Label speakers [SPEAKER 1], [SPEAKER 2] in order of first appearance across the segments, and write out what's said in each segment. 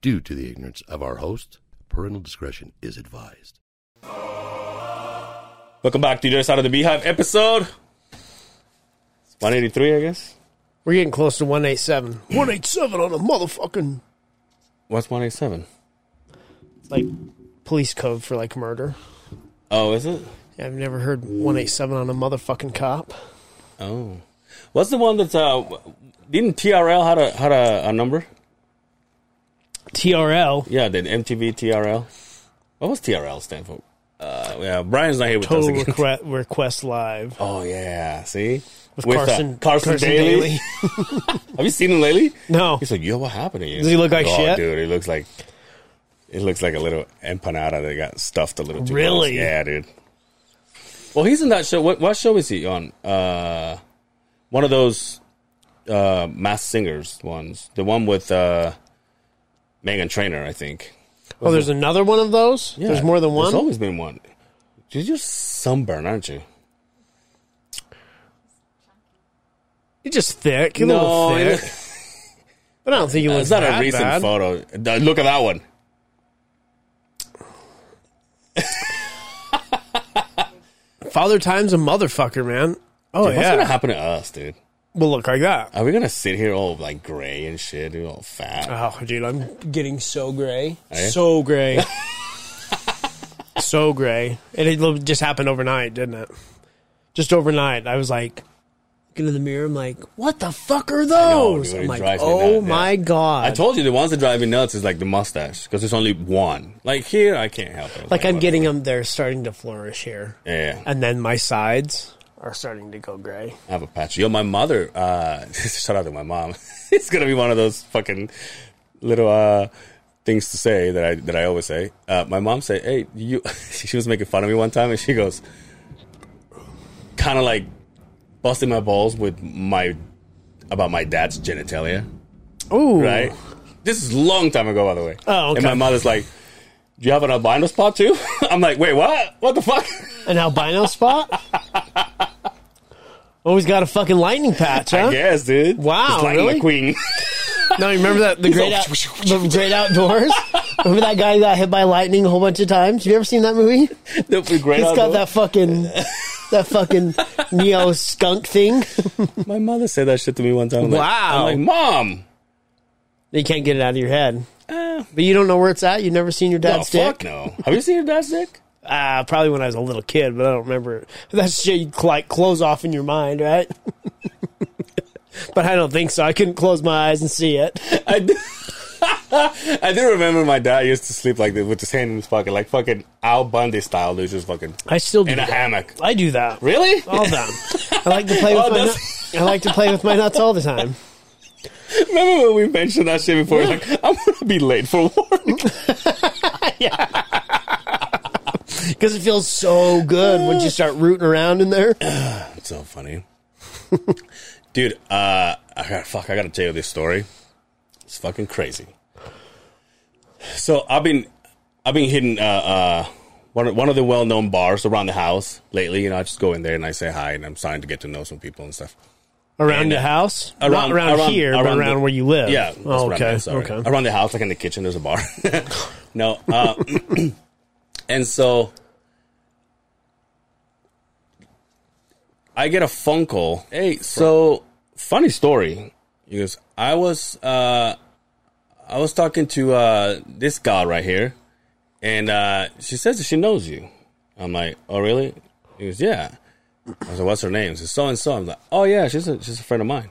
[SPEAKER 1] due to the ignorance of our hosts. Parental discretion is advised.
[SPEAKER 2] Welcome back to the other side of the Beehive episode 183, I guess.
[SPEAKER 3] We're getting close to 187. 187 on a motherfucking.
[SPEAKER 2] What's 187?
[SPEAKER 3] It's like police code for like murder.
[SPEAKER 2] Oh, is it?
[SPEAKER 3] I've never heard 187 on a motherfucking cop.
[SPEAKER 2] Oh, what's the one that's uh? Didn't TRL had a had a, a number?
[SPEAKER 3] TRL.
[SPEAKER 2] Yeah, did MTV TRL? What was TRL stand for? Uh, yeah, Brian's not here with us
[SPEAKER 3] Total
[SPEAKER 2] again.
[SPEAKER 3] request, request Live.
[SPEAKER 2] Oh yeah, see
[SPEAKER 3] With,
[SPEAKER 2] uh,
[SPEAKER 3] Carson,
[SPEAKER 2] Carson, Daly. Have you seen him lately?
[SPEAKER 3] no.
[SPEAKER 2] He's like, yo, what happened to you?
[SPEAKER 3] Does he look like
[SPEAKER 2] oh,
[SPEAKER 3] shit?
[SPEAKER 2] dude? He looks like it looks like a little empanada that got stuffed a little too. close.
[SPEAKER 3] Really?
[SPEAKER 2] Yeah, dude. Well, he's in that show. What, what show is he on? Uh, one of those uh, mass singers ones. The one with uh, Megan Trainor, I think.
[SPEAKER 3] Oh, there's another one of those?
[SPEAKER 2] Yeah,
[SPEAKER 3] there's more than one?
[SPEAKER 2] There's always been one. You're just sunburn, aren't you?
[SPEAKER 3] You're just thick. You're a
[SPEAKER 2] it
[SPEAKER 3] little
[SPEAKER 2] is-
[SPEAKER 3] thick. But I don't think you look
[SPEAKER 2] It's not
[SPEAKER 3] that
[SPEAKER 2] a recent
[SPEAKER 3] bad.
[SPEAKER 2] photo. Uh, Look at that one.
[SPEAKER 3] Oh, Father Time's a motherfucker, man. Oh,
[SPEAKER 2] Dude, What's gonna
[SPEAKER 3] yeah.
[SPEAKER 2] happen to us, dude?
[SPEAKER 3] We'll look like that.
[SPEAKER 2] Are we gonna sit here all like gray and shit, dude, all fat?
[SPEAKER 3] Oh, dude, I'm getting so gray.
[SPEAKER 2] Eh?
[SPEAKER 3] So gray. so gray. And it li- just happened overnight, didn't it? Just overnight. I was like, looking in the mirror, I'm like, what the fuck are
[SPEAKER 2] know,
[SPEAKER 3] those?
[SPEAKER 2] dude,
[SPEAKER 3] I'm
[SPEAKER 2] it
[SPEAKER 3] like,
[SPEAKER 2] drives me
[SPEAKER 3] oh
[SPEAKER 2] nuts, yeah.
[SPEAKER 3] my God.
[SPEAKER 2] I told you the ones that drive me nuts is like the mustache because there's only one. Like here, I can't help it. It's
[SPEAKER 3] like, I'm
[SPEAKER 2] whatever.
[SPEAKER 3] getting them, they're starting to flourish here.
[SPEAKER 2] Yeah, yeah.
[SPEAKER 3] And then my sides are starting to go gray.
[SPEAKER 2] I have a patch. Yo, my mother. Uh, shout out to my mom. it's gonna be one of those fucking little uh things to say that I that I always say. Uh, my mom said, "Hey, you." she was making fun of me one time, and she goes, kind of like busting my balls with my about my dad's genitalia.
[SPEAKER 3] Ooh.
[SPEAKER 2] right? This is long time ago, by the way.
[SPEAKER 3] Oh, okay.
[SPEAKER 2] And my mother's like, "Do you have an albino spot too?" I'm like, "Wait, what? What the fuck?"
[SPEAKER 3] An albino spot? Always got a fucking lightning patch, huh?
[SPEAKER 2] I guess, dude.
[SPEAKER 3] Wow,
[SPEAKER 2] Just like
[SPEAKER 3] really?
[SPEAKER 2] McQueen.
[SPEAKER 3] No, you remember that the great out, the great outdoors. Remember that guy who got hit by lightning a whole bunch of times. Have you ever seen that movie?
[SPEAKER 2] the great
[SPEAKER 3] He's got
[SPEAKER 2] outdoor.
[SPEAKER 3] that fucking that fucking neo skunk thing.
[SPEAKER 2] My mother said that shit to me one time. I'm like-
[SPEAKER 3] Wow.
[SPEAKER 2] I'm like, "Mom,
[SPEAKER 3] You can't get it out of your head, but you don't know where it's at. You've never seen your
[SPEAKER 2] oh,
[SPEAKER 3] dad's
[SPEAKER 2] fuck
[SPEAKER 3] Uh, dick.
[SPEAKER 2] no. Have you seen your dad's dick?"
[SPEAKER 3] Uh, probably when I was a little kid, but I don't remember. it. That shit you like close off in your mind, right? but I don't think so. I couldn't close my eyes and see it.
[SPEAKER 2] I do. I do remember my dad used to sleep like this with his hand in his pocket, like fucking Al Bundy style, dude, just fucking
[SPEAKER 3] I still do.
[SPEAKER 2] in a
[SPEAKER 3] That.
[SPEAKER 2] hammock.
[SPEAKER 3] I do that.
[SPEAKER 2] Really?
[SPEAKER 3] All the time. I like to play with
[SPEAKER 2] Oh,
[SPEAKER 3] my.
[SPEAKER 2] that's-
[SPEAKER 3] nut- I like to play with my nuts all the time.
[SPEAKER 2] Remember when we mentioned that shit before? Like, I'm gonna be late for work.
[SPEAKER 3] Because it feels so good when you start rooting around in there.
[SPEAKER 2] It's so funny, dude. Uh, I got fuck. I gotta tell you this story. It's fucking crazy. So I've been, I've been hitting uh, uh, one of- one of the well known bars around the house lately. You know, I just go in there and I say hi, and I'm starting to get to know some people and stuff.
[SPEAKER 3] Around
[SPEAKER 2] And-
[SPEAKER 3] the house?
[SPEAKER 2] around-
[SPEAKER 3] Not around,
[SPEAKER 2] around-
[SPEAKER 3] here, but
[SPEAKER 2] around
[SPEAKER 3] around
[SPEAKER 2] the-
[SPEAKER 3] where you live.
[SPEAKER 2] Yeah. that's
[SPEAKER 3] Oh,
[SPEAKER 2] what I
[SPEAKER 3] okay.
[SPEAKER 2] meant, sorry.
[SPEAKER 3] okay.
[SPEAKER 2] Around the house, like in the kitchen, there's a bar. no. Uh, and so I get a phone call. Hey, so funny story. He goes, I was uh, I was talking to uh, this gal right here, and uh, she says that she knows you. I'm like, oh really? He goes, yeah. I was like, what's her name? She says, so and so. I'm like, oh yeah, she's a, she's a friend of mine.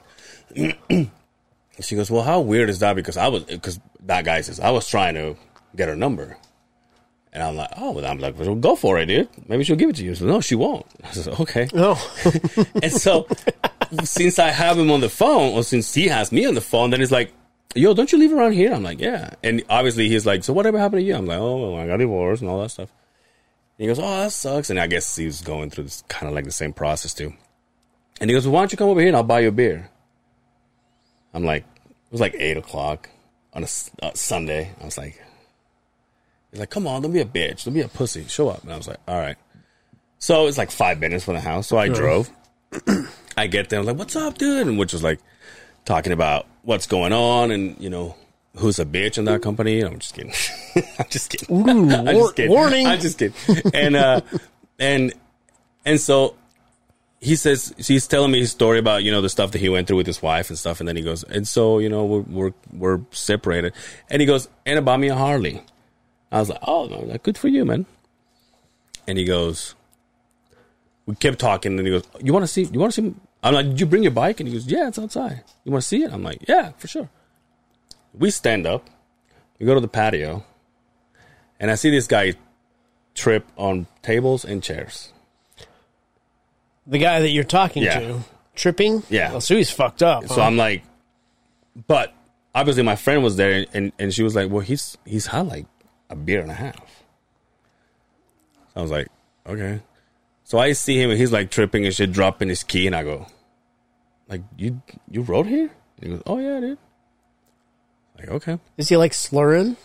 [SPEAKER 2] She goes, "Well, how weird is that?" Because I was, because that guy says I was trying to get her number, and I'm like, "Oh, well, I'm like, well, go for it, dude. Maybe she'll give it to you." She said, no, she won't. I said, "Okay."
[SPEAKER 3] Oh,
[SPEAKER 2] and so, since I have him on the phone, or since he has me on the phone, then he's like, "Yo, don't you live around here?" I'm like, "Yeah." And obviously, he's like, "So whatever happened to you?" I'm like, "Oh, well, I got divorced and all that stuff." And he goes, "Oh, that sucks." And I guess he was going through this kind of like the same process too. And he goes, well, "Why don't you come over here and I'll buy you a beer?" I'm like, it was like eight o'clock on a s- uh, Sunday. I was like, he's like, come on, don't be a bitch, don't be a pussy, show up. And I was like, all right. So it's like five minutes from the house, so I drove. I get there, I was like, what's up, dude? And which was like talking about what's going on, and you know, who's a bitch in that company. I'm just kidding. I'm just kidding.
[SPEAKER 3] Ooh,
[SPEAKER 2] I'm
[SPEAKER 3] war-
[SPEAKER 2] just kidding.
[SPEAKER 3] warning.
[SPEAKER 2] I'm just kidding. And uh, and and so he says she's telling me his story about you know the stuff that he went through with his wife and stuff, and then he goes, and so you know we're we're, we're separated, and he goes, and about me a Harley. I was like, oh, no, like, good for you, man. And he goes, we kept talking, and he goes, you want to see? You want to see? I'm like, did you bring your bike? And he goes, yeah, it's outside. You want to see it? I'm like, yeah, for sure. We stand up, we go to the patio, and I see this guy trip on tables and chairs.
[SPEAKER 3] The guy that you're talking
[SPEAKER 2] Yeah.
[SPEAKER 3] to. Tripping?
[SPEAKER 2] Yeah.
[SPEAKER 3] Well, so he's fucked up.
[SPEAKER 2] So
[SPEAKER 3] huh?
[SPEAKER 2] I'm like, but obviously my friend was there, and, and she was like, well, he's he's had like a beer and a half. I was like, okay. So I see him, and he's like tripping and shit, dropping his key, and I go, like, you you rode here? He goes, oh yeah, I did. Like okay.
[SPEAKER 3] Is he like slurring?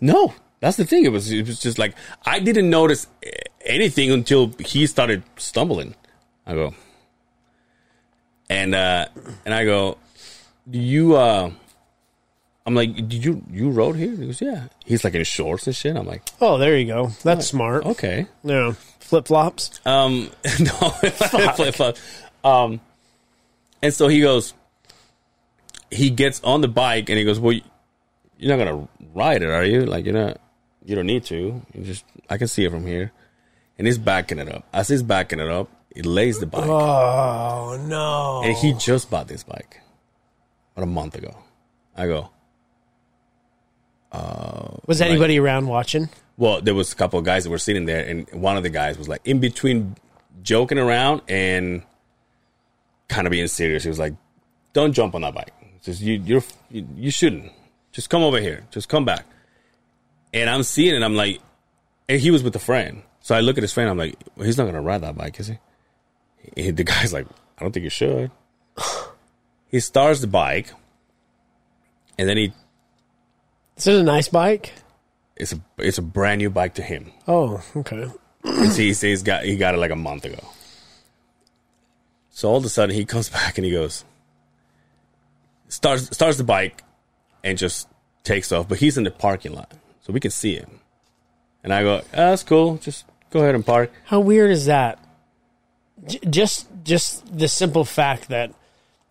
[SPEAKER 2] No, that's the thing. It was it was just like I didn't notice eh, anything until he started stumbling. I go, and uh, and I go, do you? Uh, I'm like, did you you rode here? He goes, yeah. He's like in shorts and shit. I'm like,
[SPEAKER 3] Oh, there you go. That's smart.
[SPEAKER 2] okay.
[SPEAKER 3] Yeah. Flip flops.
[SPEAKER 2] Um, no, flip flop. Um, and so he goes, he gets on the bike and he goes, well, you- you're not gonna ride it, are you? Like you're not, you don't need to. You just, I can see it from here. And he's backing it up. As he's backing it up, he lays the bike,
[SPEAKER 3] Oh no.
[SPEAKER 2] and he just bought this bike, about a month ago. I go,
[SPEAKER 3] was anybody around watching?
[SPEAKER 2] well, there was a couple of guys that were sitting there, and one of the guys was like in between joking around and kind of being serious. He was like, "Don't jump on that bike. Just you, you're, you, you shouldn't. Just come over here. Just come back." And I'm seeing it. I'm like, and he was with a friend, so I look at his friend. I'm like, well, he's not gonna ride that bike, is he? And the guy's like, I don't think he should. he starts the bike, and then he
[SPEAKER 3] Is it a nice bike?
[SPEAKER 2] it's a it's a brand new bike to him.
[SPEAKER 3] Oh, okay.
[SPEAKER 2] So he says got he got it like a month ago. So all of a sudden he comes back and he goes starts starts the bike and just takes off, but he's in the parking lot, so we can see him. And I go, "Ah, that's cool. Just go ahead and park.
[SPEAKER 3] How weird is that? J- just just the simple fact that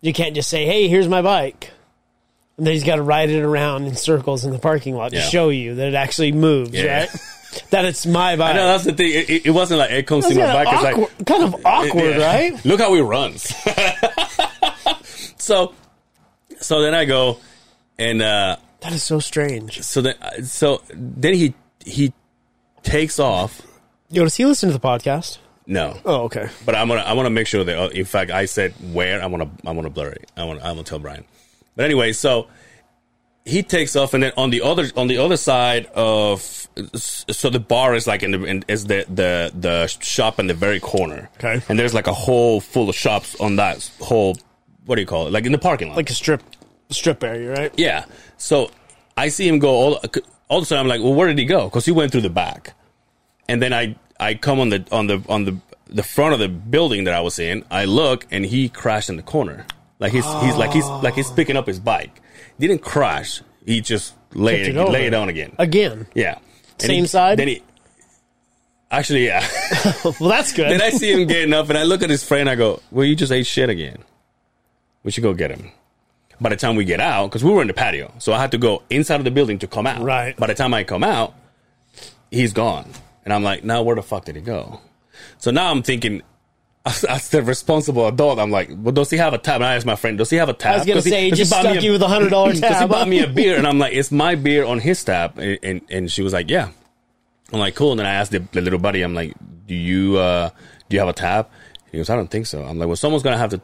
[SPEAKER 3] you can't just say, "Hey, here's my bike." And then he's got to ride it around in circles in the parking lot to
[SPEAKER 2] Yeah.
[SPEAKER 3] show you that it actually moves,
[SPEAKER 2] Yeah.
[SPEAKER 3] right? that it's my bike.
[SPEAKER 2] I know that's the thing. It, it, it wasn't like it comes
[SPEAKER 3] That's
[SPEAKER 2] to my
[SPEAKER 3] kinda
[SPEAKER 2] bike. It's like
[SPEAKER 3] awkward- kind of awkward,
[SPEAKER 2] Yeah.
[SPEAKER 3] right?
[SPEAKER 2] Look how he runs. so, so then I go, and uh,
[SPEAKER 3] That is so strange.
[SPEAKER 2] so then so then he he takes off.
[SPEAKER 3] Yo, does he listen to the podcast?
[SPEAKER 2] No,
[SPEAKER 3] Oh, okay.
[SPEAKER 2] But I'm gonna I want to make sure that uh, in fact I said where I want to I want to blur it. I want I want to tell Brian. But anyway, so he takes off and then on the other on the other side of so the bar is like in the in, is the the the shop in the very corner.
[SPEAKER 3] Okay.
[SPEAKER 2] And there's like a whole full of shops on that whole what do you call it? Like in the parking lot.
[SPEAKER 3] Like a strip strip area, right?
[SPEAKER 2] Yeah. So I see him go all all of a sudden. I'm like, well, where did he go? Because he went through the back, and then I I come on the on the on the the front of the building that I was in. I look and he crashed in the corner. Like he's he's like he's like he's picking up his bike. Didn't crash. He just laid
[SPEAKER 3] Tipped
[SPEAKER 2] it,
[SPEAKER 3] it over.
[SPEAKER 2] lay it on again.
[SPEAKER 3] Again.
[SPEAKER 2] Yeah. And
[SPEAKER 3] Same
[SPEAKER 2] he-
[SPEAKER 3] side?
[SPEAKER 2] Then he. Actually, yeah.
[SPEAKER 3] Well, that's good.
[SPEAKER 2] then I see him getting up, and I look at his friend. I go, "Well, you just ate shit again. We should go get him." By the time we get out, because we were in the patio, so I had to go inside of the building to come out.
[SPEAKER 3] Right.
[SPEAKER 2] By the time I come out, he's gone, and I'm like, "Now where the fuck did he go?" So now I'm thinking. As the responsible adult, I'm like, well, does he have a tab? And I asked my friend, does he have a tab?
[SPEAKER 3] I was gonna
[SPEAKER 2] 'Cause
[SPEAKER 3] say, he
[SPEAKER 2] does
[SPEAKER 3] just
[SPEAKER 2] buy me
[SPEAKER 3] stuck you with a hundred dollar
[SPEAKER 2] because he
[SPEAKER 3] tab.
[SPEAKER 2] bought me a beer, and I'm like, "It's my beer on his tab," and and, and she was like, "Yeah." I'm like, "Cool." And then I asked the, the little buddy, "I'm like, do you uh, do you have a tab?" He goes, "I don't think so." I'm like, "Well, someone's gonna have to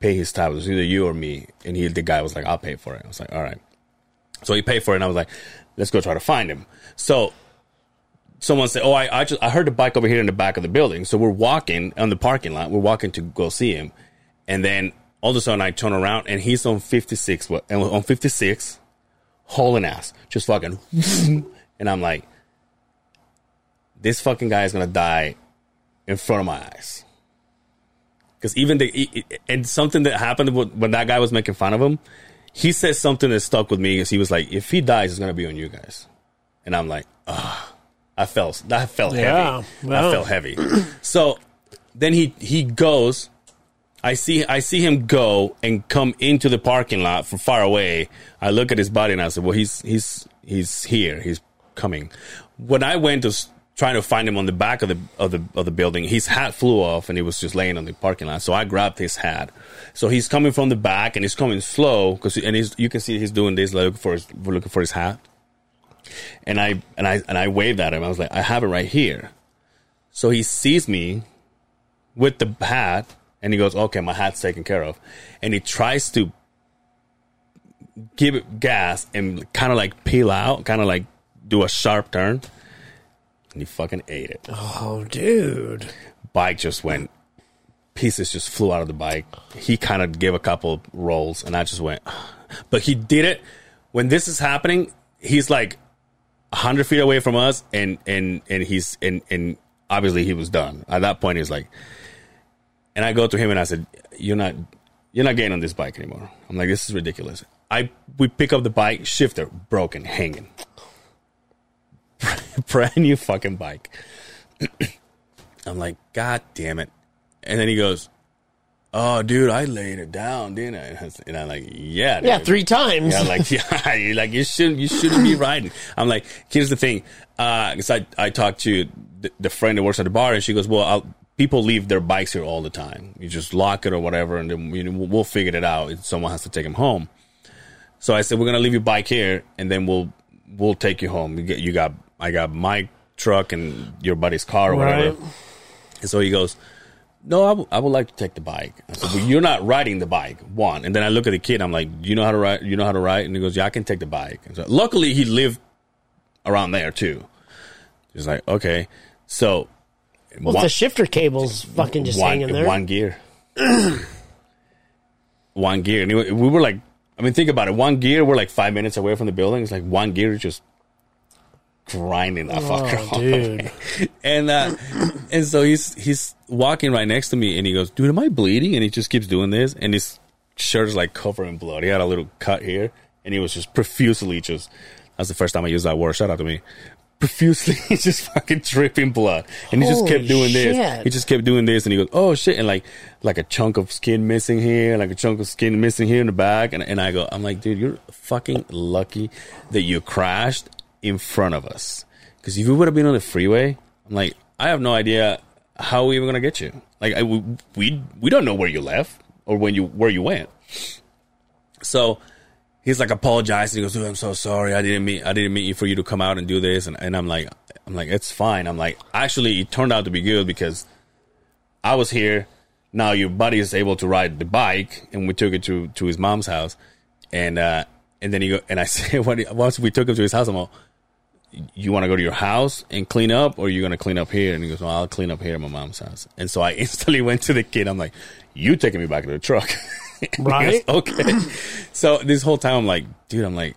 [SPEAKER 2] pay his tab. It's either you or me." And he, the guy, was like, "I'll pay for it." I was like, "All right." So he paid for it, and I was like, "Let's go try to find him." So someone said, "Oh, I I, just, I heard the bike over here in the back of the building." So we're walking on the parking lot. We're walking to go see him, and then all of a sudden I turn around and he's on fifty six. What and on fifty six, hauling ass, just fucking, and I'm like, this fucking guy is gonna die in front of my eyes. Because even the e- e- and something that happened when when that guy was making fun of him, he said something that stuck with me because he was like, "If he dies, it's gonna be on you guys," and I'm like, "Ah, I felt that felt
[SPEAKER 3] Yeah,
[SPEAKER 2] heavy.
[SPEAKER 3] wow.
[SPEAKER 2] I felt heavy." so then he he goes. I see I see him go and come into the parking lot from far away. I look at his body and I said, "Well, he's he's he's here. He's coming." When I went to s- trying to find him on the back of the of the of the building, his hat flew off and he was just laying on the parking lot. So I grabbed his hat. So he's coming from the back and he's coming slow because and he's you can see he's doing this like, looking for his looking for his hat. And I and I and I waved at him. I was like, "I have it right here." So he sees me with the hat and he goes, okay, my hat's taken care of. And he tries to give it gas and kind of like peel out, kind of like do a sharp turn. And he fucking ate it.
[SPEAKER 3] Oh, dude.
[SPEAKER 2] Bike just went, pieces just flew out of the bike. He kind of gave a couple rolls and I just went, but he did it. When this is happening, he's like 100 feet away from us and, and, and he's, and, and obviously he was done. At that point, he's like, and I go to him and I said, "You're not, you're not getting on this bike anymore." I'm like, "This is ridiculous." I we pick up the bike, shifter broken, hanging, brand new fucking bike. I'm like, "God damn it!" And then he goes, "Oh, dude, I laid it down, didn't I?" And I was- And I'm like, "Yeah,
[SPEAKER 3] Yeah,
[SPEAKER 2] dude."
[SPEAKER 3] three times.
[SPEAKER 2] Yeah, like yeah, you're like you should you shouldn't be riding. I'm like, here's the thing, because I I talked to the, the friend that works at the bar, and she goes, well, I'll, people leave their bikes here all the time. You just lock it or whatever, and then you know, we'll, we'll figure it out. If Someone has to take them home. So I said, we're gonna leave your bike here, and then we'll we'll take you home. You, get, you got I got my truck and your buddy's car or whatever.
[SPEAKER 3] Right.
[SPEAKER 2] And so he goes, No, I w- I would like to take the bike. I said, Well, you're not riding the bike, one. And then I look at the kid, I'm like, You know how to ride? You know how to ride? And he goes, Yeah, I can take the bike. And so, luckily, he lived around there too. He's like, Okay. So,
[SPEAKER 3] Well, if the shifter cable's fucking just
[SPEAKER 2] one,
[SPEAKER 3] hanging there.
[SPEAKER 2] one gear. one gear. And it- we were like, I mean, think about it. One gear, we're like five minutes away from the building. It's like one gear is just grinding that fucker off.
[SPEAKER 3] Oh, dude.
[SPEAKER 2] and uh, and so he's he's walking right next to me, and he goes, "Dude, am I bleeding?" And he just keeps doing this, and his shirt is like covered in blood. He had a little cut here, and he was just profusely just. That's the first time I used that word. Shout out to me. Profusely, just fucking dripping blood, and he just
[SPEAKER 3] Holy
[SPEAKER 2] kept doing this.
[SPEAKER 3] shit.
[SPEAKER 2] He just kept doing this, and he goes, "Oh shit!" And like, like a chunk of skin missing here, like a chunk of skin missing here in the back, and and I go, "I'm like, dude, you're fucking lucky that you crashed in front of us, because if you would have been on the freeway, I'm like, I have no idea how we were gonna get you. Like, I, we we- we don't know where you left or when you where you went. So." He's like apologizing. He goes, "Dude, "I'm so sorry. I didn't mean I didn't mean for you to come out and do this." And, and I'm like, "I'm like, it's fine." I'm like, actually, it turned out to be good because I was here. Now your buddy is able to ride the bike, and we took it to to his mom's house, and uh, and then he go and I said, when, once we took him to his house, I'm all, you want to go to your house and clean up, or you gonna clean up here? And he goes, well, I'll clean up here at my mom's house. And so I instantly went to the kid. I'm like, you taking me back to the truck, And he goes,
[SPEAKER 3] Right.
[SPEAKER 2] okay. so this whole time I'm like, dude, I'm like,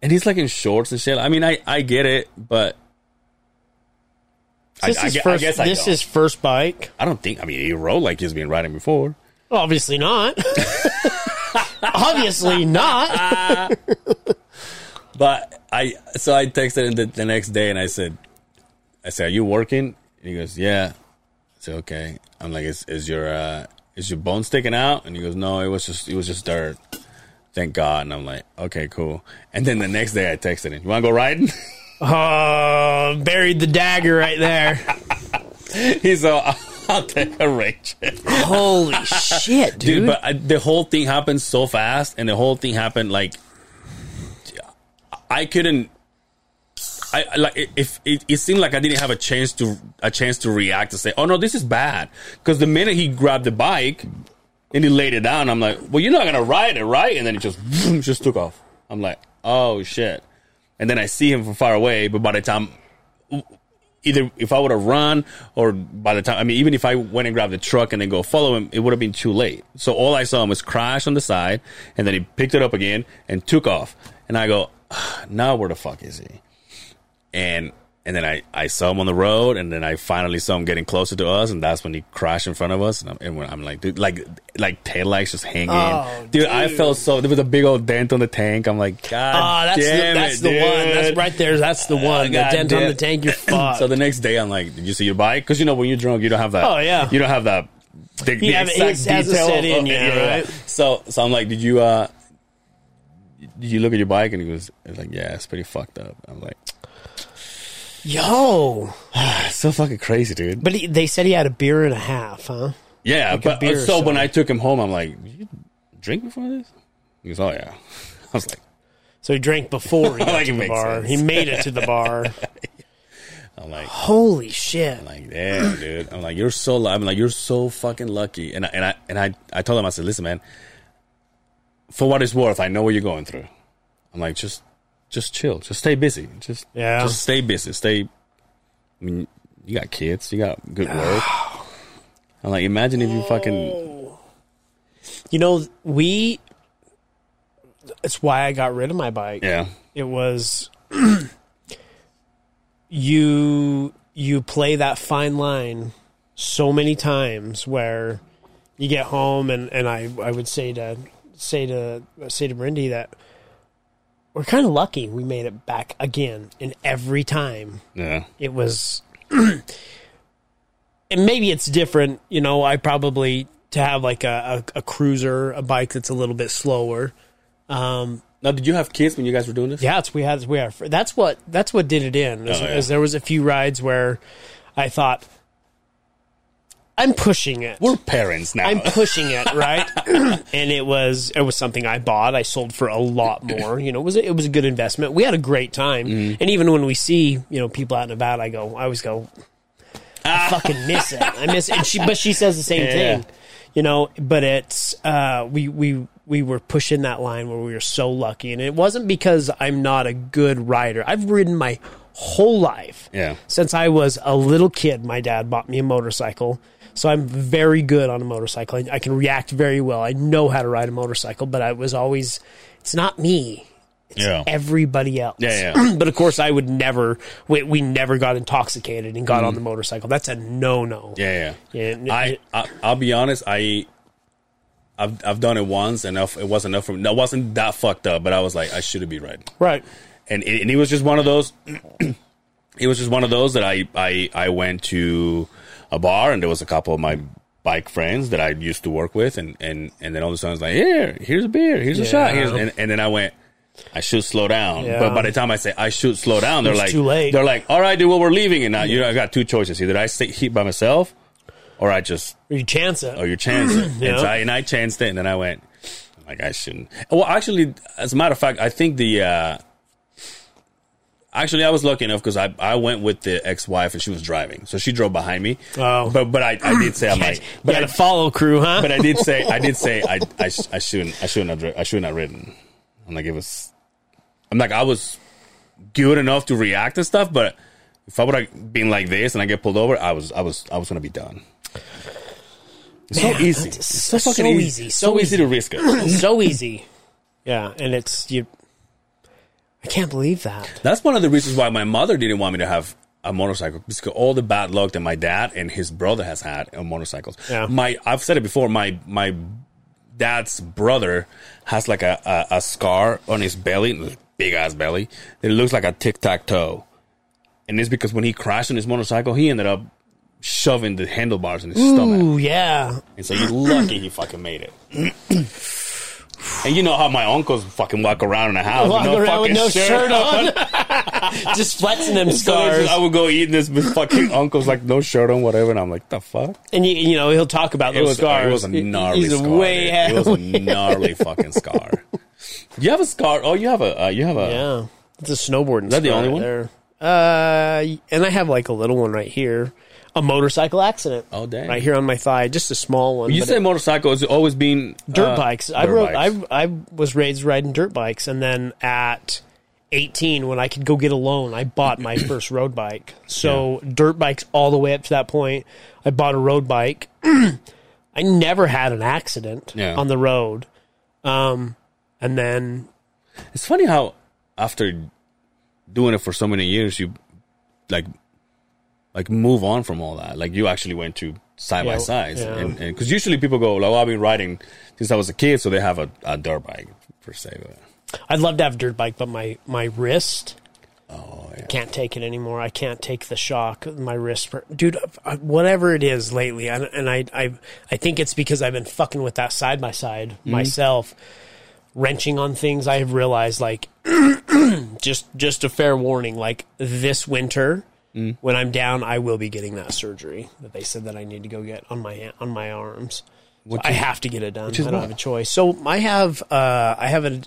[SPEAKER 2] and he's like in shorts and shit. I mean, I I get it, but.
[SPEAKER 3] This
[SPEAKER 2] I, I,
[SPEAKER 3] is
[SPEAKER 2] gue- I
[SPEAKER 3] first.
[SPEAKER 2] guess I
[SPEAKER 3] this
[SPEAKER 2] don't.
[SPEAKER 3] is first bike.
[SPEAKER 2] I don't think. I mean, he rode like he's been riding before.
[SPEAKER 3] Well, obviously not. obviously not.
[SPEAKER 2] But I, so I texted him the, the next day and I said, I said, "Are you working?" And he goes, "Yeah." I said, "Okay." I'm like, "Is is your uh, is your bone sticking out?" And he goes, "No, it was just it was just dirt." Thank God. And I'm like, "Okay, cool." And then the next day I texted him, "You want to go riding?"
[SPEAKER 3] Oh, buried the dagger right there.
[SPEAKER 2] he's all, "I'll take a rage."
[SPEAKER 3] Holy shit, dude.
[SPEAKER 2] dude. But I, the whole thing happened so fast, and the whole thing happened like I couldn't. I I- like if it, it seemed like I didn't have a chance to a chance to react to say, "Oh no, this is bad," because the minute he grabbed the bike and he laid it down, I'm like, "Well, you're not gonna ride it, right?" And then it just vroom, just took off. I'm like, "Oh shit!" And then I see him from far away, but by the time either if I would have run or by the time I mean even if I went and grabbed the truck and then go follow him, it would have been too late. So all I saw him was crash on the side and then he picked it up again and took off. And I go, "Ah, now where the fuck is he? And And then I, I saw him on the road, and then I finally saw him getting closer to us, and that's when he crashed in front of us. And I'm, and when I'm like, dude, like, like taillights just hanging.
[SPEAKER 3] Oh,
[SPEAKER 2] dude, I
[SPEAKER 3] dude.
[SPEAKER 2] felt so. There was a big old dent on the tank. I'm like,
[SPEAKER 3] Ah,
[SPEAKER 2] God,
[SPEAKER 3] that's
[SPEAKER 2] damn
[SPEAKER 3] the, that's
[SPEAKER 2] it,
[SPEAKER 3] the one.
[SPEAKER 2] dude."
[SPEAKER 3] That's right there. That's the one. the
[SPEAKER 2] God
[SPEAKER 3] dent on
[SPEAKER 2] damn.
[SPEAKER 3] the tank. You're fucked.
[SPEAKER 2] So the next day, I'm like, "Did you see your bike?" Because you know when you're drunk, you don't have that.
[SPEAKER 3] Oh, yeah.
[SPEAKER 2] you don't have that. The, the
[SPEAKER 3] Yeah, but
[SPEAKER 2] exact
[SPEAKER 3] it hasn't
[SPEAKER 2] detail.
[SPEAKER 3] set in
[SPEAKER 2] of-
[SPEAKER 3] yet, right?
[SPEAKER 2] So, so I'm like, "Did you uh, did you look at your bike?" And he goes, "It's like, yeah, it's pretty fucked up." I'm like,
[SPEAKER 3] Yo,
[SPEAKER 2] "That's so fucking crazy, dude."
[SPEAKER 3] but he, they said he had a beer and a half, huh?
[SPEAKER 2] yeah,
[SPEAKER 3] a
[SPEAKER 2] but
[SPEAKER 3] beer or
[SPEAKER 2] so when
[SPEAKER 3] so.
[SPEAKER 2] I took him home, I'm like, "Did you drink before this?" He goes, "Oh yeah." I was like,
[SPEAKER 3] So he drank before he got
[SPEAKER 2] Like, it
[SPEAKER 3] to the
[SPEAKER 2] makes
[SPEAKER 3] bar.
[SPEAKER 2] sense.
[SPEAKER 3] He made it to the bar.
[SPEAKER 2] "I'm like."
[SPEAKER 3] Holy shit!
[SPEAKER 2] I'm like, damn, dude. I'm like, you're so. Lu-. I'm like, you're so fucking lucky. And I, and I and I I told him, I said, listen, man. For what it's worth, I know what you're going through. I'm like, just just chill, just stay busy, just
[SPEAKER 3] Yeah.
[SPEAKER 2] just stay busy, stay. I mean, you got kids, you got good work. I'm like, imagine if you fucking
[SPEAKER 3] You know, we. It's why I got rid of my bike.
[SPEAKER 2] yeah
[SPEAKER 3] It was you you play that fine line so many times where you get home and, and I, I would say to say to say to Brindy that we're kind of lucky we made it back again and every time
[SPEAKER 2] yeah
[SPEAKER 3] it was and maybe it's different you know i probably to have like a, a, a cruiser a bike that's a little bit slower um
[SPEAKER 2] now did you have kids when you guys were doing this
[SPEAKER 3] yeah it's we had we are that's what that's what did it in is,
[SPEAKER 2] Oh, yeah.
[SPEAKER 3] is there was a few rides where i thought i'm pushing it
[SPEAKER 2] we're parents now
[SPEAKER 3] I'm pushing it, right? and it was it was something I bought. I sold for a lot more. You know, it was a, it was a good investment. We had a great time. And even when we see you know people out and about, I go, I always go, I fucking miss it. I miss it. And she, but she says the same
[SPEAKER 2] Yeah.
[SPEAKER 3] thing. You know, but it's uh, we we we were pushing that line where we were so lucky, and it wasn't because I'm not a good rider. I've ridden my whole life
[SPEAKER 2] yeah
[SPEAKER 3] since I was a little kid, my dad bought me a motorcycle. So I'm very good on a motorcycle. I, I can react very well. I know how to ride a motorcycle, but I was always, it's not me,
[SPEAKER 2] yeah
[SPEAKER 3] everybody else.
[SPEAKER 2] Yeah, yeah.
[SPEAKER 3] but of course, I would never, we, we never got intoxicated and got on the motorcycle. That's a no no.
[SPEAKER 2] Mm-hmm. yeah yeah
[SPEAKER 3] And-
[SPEAKER 2] I, I I'll be honest. I I've I've done it once, and enough. It wasn't enough for me. No, it wasn't that fucked up, but I was like, I shouldn't be riding.
[SPEAKER 3] right.
[SPEAKER 2] And it, and it was just one of those. it was just one of those that I I I went to a bar, and there was a couple of my bike friends that I used to work with, and and and then all of a sudden I was like, here, here's a beer, here's a shot, here's,
[SPEAKER 3] Yeah.
[SPEAKER 2] and and then I went. I should slow down,
[SPEAKER 3] Yeah.
[SPEAKER 2] but by the time I say I should slow down, they're
[SPEAKER 3] It's
[SPEAKER 2] like,
[SPEAKER 3] too late.
[SPEAKER 2] they're like, all right, dude, well, we're leaving, and now you know, I got two choices: either I stay here by myself, or I just
[SPEAKER 3] Or you chance it.
[SPEAKER 2] oh, you chanced it.
[SPEAKER 3] Yeah.
[SPEAKER 2] and, so I, and I chanced it, and then I went, I'm like, I shouldn't. Well, actually, as a matter of fact, I think the, uh, actually, I was lucky enough because I, I went with the ex wife and she was driving. So she drove behind me.
[SPEAKER 3] Oh.
[SPEAKER 2] But, but I, I did say, I'm like,
[SPEAKER 3] you
[SPEAKER 2] but
[SPEAKER 3] got
[SPEAKER 2] I,
[SPEAKER 3] a follow crew, huh?
[SPEAKER 2] but I did say, I did say, I, I, sh- I shouldn't, I shouldn't have, dri- I shouldn't have ridden. I'm like, it was, I'm like, I was good enough to react to stuff, but if I would have been like this and I get pulled over, I was, I was, I was gonna be done. It's so easy.
[SPEAKER 3] that's
[SPEAKER 2] It's
[SPEAKER 3] so-
[SPEAKER 2] so fucking
[SPEAKER 3] so
[SPEAKER 2] easy.
[SPEAKER 3] easy,
[SPEAKER 2] So,
[SPEAKER 3] so
[SPEAKER 2] easy to risk it.
[SPEAKER 3] so easy. Yeah. And it's, you, I can't believe that.
[SPEAKER 2] That's one of the reasons why my mother didn't want me to have a motorcycle because all the bad luck that my dad and his brother has had on motorcycles.
[SPEAKER 3] Yeah.
[SPEAKER 2] My I've said it before. My my dad's brother has like a, a, a scar on his belly, big ass belly. It looks like a tic tac toe, and it's because when he crashed on his motorcycle, he ended up shoving the handlebars in his stomach.
[SPEAKER 3] Ooh, yeah.
[SPEAKER 2] And so you're lucky he fucking made it. and you know how my uncles fucking walk around in the house
[SPEAKER 3] Walking
[SPEAKER 2] with no
[SPEAKER 3] around
[SPEAKER 2] fucking
[SPEAKER 3] with no
[SPEAKER 2] shirt,
[SPEAKER 3] shirt
[SPEAKER 2] on.
[SPEAKER 3] on. just flexing them
[SPEAKER 2] So there's
[SPEAKER 3] scars.
[SPEAKER 2] just- I would go eating this with fucking uncles like no shirt on, whatever, and I'm like, the fuck.
[SPEAKER 3] and you, you know he'll talk about
[SPEAKER 2] It
[SPEAKER 3] those
[SPEAKER 2] was
[SPEAKER 3] Oh,
[SPEAKER 2] uh,
[SPEAKER 3] scars.
[SPEAKER 2] it was a
[SPEAKER 3] He-
[SPEAKER 2] gnarly
[SPEAKER 3] He's
[SPEAKER 2] scar.
[SPEAKER 3] way
[SPEAKER 2] dude. it was
[SPEAKER 3] ahead.
[SPEAKER 2] a gnarly fucking scar. You have a scar? Oh, you have a uh, you have a
[SPEAKER 3] Yeah, it's a snowboarding. Is
[SPEAKER 2] that the only one?
[SPEAKER 3] There. Uh, and I have like a little one right here, a motorcycle accident.
[SPEAKER 2] Oh, dang.
[SPEAKER 3] Right here on my thigh, just a small one.
[SPEAKER 2] You
[SPEAKER 3] but
[SPEAKER 2] say motorcycle has always been
[SPEAKER 3] dirt
[SPEAKER 2] uh,
[SPEAKER 3] bikes. I
[SPEAKER 2] dirt
[SPEAKER 3] rode.
[SPEAKER 2] bikes.
[SPEAKER 3] I I was raised riding dirt bikes, and then at 18, when I could go get a loan, I bought my first road bike. So dirt bikes all the way up to that point. I bought a road bike. I never had an accident
[SPEAKER 2] Yeah.
[SPEAKER 3] on the road, um, and then
[SPEAKER 2] It's funny how after doing it for so many years, you like like move on from all that. Like you actually went to side by
[SPEAKER 3] Yeah,
[SPEAKER 2] sides,
[SPEAKER 3] yeah.
[SPEAKER 2] and because usually people go like, well, "I've been riding since I was a kid," so they have a, a dirt bike per se. But,
[SPEAKER 3] I'd love to have a dirt bike, but my my wrist
[SPEAKER 2] oh yeah,
[SPEAKER 3] can't take it anymore. I can't take the shock. My wrist, hurt. dude. uh, Whatever it is lately, and, and I, I, I think it's because I've been fucking with that side by side
[SPEAKER 2] Mm-hmm.
[SPEAKER 3] myself, wrenching on things. I have realized, like, just just a fair warning, like this winter.
[SPEAKER 2] Mm.
[SPEAKER 3] When I'm down, I will be getting that surgery that they said that I need to go get on my on my arms. So I have to get it done. I
[SPEAKER 2] is
[SPEAKER 3] don't
[SPEAKER 2] what?
[SPEAKER 3] have a choice. So I have uh, I have a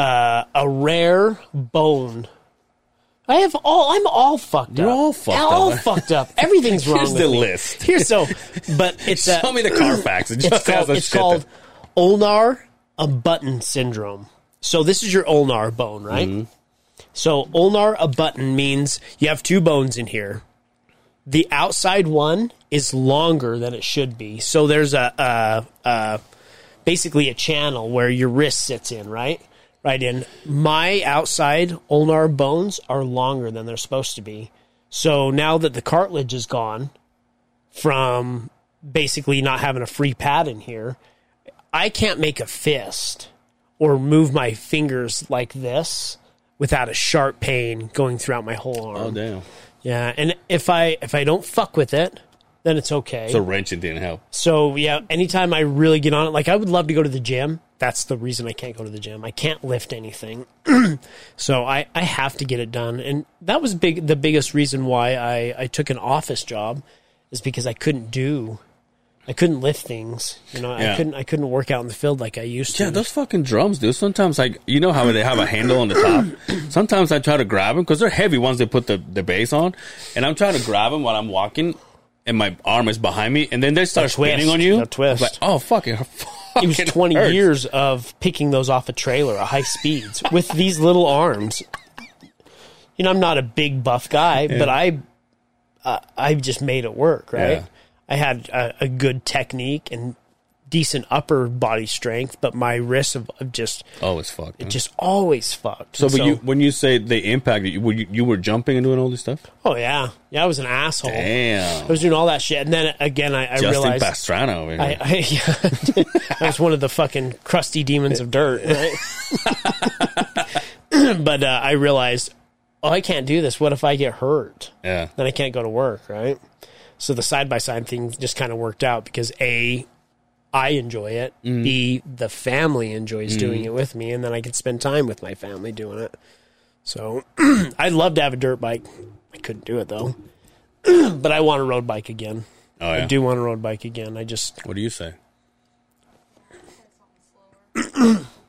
[SPEAKER 3] uh, a rare bone. I have all. I'm all fucked
[SPEAKER 2] You're
[SPEAKER 3] up.
[SPEAKER 2] all fucked
[SPEAKER 3] all
[SPEAKER 2] up.
[SPEAKER 3] fucked up. Everything's wrong.
[SPEAKER 2] Here's
[SPEAKER 3] with
[SPEAKER 2] the
[SPEAKER 3] me.
[SPEAKER 2] list.
[SPEAKER 3] Here's so. But it's uh,
[SPEAKER 2] tell me the Carfax. It just
[SPEAKER 3] it's
[SPEAKER 2] has
[SPEAKER 3] called,
[SPEAKER 2] that
[SPEAKER 3] it's
[SPEAKER 2] shit
[SPEAKER 3] called
[SPEAKER 2] that-
[SPEAKER 3] ulnar abutment syndrome. So this is your ulnar bone, right?
[SPEAKER 2] Mm-hmm.
[SPEAKER 3] So ulnar abutment means you have two bones in here. The outside one is longer than it should be. So there's a, a, a basically a channel where your wrist sits in, right? Right in. My outside ulnar bones are longer than they're supposed to be. So now that the cartilage is gone from basically not having a free pad in here, I can't make a fist or move my fingers like this without a sharp pain going throughout my whole arm.
[SPEAKER 2] Oh damn,
[SPEAKER 3] yeah, and if I if I don't fuck with it, then it's okay.
[SPEAKER 2] so wrenching didn't help.
[SPEAKER 3] So yeah, anytime I really get on it, like I would love to go to the gym. That's the reason I can't go to the gym. I can't lift anything. so I, I have to get it done. And that was big the biggest reason why I, I took an office job is because I couldn't do I couldn't lift things. You know,
[SPEAKER 2] Yeah.
[SPEAKER 3] I couldn't I couldn't work out in the field like I used to.
[SPEAKER 2] Yeah, those fucking drums, dude. Sometimes, like, you know how they have a handle on the top? Sometimes I try to grab them because they're heavy once they put the, the bass on. And I'm trying to grab them while I'm walking and my arm is behind me. And then they start
[SPEAKER 3] They'll twist.
[SPEAKER 2] spinning on you.
[SPEAKER 3] They'll twist.
[SPEAKER 2] Like, oh, fuck it.
[SPEAKER 3] it was 20 years of picking those off a trailer at high speeds with these little arms. You know, I'm not a big buff guy, but I, uh, I just made it work. Right,
[SPEAKER 2] Yeah.
[SPEAKER 3] I had a, a good technique and decent upper body strength, but my wrists have have just
[SPEAKER 2] Oh, it's fucked. huh?
[SPEAKER 3] just always fucked.
[SPEAKER 2] so, but you, when you say they impacted you, were you, you were jumping and doing all this stuff?
[SPEAKER 3] oh yeah, yeah, I was an asshole. I
[SPEAKER 2] Damn.
[SPEAKER 3] was doing all that shit, and then again, Oh. I, I
[SPEAKER 2] Justin
[SPEAKER 3] realized
[SPEAKER 2] Pastrana over here.
[SPEAKER 3] I, I, yeah, I was one of the fucking crusty demons of dirt, right? but uh, I realized, oh, I can't do this. What if I get hurt?
[SPEAKER 2] yeah.
[SPEAKER 3] Then I can't go to work, right? So the side by side thing just kind of worked out because a, I enjoy it.
[SPEAKER 2] Mm.
[SPEAKER 3] B, the family enjoys doing it with me, and then I can spend time with my family doing it. So I'd love to have a dirt bike. I couldn't do it though, but I want a road bike again.
[SPEAKER 2] Oh, yeah.
[SPEAKER 3] I do want a road bike again. I just
[SPEAKER 2] What do you say?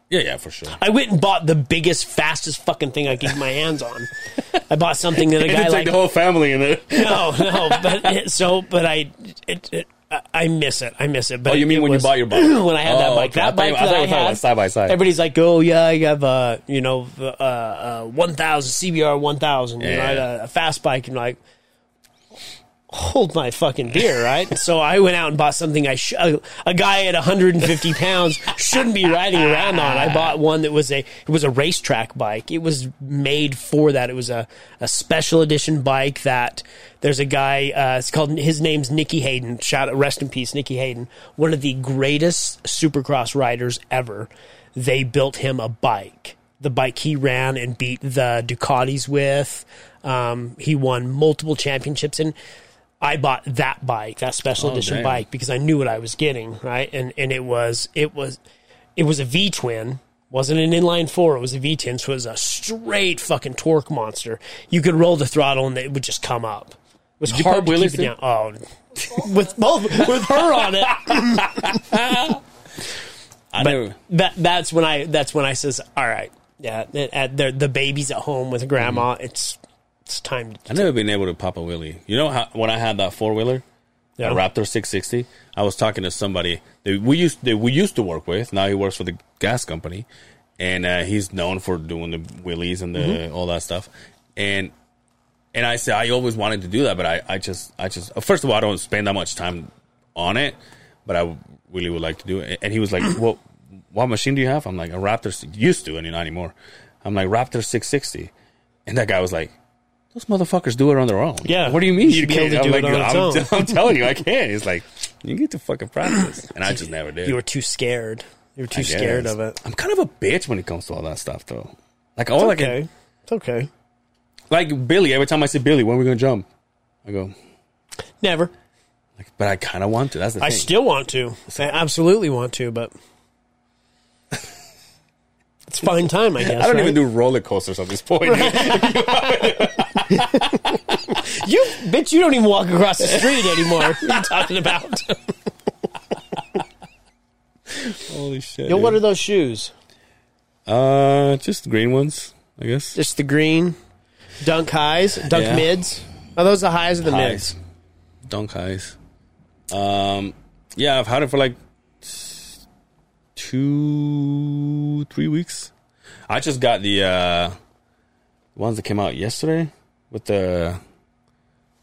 [SPEAKER 2] yeah, yeah, for sure.
[SPEAKER 3] I went and bought the biggest, fastest fucking thing I could get my hands on. I bought something that a
[SPEAKER 2] It
[SPEAKER 3] guy
[SPEAKER 2] took
[SPEAKER 3] like.
[SPEAKER 2] the whole family in there.
[SPEAKER 3] no, no, but it, so, but I, it, it, I- I miss it. I miss it. But
[SPEAKER 2] Oh, you mean
[SPEAKER 3] it
[SPEAKER 2] when you
[SPEAKER 3] was-
[SPEAKER 2] bought your bike?
[SPEAKER 3] when I had that
[SPEAKER 2] Oh,
[SPEAKER 3] bike,
[SPEAKER 2] okay. I thought-
[SPEAKER 3] that bike
[SPEAKER 2] I thought you
[SPEAKER 3] that I
[SPEAKER 2] were talking
[SPEAKER 3] had,
[SPEAKER 2] about side by side.
[SPEAKER 3] Everybody's like, "Oh yeah, I have a you know uh, uh, one thousand CBR one thousand, you know, I had
[SPEAKER 2] Yeah.
[SPEAKER 3] a, a fast bike," and like. Hold my fucking beer, right? so I went out and bought something. I sh- a, a guy at 150 pounds shouldn't be riding around on. I bought one that was a it was a racetrack bike. It was made for that. It was a, a special edition bike that there's a guy. Uh, it's called his name's Nicky Hayden. Shout out, rest in peace, Nicky Hayden. One of the greatest supercross riders ever. They built him a bike. The bike he ran and beat the Ducatis with. Um, he won multiple championships and. I bought that bike, that special
[SPEAKER 2] Oh,
[SPEAKER 3] edition
[SPEAKER 2] damn.
[SPEAKER 3] bike, because I knew what I was getting, right? And and it was it was it was a V twin, wasn't an inline four. It was a V twin, so it was a straight fucking torque monster. You could roll the throttle and it would just come up. It was
[SPEAKER 2] you
[SPEAKER 3] hard
[SPEAKER 2] put
[SPEAKER 3] to
[SPEAKER 2] wheelies
[SPEAKER 3] keep it down. Oh, with both with her on it.
[SPEAKER 2] I
[SPEAKER 3] But
[SPEAKER 2] never-
[SPEAKER 3] that that's when I that's when I says, all right, yeah, at the the baby's at home with grandma.
[SPEAKER 2] Mm-hmm.
[SPEAKER 3] It's it's time. To,
[SPEAKER 2] I've never been able to pop a wheelie. You know how when I had that four wheeler,
[SPEAKER 3] yeah.
[SPEAKER 2] a Raptor 660, I was talking to somebody that we used that we used to work with. Now he works for the gas company, and uh, he's known for doing the wheelies and the
[SPEAKER 3] Mm-hmm.
[SPEAKER 2] all that stuff. And and I said I always wanted to do that, but I I just I just uh, first of all I don't spend that much time on it, but I really would like to do it. And he was like, "Well, what machine do you have?" I'm like, "A Raptor." s- Used to, and not anymore. I'm like Raptor 660, and that guy was like. Those motherfuckers do it on their own.
[SPEAKER 3] Yeah.
[SPEAKER 2] What do you mean?
[SPEAKER 3] You'd be able to
[SPEAKER 2] I'm
[SPEAKER 3] do it on its
[SPEAKER 2] I'm,
[SPEAKER 3] own.
[SPEAKER 2] I'm telling you, I can't. It's like you get to fucking practice, and I just never did.
[SPEAKER 3] You were too scared. You were too
[SPEAKER 2] I guess.
[SPEAKER 3] scared of it.
[SPEAKER 2] I'm kind of a bitch when it comes to all that stuff, though. Like all I can,
[SPEAKER 3] okay. It's okay.
[SPEAKER 2] like Billy. Every time I see Billy, when are we gonna jump? I go,
[SPEAKER 3] Never.
[SPEAKER 2] like, but I kind of want to. That's the
[SPEAKER 3] I
[SPEAKER 2] thing.
[SPEAKER 3] still want to. I absolutely want to, but it's fine time, I guess.
[SPEAKER 2] I don't
[SPEAKER 3] right?
[SPEAKER 2] even do roller coasters at this point.
[SPEAKER 3] You bitch, you don't even walk across the street anymore. what are you talking about?
[SPEAKER 2] Holy shit!
[SPEAKER 3] Yo, what are
[SPEAKER 2] dude.
[SPEAKER 3] those shoes?
[SPEAKER 2] uh, just green ones, I guess.
[SPEAKER 3] Just the green dunk highs, dunk
[SPEAKER 2] Yeah.
[SPEAKER 3] mids. Are those the highs or the mids?
[SPEAKER 2] Highs. Dunk highs. Um, yeah, I've had it for like t- two, three weeks. I just got the uh, ones that came out yesterday with the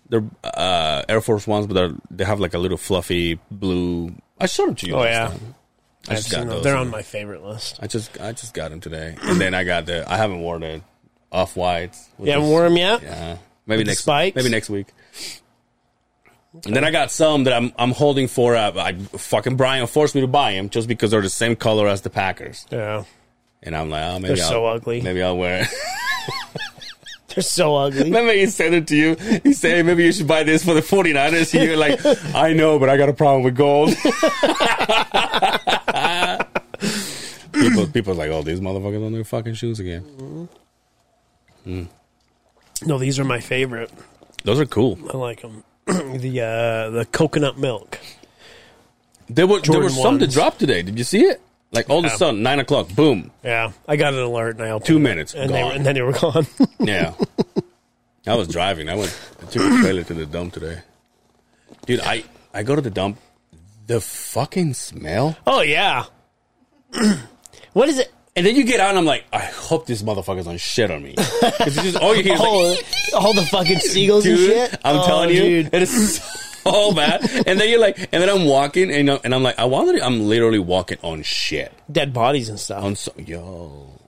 [SPEAKER 2] the uh, Air Force ones, but they're- they have like a little fluffy blue. I showed them to you.
[SPEAKER 3] Oh
[SPEAKER 2] last
[SPEAKER 3] yeah,
[SPEAKER 2] time. I
[SPEAKER 3] I've
[SPEAKER 2] just got
[SPEAKER 3] seen them.
[SPEAKER 2] those.
[SPEAKER 3] They're on my favorite list.
[SPEAKER 2] I just I just got them today, and then I got the I haven't worn the off whites.
[SPEAKER 3] You haven't worn them yet.
[SPEAKER 2] Yeah, Uh-huh. maybe
[SPEAKER 3] the
[SPEAKER 2] next
[SPEAKER 3] spikes?
[SPEAKER 2] maybe next week. And then I got some that I'm I'm holding for. Uh, I fucking Brian forced me to buy them just because they're the same color as the Packers,
[SPEAKER 3] Yeah,
[SPEAKER 2] and I'm like, oh, maybe
[SPEAKER 3] they're
[SPEAKER 2] I'll,
[SPEAKER 3] so ugly.
[SPEAKER 2] Maybe I'll wear it.
[SPEAKER 3] They're so ugly.
[SPEAKER 2] Remember he sent it to you. He said, hey, maybe you should buy this for the 49ers. And you're like, I know, but I got a problem with gold. people, people like, oh, these motherfuckers on their fucking shoes again.
[SPEAKER 3] No, these are my favorite.
[SPEAKER 2] Those are cool.
[SPEAKER 3] I like them. the uh, the coconut milk.
[SPEAKER 2] There were there
[SPEAKER 3] Jordan
[SPEAKER 2] were some that
[SPEAKER 3] ones.
[SPEAKER 2] dropped today. Did you see it? Like all of a
[SPEAKER 3] Yeah.
[SPEAKER 2] sudden, nine o'clock, boom,
[SPEAKER 3] Yeah, I got an alert and I opened
[SPEAKER 2] two
[SPEAKER 3] it,
[SPEAKER 2] minutes,
[SPEAKER 3] and they were,
[SPEAKER 2] gone.
[SPEAKER 3] and then they were gone.
[SPEAKER 2] yeah, I was driving. I went. I took a trailer to the dump today, dude. I I go to the dump. The fucking smell.
[SPEAKER 3] oh yeah. what is it?
[SPEAKER 2] And then you get out, and I'm like, I hope this motherfucker's on shit on me. Because just all you hear is like,
[SPEAKER 3] Oh, all the fucking seagulls
[SPEAKER 2] dude,
[SPEAKER 3] and shit.
[SPEAKER 2] I'm
[SPEAKER 3] Oh,
[SPEAKER 2] telling you,
[SPEAKER 3] dude.
[SPEAKER 2] it is so bad. And then you're like, and then I'm walking, and, I'm- and I'm like, I wanted. I'm literally walking on shit.
[SPEAKER 3] dead bodies and stuff.
[SPEAKER 2] On so, yo.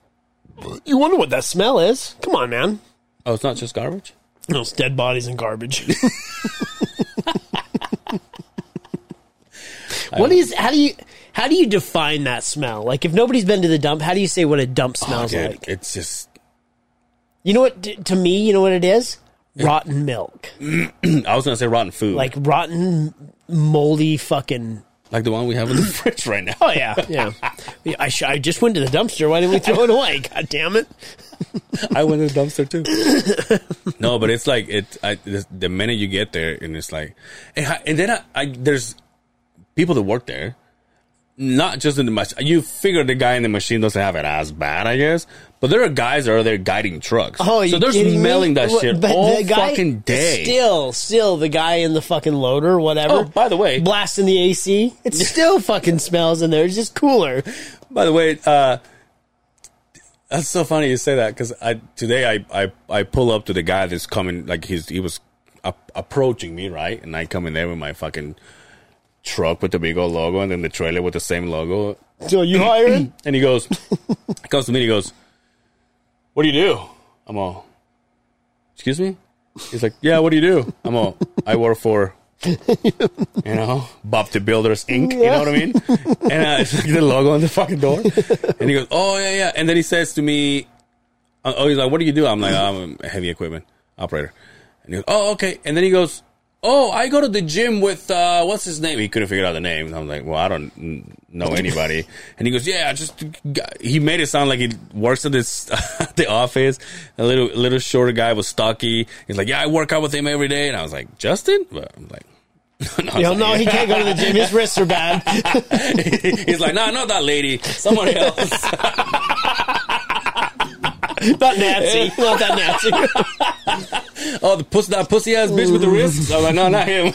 [SPEAKER 3] You wonder what that smell is? Come on, man.
[SPEAKER 2] Oh, it's not just garbage.
[SPEAKER 3] Those dead bodies and garbage. what is how do you how do you define that smell? Like if nobody's been to the dump, how do you say what a dump smells
[SPEAKER 2] Oh, Dude,
[SPEAKER 3] like?
[SPEAKER 2] it's just
[SPEAKER 3] You know what? To me, you know what it is? Rotten milk,
[SPEAKER 2] I was gonna say rotten food,
[SPEAKER 3] like rotten, moldy fucking.
[SPEAKER 2] like the one we have in the fridge right now.
[SPEAKER 3] Oh yeah, yeah. Yeah, I, sh- I just went to the dumpster. Why didn't we throw it away? God damn it!
[SPEAKER 2] I went to the dumpster too. no, but it's like it. I, this, the minute you get there, and it's like, and, I- and then I, I there's people that work there, not just in the machine. You figure the guy in the machine doesn't have it as bad, I guess. But there are guys that are there guiding trucks.
[SPEAKER 3] Oh, you
[SPEAKER 2] so they're
[SPEAKER 3] kidding me?
[SPEAKER 2] smelling that
[SPEAKER 3] What-
[SPEAKER 2] shit
[SPEAKER 3] but
[SPEAKER 2] all
[SPEAKER 3] the guy-
[SPEAKER 2] fucking day.
[SPEAKER 3] Still, still the guy in the fucking loader, whatever.
[SPEAKER 2] Oh, by the way-
[SPEAKER 3] blasting the AC, it still fucking smells in there. It's just cooler.
[SPEAKER 2] By the way, uh, that's so funny you say that because I today I, I I pull up to the guy that's coming like he's he was up, approaching me right, and I come in there with my fucking truck with the big old logo and then the trailer with the same logo,
[SPEAKER 3] So you hiring?
[SPEAKER 2] and he goes, he comes to me and he goes, What do you do? I'm all, Excuse me? He's like, Yeah, what do you do? I'm all, I work for, you know, Bob the Builders Inc. You know what I mean? And uh, it's like the logo on the fucking door. And he goes, Oh, yeah, yeah. And then he says to me, uh, Oh, he's like, What do you do? I'm like, I'm a heavy equipment operator. And he goes, Oh, okay. And then he goes, Oh, I go to the gym with uh, what's his name? He couldn't figure out the name. I'm like, well, I don't n- know anybody. and he goes, yeah, I just he made it sound like he works at this at the office. A little little shorter guy was stocky. He's like, yeah, I work out with him every day. And I was like, Justin, but I'm like, no, I was
[SPEAKER 3] Yo,
[SPEAKER 2] like,
[SPEAKER 3] no, he can't go to the gym. His wrists are bad.
[SPEAKER 2] he's like, no, not that lady, someone else.
[SPEAKER 3] Not Nancy. Not that Nancy.
[SPEAKER 2] Oh, the pussy, that pussy ass bitch with the wrists. I'm like, no, not him.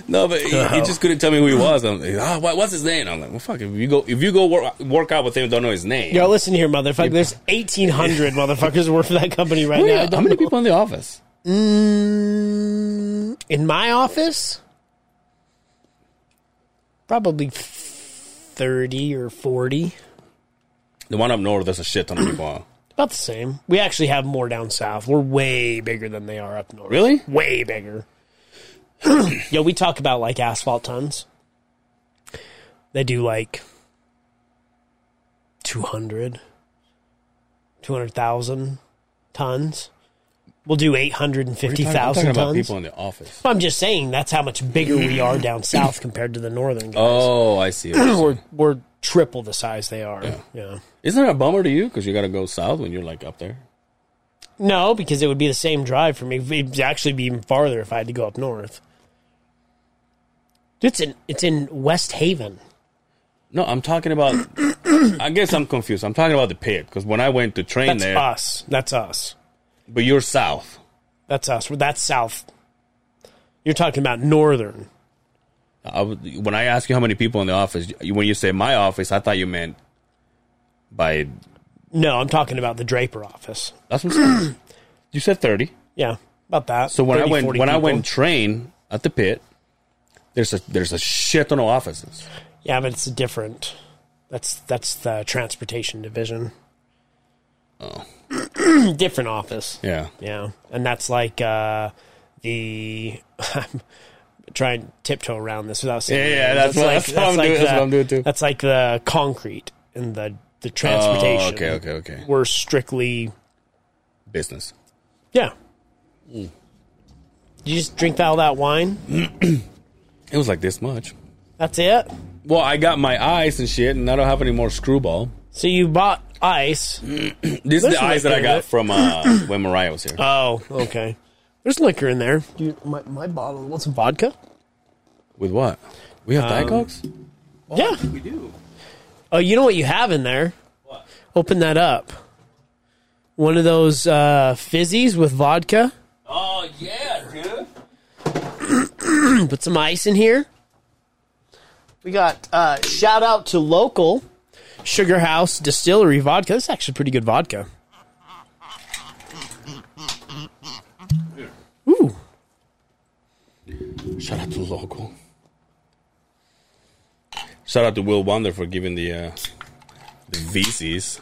[SPEAKER 2] no, but he, he just couldn't tell me who he was. I'm like, ah, what, what's his name? I'm like, well, fuck. If you go, if you go work, work out with him, don't know his name.
[SPEAKER 3] Yo, listen here, motherfucker. There's 1,800 motherfuckers who work for that company right
[SPEAKER 2] how many,
[SPEAKER 3] now. I
[SPEAKER 2] how
[SPEAKER 3] don't
[SPEAKER 2] many
[SPEAKER 3] know.
[SPEAKER 2] people in the office?
[SPEAKER 3] Mm, in my office, probably 30 or 40.
[SPEAKER 2] The one up north, there's a shit ton of people.
[SPEAKER 3] About the same. We actually have more down south. We're way bigger than they are up north.
[SPEAKER 2] Really?
[SPEAKER 3] Way bigger. yeah, we talk about like asphalt tons. They do like 200, 200,000 tons. We'll do
[SPEAKER 2] We're talking- I'm talking
[SPEAKER 3] 850,000
[SPEAKER 2] about
[SPEAKER 3] tons.
[SPEAKER 2] people in the office.
[SPEAKER 3] I'm just saying that's how much bigger we are down south compared to the northern guys.
[SPEAKER 2] Oh, I see. what you're saying.
[SPEAKER 3] we're we're triple the size they are. Yeah.
[SPEAKER 2] Isn't that a bummer to you? Because you got to go south when you're like up there.
[SPEAKER 3] No, because it would be the same drive for me. It'd actually be even farther if I had to go up north. It's in it's in West Haven.
[SPEAKER 2] No, I'm talking about. I guess I'm confused. I'm talking about the pit because when I went to train
[SPEAKER 3] That's
[SPEAKER 2] there,
[SPEAKER 3] us. That's us.
[SPEAKER 2] but you're south.
[SPEAKER 3] That's us. That's south. You're talking about northern.
[SPEAKER 2] I would- when I ask you how many people in the office, you- when you say my office, I thought you meant by.
[SPEAKER 3] No, I'm talking about the Draper office.
[SPEAKER 2] That's what I'm saying. you said thirty.
[SPEAKER 3] Yeah, about that.
[SPEAKER 2] So when I
[SPEAKER 3] 30,
[SPEAKER 2] went
[SPEAKER 3] 40
[SPEAKER 2] when I
[SPEAKER 3] people.
[SPEAKER 2] went train at the pit, there's a there's a shit ton of offices.
[SPEAKER 3] yeah, but it's different. That's that's the transportation division. Oh, different office.
[SPEAKER 2] Yeah,
[SPEAKER 3] Yeah, and that's like uh, the I'm trying to tiptoe around this without saying.
[SPEAKER 2] Yeah, yeah,
[SPEAKER 3] names.
[SPEAKER 2] that's what- that's what I'm doing-
[SPEAKER 3] the,
[SPEAKER 2] that's what I'm doing too.
[SPEAKER 3] That's like the concrete and the the transportation.
[SPEAKER 2] Oh, okay, okay, okay.
[SPEAKER 3] We're strictly
[SPEAKER 2] business.
[SPEAKER 3] yeah.
[SPEAKER 2] Mm.
[SPEAKER 3] You just drink all that wine.
[SPEAKER 2] It was like this much.
[SPEAKER 3] That's it.
[SPEAKER 2] Well, I got my ice and shit, and I don't have any more screwball.
[SPEAKER 3] So you bought ice.
[SPEAKER 2] This is
[SPEAKER 3] There's
[SPEAKER 2] the ice
[SPEAKER 3] liquor
[SPEAKER 2] that I
[SPEAKER 3] in
[SPEAKER 2] got
[SPEAKER 3] it.
[SPEAKER 2] from uh, when Mariah was here.
[SPEAKER 3] Oh, okay. There's liquor in there. Dude, my, my bottle. What's some vodka?
[SPEAKER 2] With what? We have Diet Cokes?
[SPEAKER 3] yeah.
[SPEAKER 2] Um, We do.
[SPEAKER 3] Oh, you know what you have in there? Open that up. One of those uh, fizzies with vodka.
[SPEAKER 2] Oh, yeah, dude.
[SPEAKER 3] Put some ice in here. We got uh, shout out to local Sugar House Distillery vodka. This is actually pretty good vodka. Ooh,
[SPEAKER 2] Shout out to Local. Shout out to Will Wonder for giving the, uh, the VCs.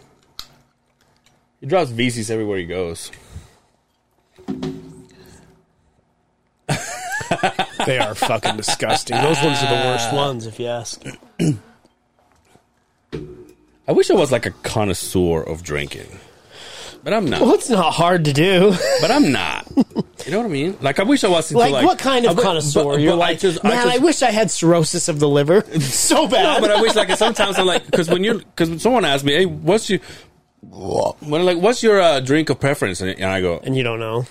[SPEAKER 2] He drops VCs everywhere he goes.
[SPEAKER 3] they are fucking disgusting. Those ones are the worst ones, if you ask.
[SPEAKER 2] I wish I was like a connoisseur of drinking. But I'm not.
[SPEAKER 3] Well, it's not hard to do.
[SPEAKER 2] But I'm not. You know what I mean? Like I wish I was into
[SPEAKER 3] Like,
[SPEAKER 2] like,
[SPEAKER 3] what kind of
[SPEAKER 2] but-
[SPEAKER 3] connoisseur?
[SPEAKER 2] but-
[SPEAKER 3] You're
[SPEAKER 2] but
[SPEAKER 3] like,
[SPEAKER 2] just-
[SPEAKER 3] man, I,
[SPEAKER 2] just-
[SPEAKER 3] wish I had cirrhosis of the liver so bad.
[SPEAKER 2] No, but I wish like sometimes I'm like because when you're because when someone asks me, hey, what's your when like what's your uh, drink of preference? And, and I go
[SPEAKER 3] and you don't know.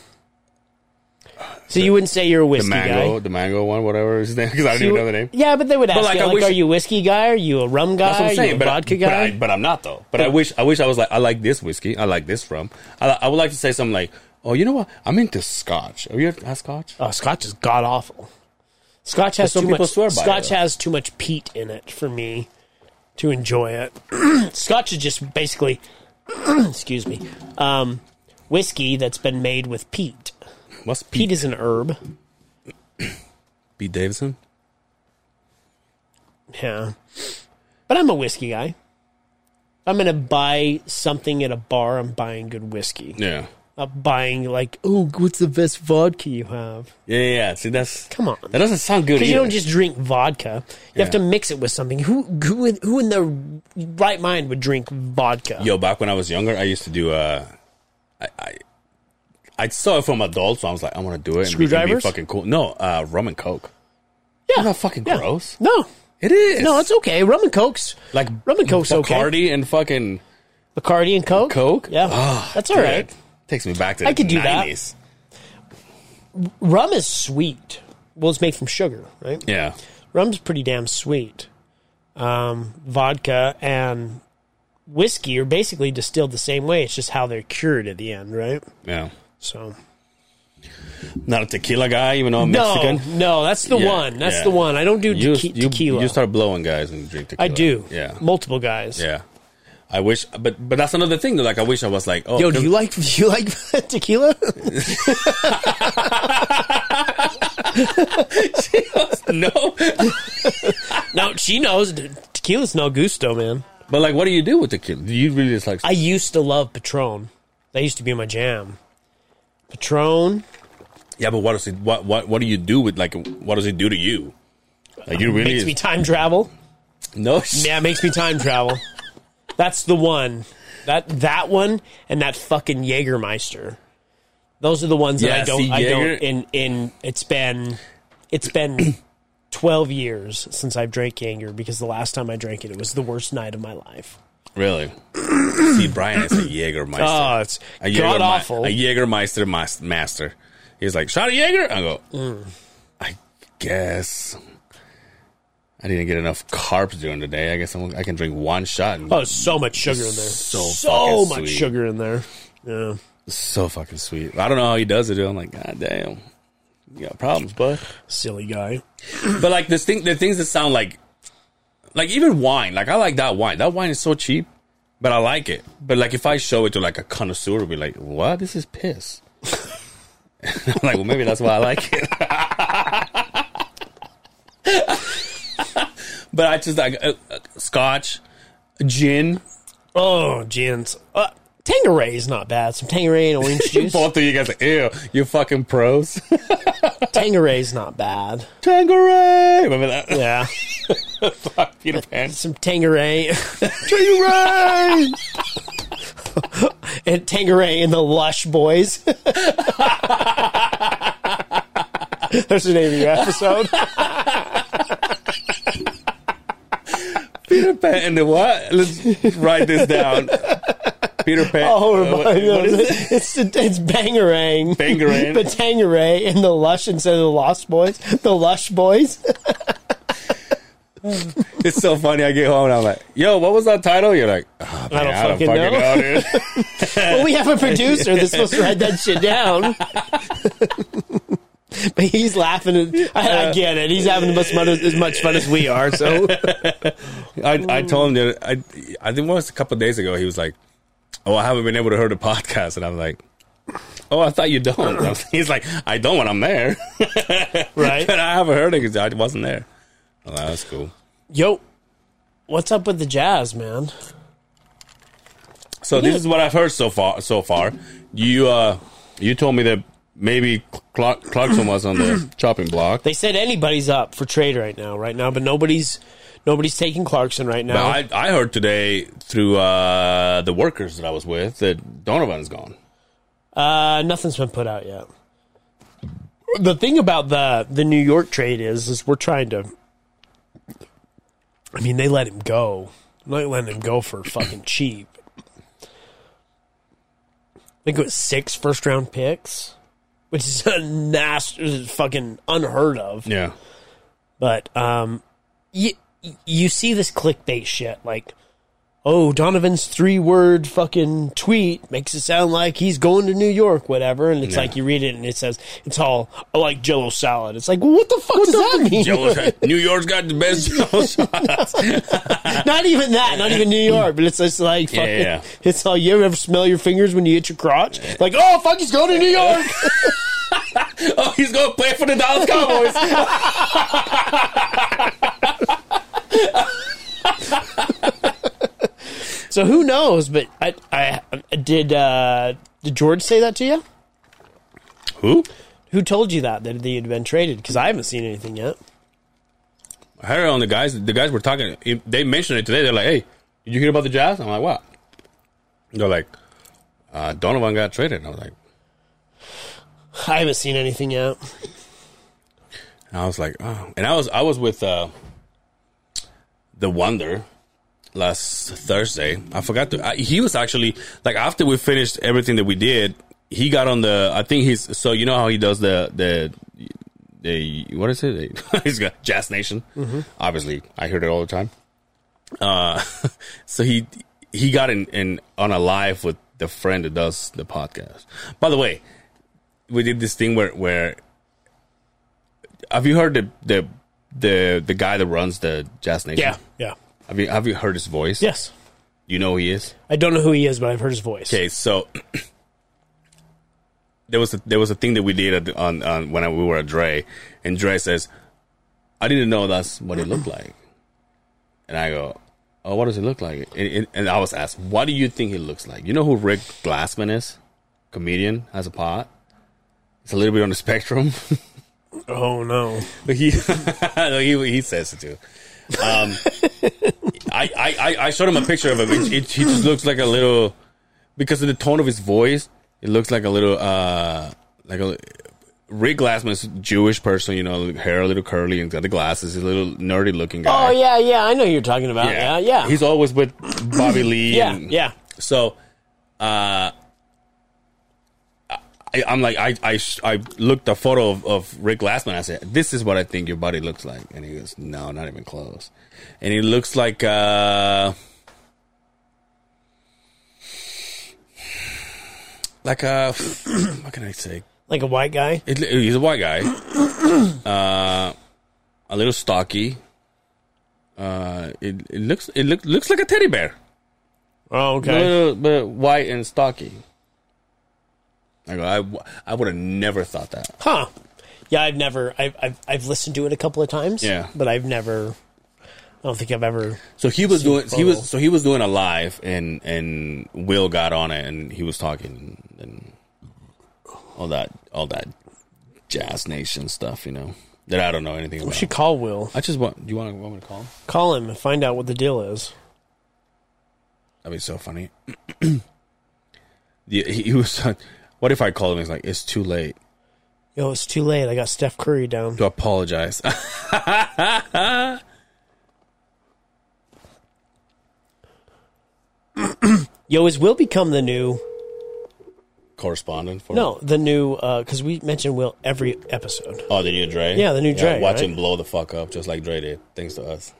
[SPEAKER 3] So you wouldn't say you're a
[SPEAKER 2] the
[SPEAKER 3] whiskey
[SPEAKER 2] mango,
[SPEAKER 3] guy.
[SPEAKER 2] the mango one, whatever his name because I don't
[SPEAKER 3] You
[SPEAKER 2] even
[SPEAKER 3] would-
[SPEAKER 2] know the name.
[SPEAKER 3] Yeah, but they would ask
[SPEAKER 2] like,
[SPEAKER 3] you,
[SPEAKER 2] I
[SPEAKER 3] like,
[SPEAKER 2] wish-
[SPEAKER 3] "Are you a whiskey guy? Are you a rum guy?
[SPEAKER 2] That's what I'm
[SPEAKER 3] Are you
[SPEAKER 2] saying,
[SPEAKER 3] a
[SPEAKER 2] but,
[SPEAKER 3] vodka
[SPEAKER 2] but, I,
[SPEAKER 3] guy?"
[SPEAKER 2] but I'm not though. But I wish I wish I was like I like this whiskey, I like this rum. I, li- I would like to say something like, oh, you know what? I'm into Scotch. Have you ever had Scotch?
[SPEAKER 3] oh, Scotch is god awful. Scotch has
[SPEAKER 2] But some
[SPEAKER 3] too
[SPEAKER 2] people
[SPEAKER 3] much.
[SPEAKER 2] swear by it,
[SPEAKER 3] Scotch
[SPEAKER 2] though.
[SPEAKER 3] has too much peat in it for me to enjoy it. Scotch is just basically, excuse me, um, whiskey that's been made with peat.
[SPEAKER 2] What's Pete
[SPEAKER 3] Peat is an herb.
[SPEAKER 2] Pete Davidson?
[SPEAKER 3] Yeah. But I'm a whiskey guy. If I'm going to buy something at a bar. I'm buying good whiskey.
[SPEAKER 2] Yeah.
[SPEAKER 3] Not buying, like, oh, what's the best vodka you have?
[SPEAKER 2] Yeah, yeah, yeah. See, that's
[SPEAKER 3] Come on.
[SPEAKER 2] that doesn't sound good.
[SPEAKER 3] Because you
[SPEAKER 2] either.
[SPEAKER 3] don't just drink vodka. You have to mix it with something. Who, who, in- who in their right mind would drink vodka?
[SPEAKER 2] Yo, back when I was younger, I used to do. Uh, I, I I saw it from adults, so I was like, I want to do it. and be- and be
[SPEAKER 3] Screwdrivers?
[SPEAKER 2] fucking cool. No, uh, rum and coke.
[SPEAKER 3] yeah.
[SPEAKER 2] Isn't that fucking
[SPEAKER 3] Yeah.
[SPEAKER 2] gross?
[SPEAKER 3] No.
[SPEAKER 2] It is.
[SPEAKER 3] No, it's okay. Rum and Coke's.
[SPEAKER 2] like
[SPEAKER 3] Rum and Coke's okay.
[SPEAKER 2] Bacardi and fucking
[SPEAKER 3] Bacardi and Coke?
[SPEAKER 2] coke.
[SPEAKER 3] Yeah.
[SPEAKER 2] Ah,
[SPEAKER 3] That's all
[SPEAKER 2] dude,
[SPEAKER 3] right.
[SPEAKER 2] Takes me back to
[SPEAKER 3] I
[SPEAKER 2] the
[SPEAKER 3] could do that.
[SPEAKER 2] 90s.
[SPEAKER 3] Rum is sweet. Well, it's made from sugar, right?
[SPEAKER 2] Yeah,
[SPEAKER 3] rum's pretty damn sweet. Um, vodka and whiskey are basically distilled the same way. It's just how they're cured at the end, right?
[SPEAKER 2] yeah.
[SPEAKER 3] So
[SPEAKER 2] Not a tequila guy, even though I'm Mexican.
[SPEAKER 3] no, no, that's the
[SPEAKER 2] Yeah,
[SPEAKER 3] one. That's
[SPEAKER 2] yeah.
[SPEAKER 3] the one. I don't do
[SPEAKER 2] You,
[SPEAKER 3] tequi-
[SPEAKER 2] you,
[SPEAKER 3] tequila.
[SPEAKER 2] you start blowing guys when you drink tequila.
[SPEAKER 3] I do.
[SPEAKER 2] Yeah,
[SPEAKER 3] multiple guys.
[SPEAKER 2] yeah. I wish, but but that's another thing. Though, like I wish I was like, oh,
[SPEAKER 3] Yo, do you like do you like tequila?
[SPEAKER 2] no,
[SPEAKER 3] no, she knows. dude. Tequila's no gusto, man.
[SPEAKER 2] But like, what do you do with the kid? Do you really just like?
[SPEAKER 3] I used to love Patron. That used to be my jam. Patron,
[SPEAKER 2] yeah, but what does it? What what what do you do with like? What does it do to you? Like you really
[SPEAKER 3] makes me time travel.
[SPEAKER 2] no
[SPEAKER 3] Yeah, it makes me time travel. That's the one. That that one and that fucking Jägermeister. Those are the ones that
[SPEAKER 2] Yeah,
[SPEAKER 3] I don't
[SPEAKER 2] see,
[SPEAKER 3] I
[SPEAKER 2] Jaeger-
[SPEAKER 3] don't in in it's been it's been 12 years since I've drank Jaeger because the last time I drank it it was the worst night of my life.
[SPEAKER 2] really. See, Brian is a Jägermeister.
[SPEAKER 3] Oh, it's
[SPEAKER 2] a
[SPEAKER 3] god awful.
[SPEAKER 2] A Jägermeister mas- master. He's like, shot a Jäger? I go, "Mm, I guess I didn't get enough carbs during the day. I guess I'm, I can drink one shot. And
[SPEAKER 3] Oh, so much sugar in there. So,
[SPEAKER 2] fucking
[SPEAKER 3] much
[SPEAKER 2] sweet.
[SPEAKER 3] sugar in there. Yeah.
[SPEAKER 2] So fucking sweet. I don't know how he does it. dude. I'm like, God damn. You got problems, bud.
[SPEAKER 3] Silly guy.
[SPEAKER 2] But like this thing, the things that sound like, like even wine. Like I like that wine. That wine is so cheap, but I like it. But like if I show it to like a connoisseur, it'll be like, what? This is piss. I'm like, well, maybe that's why I like it. but I just like uh, uh, scotch, gin.
[SPEAKER 3] Oh, gins. Uh, Tangeray is not bad. Some Tangeray and orange juice.
[SPEAKER 2] Both of you guys, like, ew, you fucking pros.
[SPEAKER 3] Tangeray is not bad.
[SPEAKER 2] Tangeray. Remember that?
[SPEAKER 3] Yeah.
[SPEAKER 2] Fuck Peter Pan.
[SPEAKER 3] Some Tangeray.
[SPEAKER 2] Tangeray.
[SPEAKER 3] and Tangeray and the Lush Boys. That's the name of your episode.
[SPEAKER 2] Peter Pan and the what? Let's write this down. Peter Pan.
[SPEAKER 3] Oh,
[SPEAKER 2] uh, what- what is it?
[SPEAKER 3] It's the, it's Bangarang.
[SPEAKER 2] Bangarang.
[SPEAKER 3] But Tangeray and the Lush instead of the Lost Boys. The Lush Boys.
[SPEAKER 2] It's so funny. I get home and I'm like, "Yo, what was that title?" You're like, "Ah, man,
[SPEAKER 3] don't fucking know."
[SPEAKER 2] dude."
[SPEAKER 3] well, we have a producer that's supposed to write that shit down. but he's laughing. At,
[SPEAKER 2] Uh,
[SPEAKER 3] I, I get it. He's having as much, as much fun as we are. So
[SPEAKER 2] I, I told him that I I think it was a couple days ago. He was like, "Oh, I haven't been able to hear the podcast," and I'm like. Oh, I thought you don't. He's like, I don't when I'm there,
[SPEAKER 3] right.
[SPEAKER 2] but I haven't heard it because I wasn't there. Oh, that's cool.
[SPEAKER 3] Yo, what's up with the jazz, man?
[SPEAKER 2] So this is what I've heard so far. So far, you uh, you told me that maybe Cla- Clarkson was on the chopping block.
[SPEAKER 3] They said anybody's up for trade right now, right now, but nobody's nobody's taking Clarkson right now.
[SPEAKER 2] But I, I heard today through uh, the workers that I was with that Donovan's gone.
[SPEAKER 3] uh, nothing's been put out yet. The thing about the the New York trade is is we're trying to. I mean, they let him go. They let him go for fucking cheap. I think it was six first round picks, which is a nasty, fucking unheard of.
[SPEAKER 2] Yeah,
[SPEAKER 3] But um, you you see this clickbait shit like, oh Donovan's three word fucking tweet makes it sound like he's going to New York, whatever. And it's
[SPEAKER 2] Yeah.
[SPEAKER 3] like you read it and it says it's all I like Jello salad. It's like well, what the fuck does that mean?
[SPEAKER 2] New York's got the best Joe's.
[SPEAKER 3] not even that, not even New York, but it's just like fucking.
[SPEAKER 2] yeah.
[SPEAKER 3] It's all you ever smell your fingers when you hit your crotch? Like oh fuck, he's going to New York.
[SPEAKER 2] oh, he's gonna play for the Dallas Cowboys.
[SPEAKER 3] so who knows? But I I did uh, did George say that to you?
[SPEAKER 2] Who?
[SPEAKER 3] Who told you that that he had been traded? Because I haven't seen anything yet.
[SPEAKER 2] I heard on the guys. The guys were talking. They mentioned it today. They're like, "Hey, did you hear about the Jazz?" I'm like, "What?" They're like, uh, "Donovan got traded." And I was like,
[SPEAKER 3] I haven't seen anything yet.
[SPEAKER 2] And I was like, oh. And I was I was with uh, the Wonder last Thursday. I forgot to. I, he was actually like after we finished everything that we did, he got on the. I think he's so you know how he does the the the what is it? he's got Jazz Nation. Obviously, I heard it all the time. Uh, so he he got in, in on a live with the friend that does the podcast. By the way, we did this thing where where have you heard the the the the guy that runs the Jazz Nation?
[SPEAKER 3] yeah,
[SPEAKER 2] Have you have you heard his voice?
[SPEAKER 3] yes.
[SPEAKER 2] You know who he is.
[SPEAKER 3] I don't know who he is, but I've heard his voice.
[SPEAKER 2] Okay, so there was a, there was a thing that we did at, the- on on when I, we were at Dre, and Dre says, "I didn't know that's what it looked like," and I go, oh, what does he look like? And, and- and I was asked, what do you think he looks like? You know who Rick Glassman is? Comedian, has a pot. He's a little bit on the spectrum.
[SPEAKER 3] Oh no.
[SPEAKER 2] he, he he says it too. Um, I, I I- I showed him a picture of him. It, it, he just looks like a little because of the tone of his voice. It looks like a little uh like a Rick Glassman's Jewish person. You know, hair a little curly and got the glasses. He's a little nerdy looking guy.
[SPEAKER 3] Oh yeah, yeah. I know who you're talking about. Yeah, yeah,
[SPEAKER 2] He's always with Bobby Lee.
[SPEAKER 3] yeah,
[SPEAKER 2] and-
[SPEAKER 3] yeah.
[SPEAKER 2] so, uh, I, I'm like, I, I, I looked a photo of, of Rick Glassman. I said, this is what I think your body looks like. And he goes, no, not even close. And he looks like, uh, like a, what can I say?
[SPEAKER 3] Like a white guy.
[SPEAKER 2] It, he's a white guy, uh, a little stocky. Uh, it, it looks, it look, looks like a teddy bear
[SPEAKER 3] Oh
[SPEAKER 2] a little bit white and stocky. I go, I, w- I would have never thought that.
[SPEAKER 3] Huh. Yeah, I've never. I've, I've I've listened to it a couple of times.
[SPEAKER 2] Yeah.
[SPEAKER 3] but I've never. I don't think I've ever.
[SPEAKER 2] So he was doing he
[SPEAKER 3] photo.
[SPEAKER 2] was so he was doing a live and and Will got on it and he was talking and all that all that jazz nation stuff you know that I don't know anything
[SPEAKER 3] We
[SPEAKER 2] about.
[SPEAKER 3] should call Will.
[SPEAKER 2] I just want you want, want me to call him?
[SPEAKER 3] Call him and find out what the deal is.
[SPEAKER 2] That'd be so funny. yeah, he, he was. like, What if I call him? He's like, it's too late
[SPEAKER 3] Yo, it's too late. I got Steph Curry down.
[SPEAKER 2] to apologize.
[SPEAKER 3] Yo, is Will become the new?
[SPEAKER 2] Correspondent for
[SPEAKER 3] No, the new. Because we mention Will every episode.
[SPEAKER 2] Oh, the new Dre?
[SPEAKER 3] Yeah, the new Dre,
[SPEAKER 2] Watch
[SPEAKER 3] right?
[SPEAKER 2] him blow the fuck up just like Dre did, thanks to us.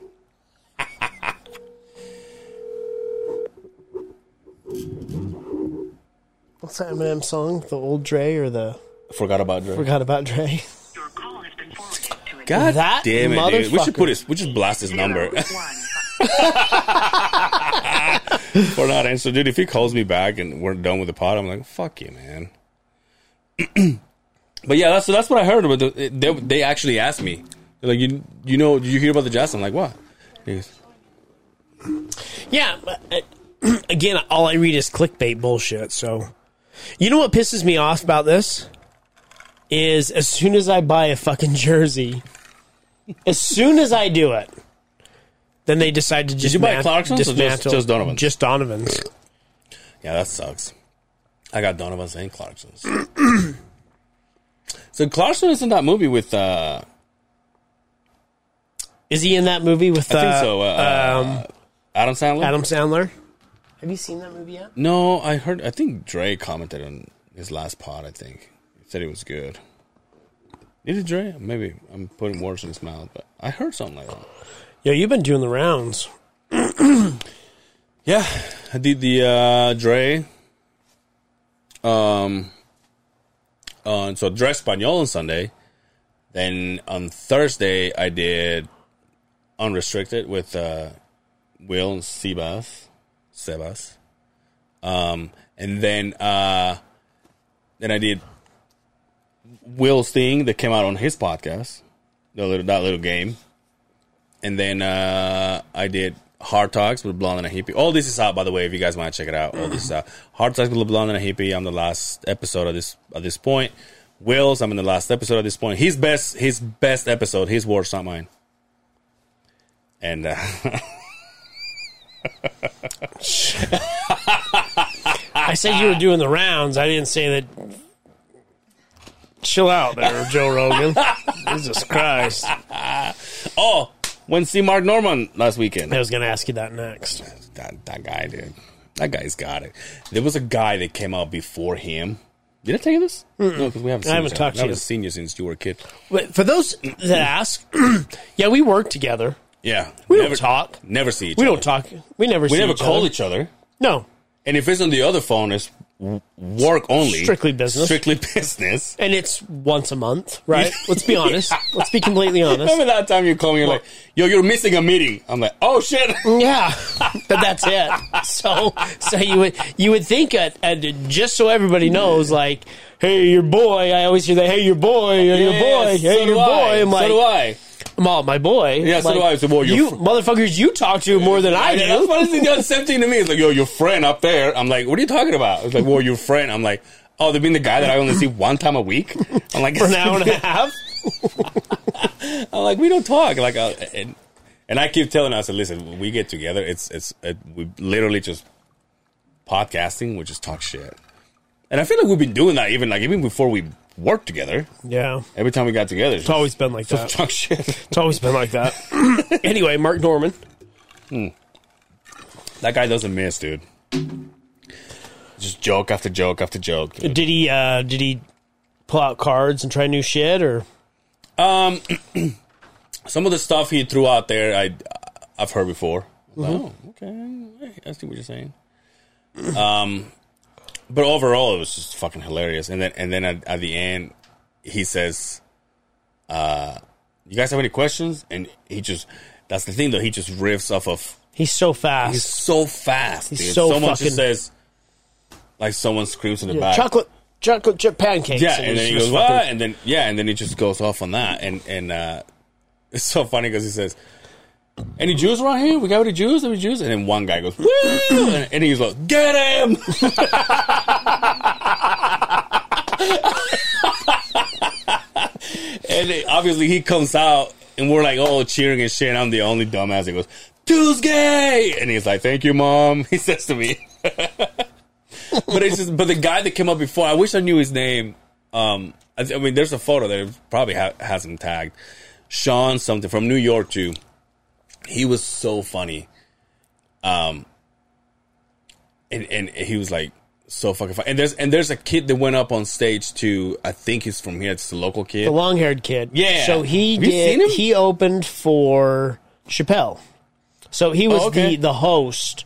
[SPEAKER 3] What's that Eminem song? The old Dre or the
[SPEAKER 2] Forgot about Dre.
[SPEAKER 3] forgot about Dre?
[SPEAKER 4] Your call has been forwarded to an
[SPEAKER 2] God
[SPEAKER 3] That
[SPEAKER 2] damn it, dude. We should
[SPEAKER 3] motherfucker.
[SPEAKER 2] put his, we should blast his number. we're not answering. Dude, if he calls me back and we're done with the pod, I'm like, fuck you, man. but yeah, that's that's what I heard. But the, they, they actually asked me. They're like, you you know, did you hear about the jazz? I'm like, what? He goes,
[SPEAKER 3] Yeah. but, uh, Again, all I read is clickbait bullshit. So, you know what pisses me off about this is as soon as I buy a fucking jersey, as soon as I do it, then they decide to just
[SPEAKER 2] you buy Clarksons or just-
[SPEAKER 3] dismantle
[SPEAKER 2] just Donovan's?
[SPEAKER 3] Just Donovan's.
[SPEAKER 2] Yeah, that sucks. I got Donovan's and Clarkson's. so Clarkson is in that movie with uh
[SPEAKER 3] Is he in that movie with
[SPEAKER 2] I think
[SPEAKER 3] uh,
[SPEAKER 2] so. Uh, Adam Sandler.
[SPEAKER 3] Adam Sandler? Have you seen that movie yet?
[SPEAKER 2] No, I heard. I think Dre commented on his last pod. I think he said it was good. Did Dre? Maybe I'm putting words in his mouth, but I heard something like that.
[SPEAKER 3] Yo, you've been doing the rounds.
[SPEAKER 2] Yeah, I did the uh, Dre. Um. On so Dre Espanol on Sunday, then on Thursday I did unrestricted with uh, Will and Sebas, Sebas, um, and then uh, then I did Will's thing that came out on his podcast, the little that little game and then uh, I did Hard Talks with Blonde and a Hippie. All this is out, by the way, if you guys want to check it out. All this is out. Hard Talks with Blonde and a Hippie. I'm the last episode at this at this point. Wills, I'm in the last episode at this point. His best, his best episode. His worst, not mine. And uh,
[SPEAKER 3] I said you were doing the rounds. I didn't say that. Chill out there, Joe Rogan. Jesus Christ.
[SPEAKER 2] oh, went to see Mark Norman last weekend.
[SPEAKER 3] I was going to ask you that next.
[SPEAKER 2] That that guy, dude. That guy's got it. There was a guy that came out before him. Did I tell you this? No, because we haven't. Seen
[SPEAKER 3] haven't
[SPEAKER 2] each other.
[SPEAKER 3] talked to
[SPEAKER 2] I
[SPEAKER 3] you.
[SPEAKER 2] haven't seen you since you were a kid.
[SPEAKER 3] But for those that ask, yeah, we work together.
[SPEAKER 2] Yeah,
[SPEAKER 3] We don't talk.
[SPEAKER 2] Never see each.
[SPEAKER 3] We
[SPEAKER 2] other.
[SPEAKER 3] don't talk. We never.
[SPEAKER 2] We
[SPEAKER 3] see
[SPEAKER 2] never
[SPEAKER 3] each
[SPEAKER 2] call
[SPEAKER 3] other.
[SPEAKER 2] each other.
[SPEAKER 3] No,
[SPEAKER 2] And if it's on the other phone, it's w- work only.
[SPEAKER 3] Strictly business.
[SPEAKER 2] Strictly business.
[SPEAKER 3] and it's once a month, right? Let's be honest. Let's be completely honest.
[SPEAKER 2] Remember that time you called me, you're like, yo, you're missing a meeting. I'm like, oh shit.
[SPEAKER 3] Yeah, but that's it. So, so you would you would think at, at just so everybody knows, like, hey, your boy. I always hear that. Hey, your boy. Hey, your boy.
[SPEAKER 2] Yes, so
[SPEAKER 3] Hey, your
[SPEAKER 2] do I.
[SPEAKER 3] boy. I'm
[SPEAKER 2] so
[SPEAKER 3] like,
[SPEAKER 2] do I.
[SPEAKER 3] well, my boy.
[SPEAKER 2] Yeah, so do I. So, well, your
[SPEAKER 3] you
[SPEAKER 2] fr-
[SPEAKER 3] motherfuckers, you talk to more than I
[SPEAKER 2] Yeah, That's
[SPEAKER 3] do.
[SPEAKER 2] what the same thing to me. It's like, yo, your friend up there. I'm like, what are you talking about? It's like, well, your friend. I'm like, oh, they mean the guy that I only see one time a week. I'm like,
[SPEAKER 3] For an hour and a half.
[SPEAKER 2] I'm like, we don't talk. Like, I, and, and I keep telling her, I said, listen, when we get together, it's it's it, we literally just podcasting, we just talk shit. And I feel like we've been doing that even like even before we worked together.
[SPEAKER 3] Yeah, it's
[SPEAKER 2] Every time we got together, it's
[SPEAKER 3] always been like that.
[SPEAKER 2] talk shit.
[SPEAKER 3] It's always been like that. anyway, Mark Norman.
[SPEAKER 2] That guy doesn't miss, dude. Just joke after joke after joke. dude.
[SPEAKER 3] Did he? uh Did he pull out cards and try new shit, or
[SPEAKER 2] some of the stuff he threw out there, I I've heard before.
[SPEAKER 3] Mm-hmm.
[SPEAKER 2] I was like, oh, okay, I see what you're saying. Um, but overall, it was just fucking hilarious. And then and then at, at the end, he says, "Uh, you guys have any questions?" And he just that's the thing though. He just riffs off of
[SPEAKER 3] he's so fast?
[SPEAKER 2] he's so fast.
[SPEAKER 3] He's
[SPEAKER 2] dude.
[SPEAKER 3] so
[SPEAKER 2] Someone
[SPEAKER 3] fucking-
[SPEAKER 2] just says, like someone screams in the
[SPEAKER 3] Yeah,
[SPEAKER 2] back.
[SPEAKER 3] chocolate chocolate chip pancakes.
[SPEAKER 2] Yeah, and, then
[SPEAKER 3] it's
[SPEAKER 2] he
[SPEAKER 3] just
[SPEAKER 2] goes,
[SPEAKER 3] fucking-
[SPEAKER 2] "What?" And then yeah, and then he just goes off on that, and and uh, it's so funny because he says, "Any Jews around here? We got any Jews? Any Jews?" And then one guy goes, "Woo!" and, and he's like, "Get him!" and it- obviously he comes out, and we're like, "Oh, cheering and shit." And I'm the only dumbass that goes, "Tuesday," and he's like, "Thank you, mom." He says to me but it's just but the guy that came up before I wish I knew his name um I, th- I mean there's a photo that it probably ha- has him tagged Sean something from New York too he was so funny um and and he was like so fucking funny and there's and there's a kid that went up on stage too I think he's from here it's a local kid
[SPEAKER 3] the long haired kid.
[SPEAKER 2] Yeah.
[SPEAKER 3] So he
[SPEAKER 2] Have you
[SPEAKER 3] did.
[SPEAKER 2] seen him?
[SPEAKER 3] He opened for Chappelle. So he was
[SPEAKER 2] Oh, okay.
[SPEAKER 3] the the host,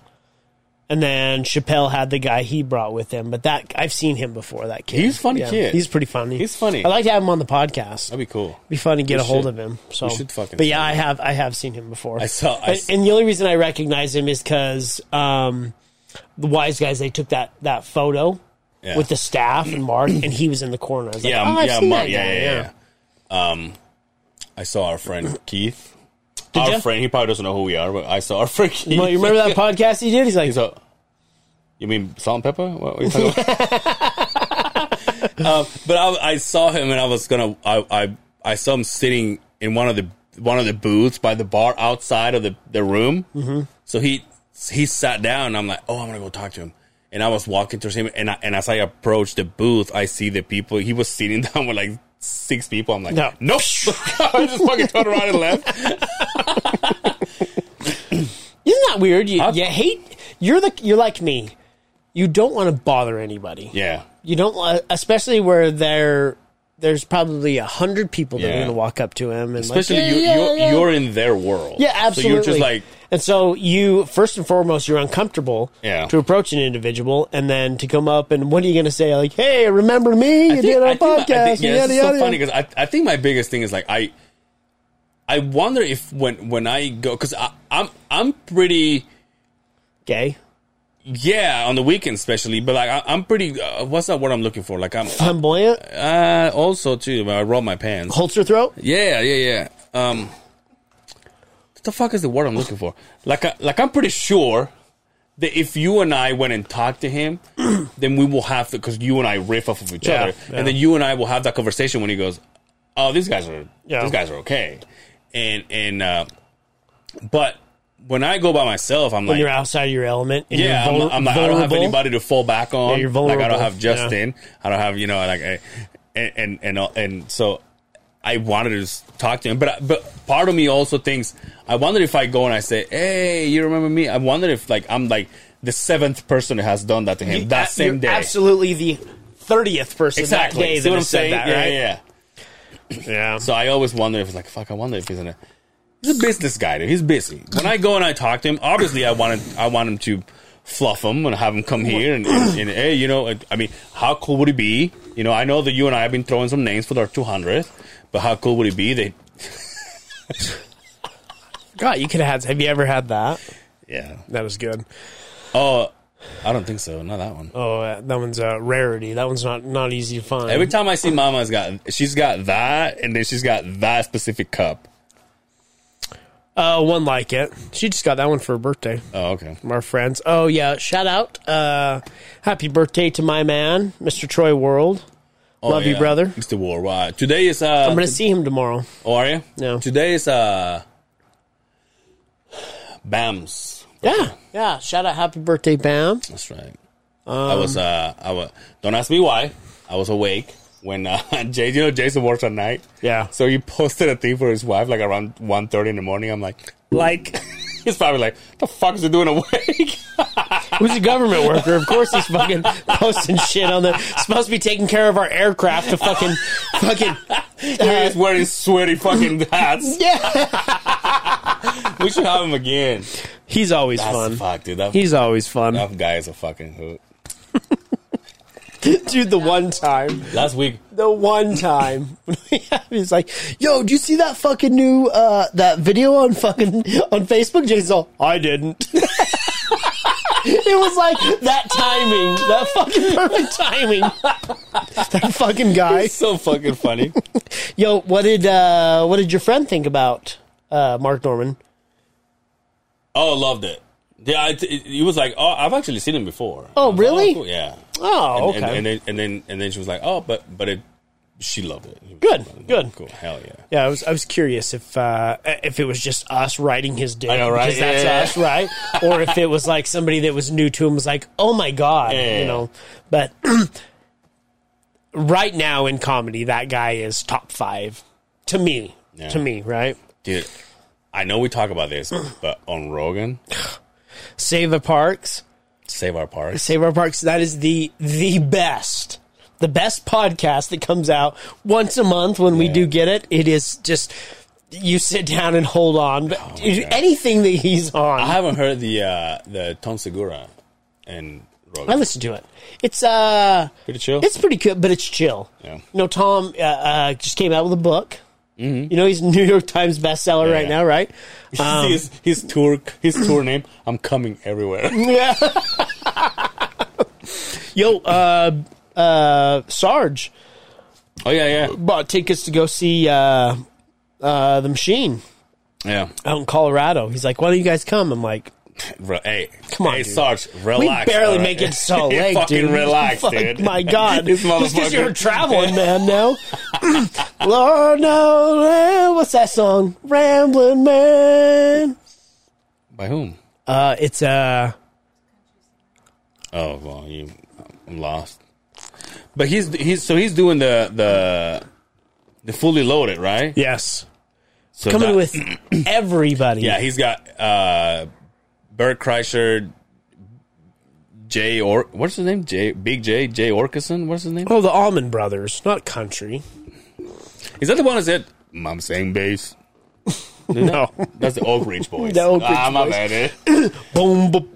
[SPEAKER 3] and then Chappelle had the guy he brought with him. But that I've seen him before. That kid.
[SPEAKER 2] He's a funny kid.
[SPEAKER 3] He's pretty funny.
[SPEAKER 2] He's funny.
[SPEAKER 3] I like to have him on the podcast.
[SPEAKER 2] that'd be cool
[SPEAKER 3] be fun to get
[SPEAKER 2] We
[SPEAKER 3] a hold
[SPEAKER 2] should-
[SPEAKER 3] of him. So
[SPEAKER 2] we should fucking
[SPEAKER 3] But yeah,
[SPEAKER 2] see
[SPEAKER 3] I
[SPEAKER 2] him.
[SPEAKER 3] have I have seen him before.
[SPEAKER 2] I saw- I
[SPEAKER 3] and,
[SPEAKER 2] s-
[SPEAKER 3] and the only reason I recognize him is because um, the wise guys they took that that photo
[SPEAKER 2] Yeah.
[SPEAKER 3] with the staff and Mark, and he was in the corner. I was like,
[SPEAKER 2] yeah
[SPEAKER 3] oh, I've
[SPEAKER 2] yeah,
[SPEAKER 3] seen
[SPEAKER 2] Mar-
[SPEAKER 3] that
[SPEAKER 2] yeah
[SPEAKER 3] guy,
[SPEAKER 2] yeah yeah um I saw our friend Keith
[SPEAKER 3] Did
[SPEAKER 2] our
[SPEAKER 3] ya?
[SPEAKER 2] friend he probably doesn't know who we are but I saw our friend Keith
[SPEAKER 3] Well, you remember that podcast he did? He's like,
[SPEAKER 2] He's a. You mean salt and pepper? What what are you talking about? um, but I, I saw him, and I was gonna. I, I I saw him sitting in one of the one of the booths by the bar outside of the the room. Mm-hmm. So he he sat down. And I'm like, oh, I'm gonna go talk to him. And I was walking towards him, and I, and as I approached the booth, I see the people. He was sitting down with like six people. I'm like,
[SPEAKER 3] No.
[SPEAKER 2] nope. I just fucking turned around and left.
[SPEAKER 3] isn't that weird? You,
[SPEAKER 2] I've-
[SPEAKER 3] you hate. You're the you're like me. You don't want to bother anybody.
[SPEAKER 2] Yeah,
[SPEAKER 3] You don't, wa- especially where there there's probably a hundred people that are
[SPEAKER 2] Yeah.
[SPEAKER 3] going to walk up to him, and
[SPEAKER 2] especially
[SPEAKER 3] like, yeah,
[SPEAKER 2] you.
[SPEAKER 3] yeah,
[SPEAKER 2] you're,
[SPEAKER 3] yeah.
[SPEAKER 2] you're in their world.
[SPEAKER 3] Yeah, absolutely.
[SPEAKER 2] So you're just like.
[SPEAKER 3] and so you first and foremost you're uncomfortable
[SPEAKER 2] Yeah.
[SPEAKER 3] to approach an individual, and then to come up and what are you going to say? Like, hey, remember me? You
[SPEAKER 2] I think-
[SPEAKER 3] did our
[SPEAKER 2] I think- I
[SPEAKER 3] podcast.
[SPEAKER 2] think- yeah,
[SPEAKER 3] yada,
[SPEAKER 2] it's so
[SPEAKER 3] yada,
[SPEAKER 2] funny
[SPEAKER 3] yada.
[SPEAKER 2] because I, I think my biggest thing is like I I wonder if when when I go because I'm I'm pretty
[SPEAKER 3] Gay,
[SPEAKER 2] yeah on the weekend especially but like I, I'm pretty uh, what's that word I'm looking for like I'm
[SPEAKER 3] flamboyant,
[SPEAKER 2] uh, also too but I roll my pants
[SPEAKER 3] holds your throat.
[SPEAKER 2] yeah yeah yeah um what the fuck is the word I'm looking for like I, like I'm pretty sure. That if you and I went and talked to him, then we will have to because you and I riff off of each
[SPEAKER 3] Yeah,
[SPEAKER 2] other,
[SPEAKER 3] yeah.
[SPEAKER 2] and then you and I will have that conversation when he goes, oh, these guys are
[SPEAKER 3] Yeah.
[SPEAKER 2] these guys are okay, and and uh, but when I go by myself, I'm
[SPEAKER 3] When
[SPEAKER 2] like,
[SPEAKER 3] you're outside of your element, and
[SPEAKER 2] yeah,
[SPEAKER 3] you're
[SPEAKER 2] I'm,
[SPEAKER 3] vul-
[SPEAKER 2] I'm like, I don't have
[SPEAKER 3] vulnerable.
[SPEAKER 2] anybody to fall back on.
[SPEAKER 3] Yeah,
[SPEAKER 2] Like
[SPEAKER 3] you're
[SPEAKER 2] I
[SPEAKER 3] vulnerable.
[SPEAKER 2] don't have Justin. I don't have you know like I, and and and all- and so I wanted to s- talk to him, but I- but part of me also thinks I wonder if I go and I say, hey, you remember me? I wonder if like I'm like the seventh person that has done that to him
[SPEAKER 3] You-
[SPEAKER 2] that
[SPEAKER 3] a-
[SPEAKER 2] same
[SPEAKER 3] you're
[SPEAKER 2] day.
[SPEAKER 3] Absolutely the thirtieth person
[SPEAKER 2] Exactly.
[SPEAKER 3] that day
[SPEAKER 2] See
[SPEAKER 3] that
[SPEAKER 2] what I'm
[SPEAKER 3] has said
[SPEAKER 2] saying?
[SPEAKER 3] that.
[SPEAKER 2] yeah,
[SPEAKER 3] Right?
[SPEAKER 2] yeah.
[SPEAKER 3] yeah.
[SPEAKER 2] So I always wonder if it's like, fuck, I wonder if he's in a he's a business guy. Dude. He's busy. When I go and I talk to him, obviously I want to, I want him to fluff him and have him come here and, and, and, hey, you know, I mean, how cool would it be? You know, I know that you and I have been throwing some names for our 200th, but how cool would it be that
[SPEAKER 3] God, you could have. Had, have you ever had that?
[SPEAKER 2] yeah.
[SPEAKER 3] That was good.
[SPEAKER 2] Oh, I don't think so. Not that one.
[SPEAKER 3] Oh, uh, that one's a rarity. That one's not not easy to find.
[SPEAKER 2] Every time I see Mama's got she's got that and then she's got that specific cup.
[SPEAKER 3] Uh, one like it. She just got that one for her birthday
[SPEAKER 2] Oh, okay.
[SPEAKER 3] from our friends. Oh yeah, shout out! Uh, happy birthday to my man, Mr. Troy World.
[SPEAKER 2] Oh,
[SPEAKER 3] Love you,
[SPEAKER 2] yeah.
[SPEAKER 3] brother.
[SPEAKER 2] Mr. Worldwide. Today is uh,
[SPEAKER 3] I'm gonna see him tomorrow.
[SPEAKER 2] Oh, are you?
[SPEAKER 3] No.
[SPEAKER 2] Today is uh, Bams.
[SPEAKER 3] Yeah, yeah. Shout out, happy birthday, Bam.
[SPEAKER 2] That's right. I was
[SPEAKER 3] Um.
[SPEAKER 2] uh, I was. Don't ask me why. I was awake when uh, Jay. You know, Jason works at night.
[SPEAKER 3] Yeah.
[SPEAKER 2] So he posted a thing for his wife like around 1.30 in the morning. I'm like, like. He's probably like, the fuck is he doing awake?
[SPEAKER 3] Who's a government worker? Of course he's fucking posting shit on the. Supposed to be taking care of our aircraft to fucking fucking.
[SPEAKER 2] He's wearing sweaty fucking hats.
[SPEAKER 3] Yeah,
[SPEAKER 2] We should have him again.
[SPEAKER 3] he's always
[SPEAKER 2] That's
[SPEAKER 3] fun.
[SPEAKER 2] fuck, dude. That,
[SPEAKER 3] He's always fun,
[SPEAKER 2] that guy is a fucking hoot.
[SPEAKER 3] dude. The one time,
[SPEAKER 2] Last week,
[SPEAKER 3] the one time, he's like, "Yo, did you see that fucking new uh that video on fucking on Facebook?" Jason's all, "I didn't." it was like that timing, that fucking perfect timing. that fucking guy.
[SPEAKER 2] so fucking funny.
[SPEAKER 3] Yo, what did uh, what did your friend think about uh, Mark Norman?
[SPEAKER 2] Oh, loved it. Yeah, I, it, it was like, oh, I've actually seen him before.
[SPEAKER 3] Oh,
[SPEAKER 2] I was
[SPEAKER 3] really?
[SPEAKER 2] Like, cool, Yeah.
[SPEAKER 3] Oh,
[SPEAKER 2] And,
[SPEAKER 3] okay.
[SPEAKER 2] and, then, and then and then she was like, oh, but but it, she loved it. She was
[SPEAKER 3] Good,
[SPEAKER 2] like, oh,
[SPEAKER 3] good.
[SPEAKER 2] cool. Hell yeah.
[SPEAKER 3] yeah, I was I was curious if uh, if it was just us riding his dick,
[SPEAKER 2] I know, right?
[SPEAKER 3] because that's
[SPEAKER 2] Yeah, yeah,
[SPEAKER 3] us, right? or if it was like somebody that was new to him was like, "Oh my god,"
[SPEAKER 2] Yeah.
[SPEAKER 3] you know. But right now in comedy, that guy is top five to me.
[SPEAKER 2] Yeah.
[SPEAKER 3] To me, right?
[SPEAKER 2] Dude, I know we talk about this, but on Rogan,
[SPEAKER 3] Save our parks,
[SPEAKER 2] Save Our Parks.
[SPEAKER 3] Save Our Parks. That is the the best, the best podcast that comes out once a month. When we do get it, it is just you sit down and hold on.
[SPEAKER 2] Oh,
[SPEAKER 3] But anything that he's on,
[SPEAKER 2] I
[SPEAKER 3] I,
[SPEAKER 2] haven't heard the uh, the Tom Segura and Rogan.
[SPEAKER 3] listen to it. It's uh,
[SPEAKER 2] Pretty chill.
[SPEAKER 3] it's pretty good, but it's chill.
[SPEAKER 2] Yeah.
[SPEAKER 3] You know, Tom uh, uh, just came out with a book. You know, he's a New York Times bestseller right
[SPEAKER 2] Mm-hmm. yeah.
[SPEAKER 3] now, right? Um,
[SPEAKER 2] his, his tour his tour name. I'm coming everywhere.
[SPEAKER 3] Yeah. Yo, uh, uh, Sarge.
[SPEAKER 2] oh yeah, yeah,
[SPEAKER 3] bought tickets to go see uh, uh, the machine
[SPEAKER 2] yeah.
[SPEAKER 3] out in Colorado. He's like, "Why don't you guys come?" I'm like,
[SPEAKER 2] Re- hey,
[SPEAKER 3] Come on,
[SPEAKER 2] hey,
[SPEAKER 3] dude.
[SPEAKER 2] Sarge, relax.
[SPEAKER 3] "We barely
[SPEAKER 2] all right?
[SPEAKER 3] make it so
[SPEAKER 2] You
[SPEAKER 3] late,
[SPEAKER 2] fucking
[SPEAKER 3] dude.
[SPEAKER 2] Relax,
[SPEAKER 3] Fuck,
[SPEAKER 2] dude.
[SPEAKER 3] My God,
[SPEAKER 2] this
[SPEAKER 3] just because you were
[SPEAKER 2] motherfucker.
[SPEAKER 3] traveling, man. No, Lord, no, man. what's that song? Rambling man.
[SPEAKER 2] By whom?
[SPEAKER 3] Uh, it's uh,
[SPEAKER 2] Oh well, you, I'm lost. But he's he's so he's doing the the the fully loaded, right?
[SPEAKER 3] yes,
[SPEAKER 2] So
[SPEAKER 3] coming
[SPEAKER 2] that-
[SPEAKER 3] with everybody.
[SPEAKER 2] yeah, he's got uh Bert Kreischer, Jay or what's his name? Jay Big Jay Jay Orkison. What's his name?
[SPEAKER 3] Oh, the Almond Brothers, not country.
[SPEAKER 2] Is that the one that said "Mom sang bass"?
[SPEAKER 3] No.
[SPEAKER 2] That's the Oak Ridge Boys.
[SPEAKER 3] The Oak Ridge
[SPEAKER 2] ah, my
[SPEAKER 3] Boys.
[SPEAKER 2] bad. eh?
[SPEAKER 3] boom, boom,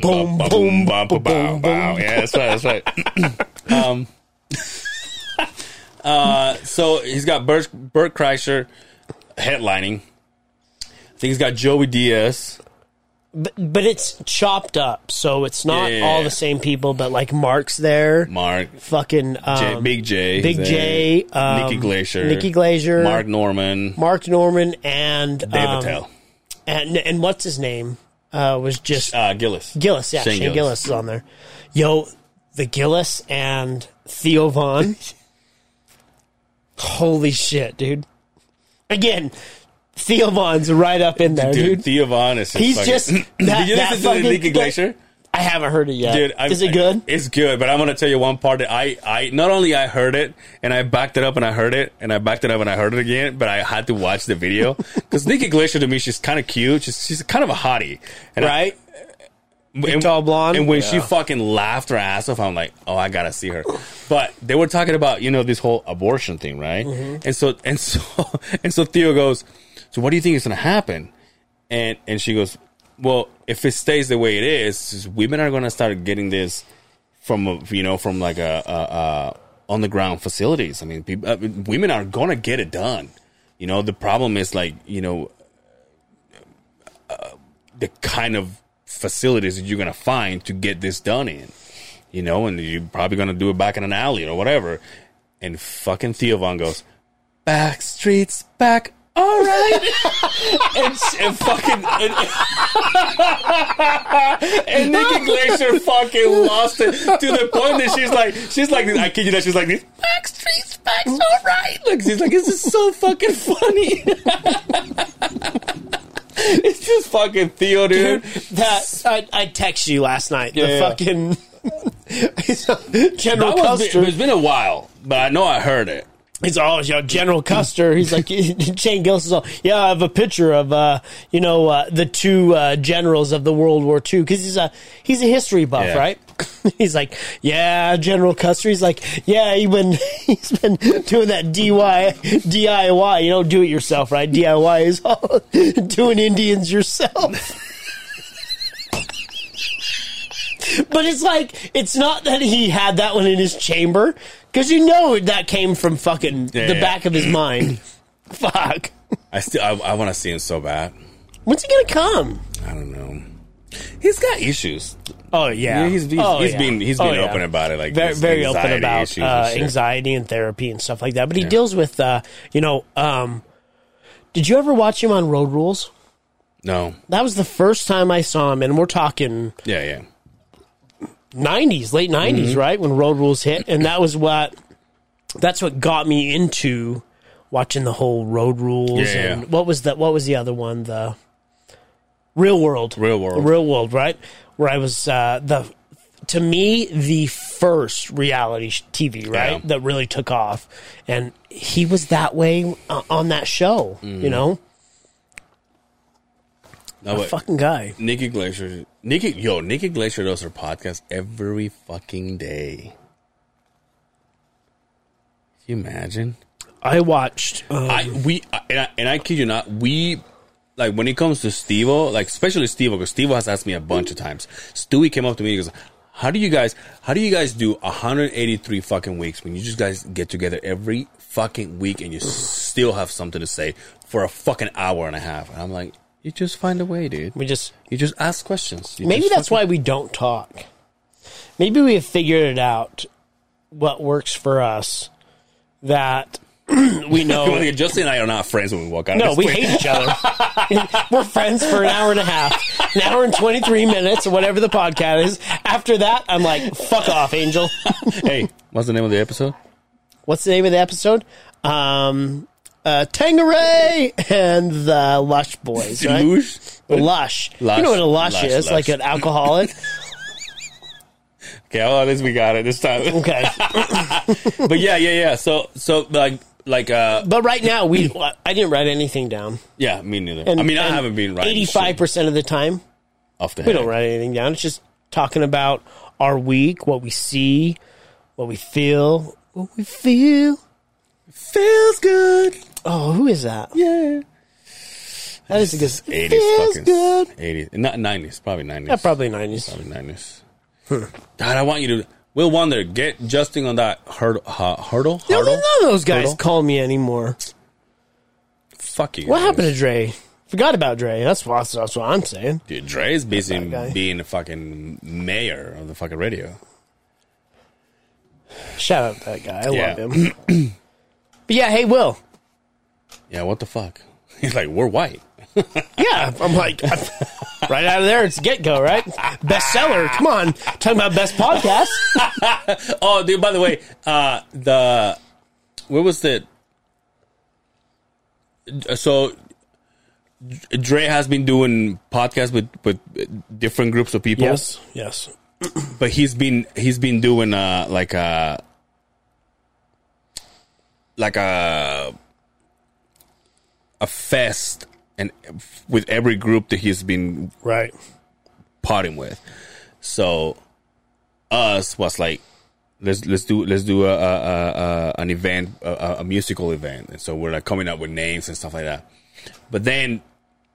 [SPEAKER 2] Ba-
[SPEAKER 3] boom,
[SPEAKER 2] boom,
[SPEAKER 3] boom,
[SPEAKER 2] ba-
[SPEAKER 3] boom,
[SPEAKER 2] ba- bow,
[SPEAKER 3] boom,
[SPEAKER 2] bow.
[SPEAKER 3] boom.
[SPEAKER 2] Yeah, that's right. That's right. um, uh, so he's got Bert, Bert Kreischer headlining. I think he's got Joey Diaz.
[SPEAKER 3] but, but it's chopped up, so it's not
[SPEAKER 2] Yeah.
[SPEAKER 3] all the same people. But like Mark's there,
[SPEAKER 2] Mark,
[SPEAKER 3] fucking um,
[SPEAKER 2] J, Big J,
[SPEAKER 3] Big
[SPEAKER 2] there,
[SPEAKER 3] J, um,
[SPEAKER 2] Nikki Glacier,
[SPEAKER 3] Nikki Glacier,
[SPEAKER 2] Mark Norman,
[SPEAKER 3] Mark Norman, and
[SPEAKER 2] Dave
[SPEAKER 3] um,
[SPEAKER 2] Attell,
[SPEAKER 3] and and what's his name uh, was just
[SPEAKER 2] uh, Gillis,
[SPEAKER 3] Gillis. Yeah,
[SPEAKER 2] Shane
[SPEAKER 3] Shane Gillis.
[SPEAKER 2] Gillis
[SPEAKER 3] is on there. Yo, the Gillis and Theo Vaughn. Holy shit, dude! Again, Theo Vaughn's right up in there,
[SPEAKER 2] dude,
[SPEAKER 3] dude.
[SPEAKER 2] Theo Vaughn is
[SPEAKER 3] He's
[SPEAKER 2] fucking-
[SPEAKER 3] just-
[SPEAKER 2] Did
[SPEAKER 3] that-
[SPEAKER 2] you
[SPEAKER 3] that
[SPEAKER 2] listen to the
[SPEAKER 3] fucking-
[SPEAKER 2] Nikki Glacier?
[SPEAKER 3] I haven't heard it yet.
[SPEAKER 2] dude I'm-
[SPEAKER 3] is it good?
[SPEAKER 2] it's good but i'm gonna tell you one part that i i not only i heard it and i backed it up and i heard it and i backed it up and i heard it again but i had to watch the video because nikki glacier to me she's kind of cute she's, she's kind of a hottie and I-
[SPEAKER 3] right?
[SPEAKER 2] and,
[SPEAKER 3] tall blonde?
[SPEAKER 2] and when she
[SPEAKER 3] Yeah.
[SPEAKER 2] fucking laughed her ass off i'm like oh i gotta see her but they were talking about you know this whole abortion thing right
[SPEAKER 3] Mm-hmm.
[SPEAKER 2] and so and so and so theo goes so what do you think is gonna happen and and she goes well if it stays the way it is is women are gonna start getting this from a, you know from like a, a, a on the ground facilities. I mean, people, I mean, women are gonna get it done. You know, the problem is like you know uh, the kind of facilities that you're gonna find to get this done in. You know, and you're probably gonna do it back in an alley or whatever. And fucking Theo Von goes back streets, back all right. and, s- and fucking. And, and Nikki Glacier fucking lost it to the point that she's like, she's like, I kid you not, she's like, these backstreet specs, all right. Like, she's like, this is so fucking funny. it's just fucking Theo, dude.
[SPEAKER 3] That I, I text you last night.
[SPEAKER 2] Yeah,
[SPEAKER 3] the
[SPEAKER 2] yeah.
[SPEAKER 3] fucking General
[SPEAKER 2] That was,
[SPEAKER 3] Custer.
[SPEAKER 2] it's been a while, but I know I heard it.
[SPEAKER 3] He's all, yo, General Custer. He's like, Shane Gillis is all, yeah, I have a picture of, uh, you know, uh, the two uh, generals of the World War II. Because he's a, he's a history buff,
[SPEAKER 2] Yeah.
[SPEAKER 3] right? he's like, yeah, General Custer. He's like, yeah, he been, he's been doing that DIY, DIY, you know, do it yourself, right? DIY is all doing Indians yourself. But it's like it's not that he had that one in his chamber because you know that came from fucking
[SPEAKER 2] Yeah, Mm.
[SPEAKER 3] the
[SPEAKER 2] yeah.
[SPEAKER 3] back of his mind. Fuck.
[SPEAKER 2] I still, I, I want to see him so bad.
[SPEAKER 3] When's he gonna come?
[SPEAKER 2] I don't know. He's got issues.
[SPEAKER 3] Oh yeah,
[SPEAKER 2] Yeah, he's- he's-
[SPEAKER 3] oh,
[SPEAKER 2] he's been- he's been
[SPEAKER 3] yeah.
[SPEAKER 2] open about it, like,
[SPEAKER 3] very
[SPEAKER 2] his
[SPEAKER 3] very open
[SPEAKER 2] anxiety
[SPEAKER 3] about
[SPEAKER 2] issues and
[SPEAKER 3] uh,
[SPEAKER 2] shit.
[SPEAKER 3] anxiety and therapy and stuff like that. But he deals with uh, you know. Um, did you ever watch him on Road Rules?
[SPEAKER 2] No.
[SPEAKER 3] That was the first time I saw him, and we're talking
[SPEAKER 2] Yeah, yeah.
[SPEAKER 3] '90s, late '90s,
[SPEAKER 2] Mm-hmm.
[SPEAKER 3] right when Road Rules hit, and that was what that's what got me into watching the whole Road Rules.
[SPEAKER 2] Yeah, yeah.
[SPEAKER 3] and what was that? What was the other one? The Real World,
[SPEAKER 2] Real World.
[SPEAKER 3] Real World, right? Where I was uh, the to me the first reality sh- TV, right,
[SPEAKER 2] Yeah.
[SPEAKER 3] that really took off, and he was that way uh, on that show.
[SPEAKER 2] Mm.
[SPEAKER 3] You know,
[SPEAKER 2] No, but
[SPEAKER 3] fucking guy.
[SPEAKER 2] Nikki Glacier, Nikki, yo, Nikki Glacier does her podcast every fucking day. Can you imagine?
[SPEAKER 3] I watched. uh,
[SPEAKER 2] I we I- and I, and I kid you not, we like when it comes to Stevo, like especially Stevo, because Stevo has asked me a bunch of times. Stewie came up to me and he goes, "How do you guys? How do you guys do 183 fucking weeks when you just guys get together every fucking week and you still have something to say for a fucking hour and a half?" And I'm like, "You just find a way, dude.
[SPEAKER 3] we just
[SPEAKER 2] You just ask questions. You
[SPEAKER 3] Maybe
[SPEAKER 2] just
[SPEAKER 3] that's
[SPEAKER 2] fucking-
[SPEAKER 3] why we don't talk. Maybe we have figured it out what works for us that we know.
[SPEAKER 2] Justin and I are not friends when we walk out.
[SPEAKER 3] No,
[SPEAKER 2] of this
[SPEAKER 3] we
[SPEAKER 2] place.
[SPEAKER 3] hate each other. We're friends for an hour and a half, an hour and 23 minutes, or whatever the podcast is. After that, I'm like, fuck off, Angel.
[SPEAKER 2] hey, what's the name of the episode?
[SPEAKER 3] What's the name of the episode? Um, uh, Tangeray and the Lush Boys. Right?
[SPEAKER 2] Deluge?
[SPEAKER 3] Lush.
[SPEAKER 2] Lush,
[SPEAKER 3] You know what a lush,
[SPEAKER 2] lush,
[SPEAKER 3] is?
[SPEAKER 2] lush.
[SPEAKER 3] Like an alcoholic?
[SPEAKER 2] Okay, well, at least we got it this time.
[SPEAKER 3] Okay.
[SPEAKER 2] but yeah, yeah, yeah. So, so like, like, uh,
[SPEAKER 3] But right now, we I didn't write anything down.
[SPEAKER 2] yeah, me neither. I mean, I
[SPEAKER 3] and
[SPEAKER 2] haven't been right.
[SPEAKER 3] Eighty-five percent of the time,
[SPEAKER 2] off the
[SPEAKER 3] we
[SPEAKER 2] head.
[SPEAKER 3] don't write anything down. It's just talking about our week, what we see, what we feel, what we feel.
[SPEAKER 2] Feels good.
[SPEAKER 3] Oh, who is that?
[SPEAKER 2] Yeah.
[SPEAKER 3] That is because
[SPEAKER 2] Eighties,
[SPEAKER 3] feels
[SPEAKER 2] fucking
[SPEAKER 3] good.
[SPEAKER 2] eighties, not nineties, probably nineties.
[SPEAKER 3] Yeah, probably nineties.
[SPEAKER 2] probably nineties. God, I want you to. Will Wonder, get Justin on that hurdle, uh, hurdle,
[SPEAKER 3] None
[SPEAKER 2] hurdle.
[SPEAKER 3] of those guys
[SPEAKER 2] Hurdle?
[SPEAKER 3] call me anymore.
[SPEAKER 2] Fuck you.
[SPEAKER 3] What
[SPEAKER 2] guys.
[SPEAKER 3] happened to Dre? Forgot about Dre. That's what that's what I'm saying.
[SPEAKER 2] Dude, Dre is busy
[SPEAKER 3] guy.
[SPEAKER 2] being the fucking mayor of the fucking radio.
[SPEAKER 3] Shout out to that guy. I
[SPEAKER 2] Yeah.
[SPEAKER 3] love him. but yeah, hey Will.
[SPEAKER 2] Yeah, what the fuck? He's like, we're white.
[SPEAKER 3] Yeah, I'm like right out of there. It's get go right bestseller. Come on, talking about best podcast.
[SPEAKER 2] Oh, dude. By the way, uh, the where was the so Dre has been doing podcasts with with different groups of people,
[SPEAKER 3] yes.
[SPEAKER 2] but he's been he's been doing uh like a like a a fest and with every group that he's been
[SPEAKER 3] Right.
[SPEAKER 2] parting with. So us was like, let's let's do let's do a, a, a, a an event, a, a- a musical event, and so we're like coming up with names and stuff like that. But then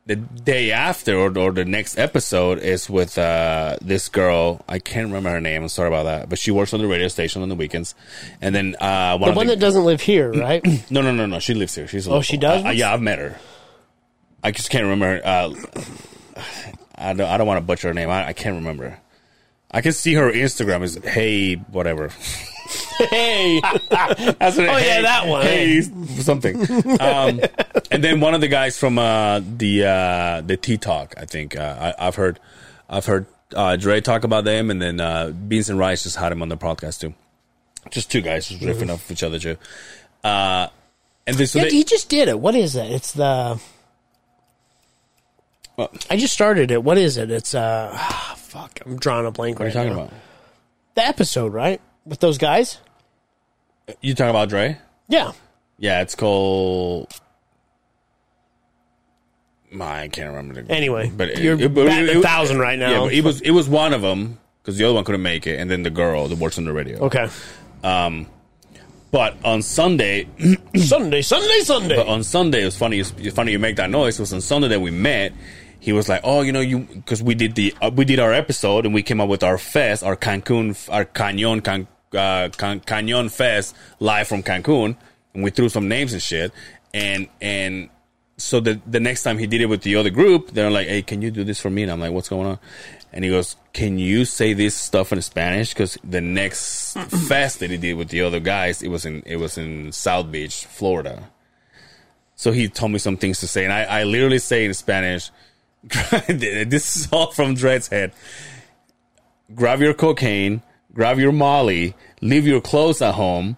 [SPEAKER 2] the day after or, or the next episode is with uh, this girl. I can't remember her name. I'm sorry about that, but she works on the radio station on the weekends. And then uh, one
[SPEAKER 3] The
[SPEAKER 2] of
[SPEAKER 3] one
[SPEAKER 2] the-
[SPEAKER 3] that doesn't live here, right?
[SPEAKER 2] no, no, no, no. She lives here. She's a
[SPEAKER 3] Oh, she does?
[SPEAKER 2] I, I- yeah, I've met her. I just can't remember. Uh, I don't. I don't want to butcher her name. I, I can't remember. I can see her Instagram is hey whatever.
[SPEAKER 3] hey,
[SPEAKER 2] That's what it-
[SPEAKER 3] Oh, yeah,
[SPEAKER 2] hey,
[SPEAKER 3] that one.
[SPEAKER 2] Hey, something. Um, and then one of the guys from uh, the uh, the T Talk, I think uh, I, I've heard, I've heard uh, Dre talk about them, and then uh, Beans and Rice just had him on the podcast too. Just two guys just riffing off each other too. Uh, and they, so
[SPEAKER 3] Yeah,
[SPEAKER 2] they,
[SPEAKER 3] he just did it. What is it? It's the.
[SPEAKER 2] What?
[SPEAKER 3] I just started it. What is it? It's uh, fuck. I'm drawing a blank.
[SPEAKER 2] what are you
[SPEAKER 3] right
[SPEAKER 2] talking
[SPEAKER 3] now.
[SPEAKER 2] about?
[SPEAKER 3] The episode, right? With those guys.
[SPEAKER 2] You talking about Dre?
[SPEAKER 3] Yeah.
[SPEAKER 2] Yeah, it's called. My, I can't remember. The,
[SPEAKER 3] Anyway,
[SPEAKER 2] but it-
[SPEAKER 3] you're
[SPEAKER 2] it- but
[SPEAKER 3] batting
[SPEAKER 2] it-
[SPEAKER 3] a
[SPEAKER 2] it-
[SPEAKER 3] thousand right now.
[SPEAKER 2] Yeah, but it was it was one of them because the other one couldn't make it, and then the girl that works on the radio.
[SPEAKER 3] okay.
[SPEAKER 2] But on Sunday,
[SPEAKER 3] Sunday, Sunday, Sunday.
[SPEAKER 2] but on Sunday, it was funny. It's funny you make that noise. It was on Sunday that we met. He was like, "Oh, you know, you because we did the uh, we did our episode and we came up with our fest, our Cancun, our Cañon, Can, uh, Can, Cañon Fest live from Cancun, and we threw some names and shit. And and so the the next time he did it with the other group, they're like, "Hey, can you do this for me?" And I'm like, "What's going on?" And he goes, "Can you say this stuff in Spanish?" Because the next fest that he did with the other guys, it was in it was in South Beach, Florida. So he told me some things to say, and I, I literally say in Spanish, this is all from Dred's head. Grab your cocaine, grab your molly, leave your clothes at home,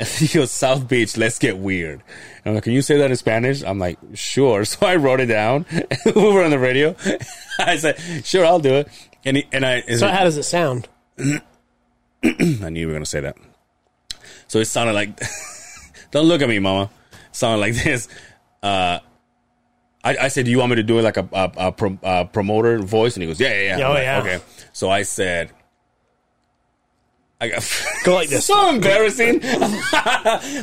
[SPEAKER 2] and he goes, South Beach, let's get weird. And I'm like, can you say that in Spanish? I'm like, sure. So I wrote it down. we were on the radio. I said, sure, I'll do it. And, he, and I,
[SPEAKER 3] so how does it sound?
[SPEAKER 2] I knew you were gonna say that. So it sounded like, "Don't look at me, Mama." It sounded like this. Uh, I, I said, "Do you want me to do it like a, a, a, pro, a promoter voice?" And he goes, "Yeah, yeah, yeah."
[SPEAKER 3] Oh,
[SPEAKER 2] I'm like,
[SPEAKER 3] yeah.
[SPEAKER 2] Okay. So I said, "I got
[SPEAKER 3] Go like this.
[SPEAKER 2] so embarrassing."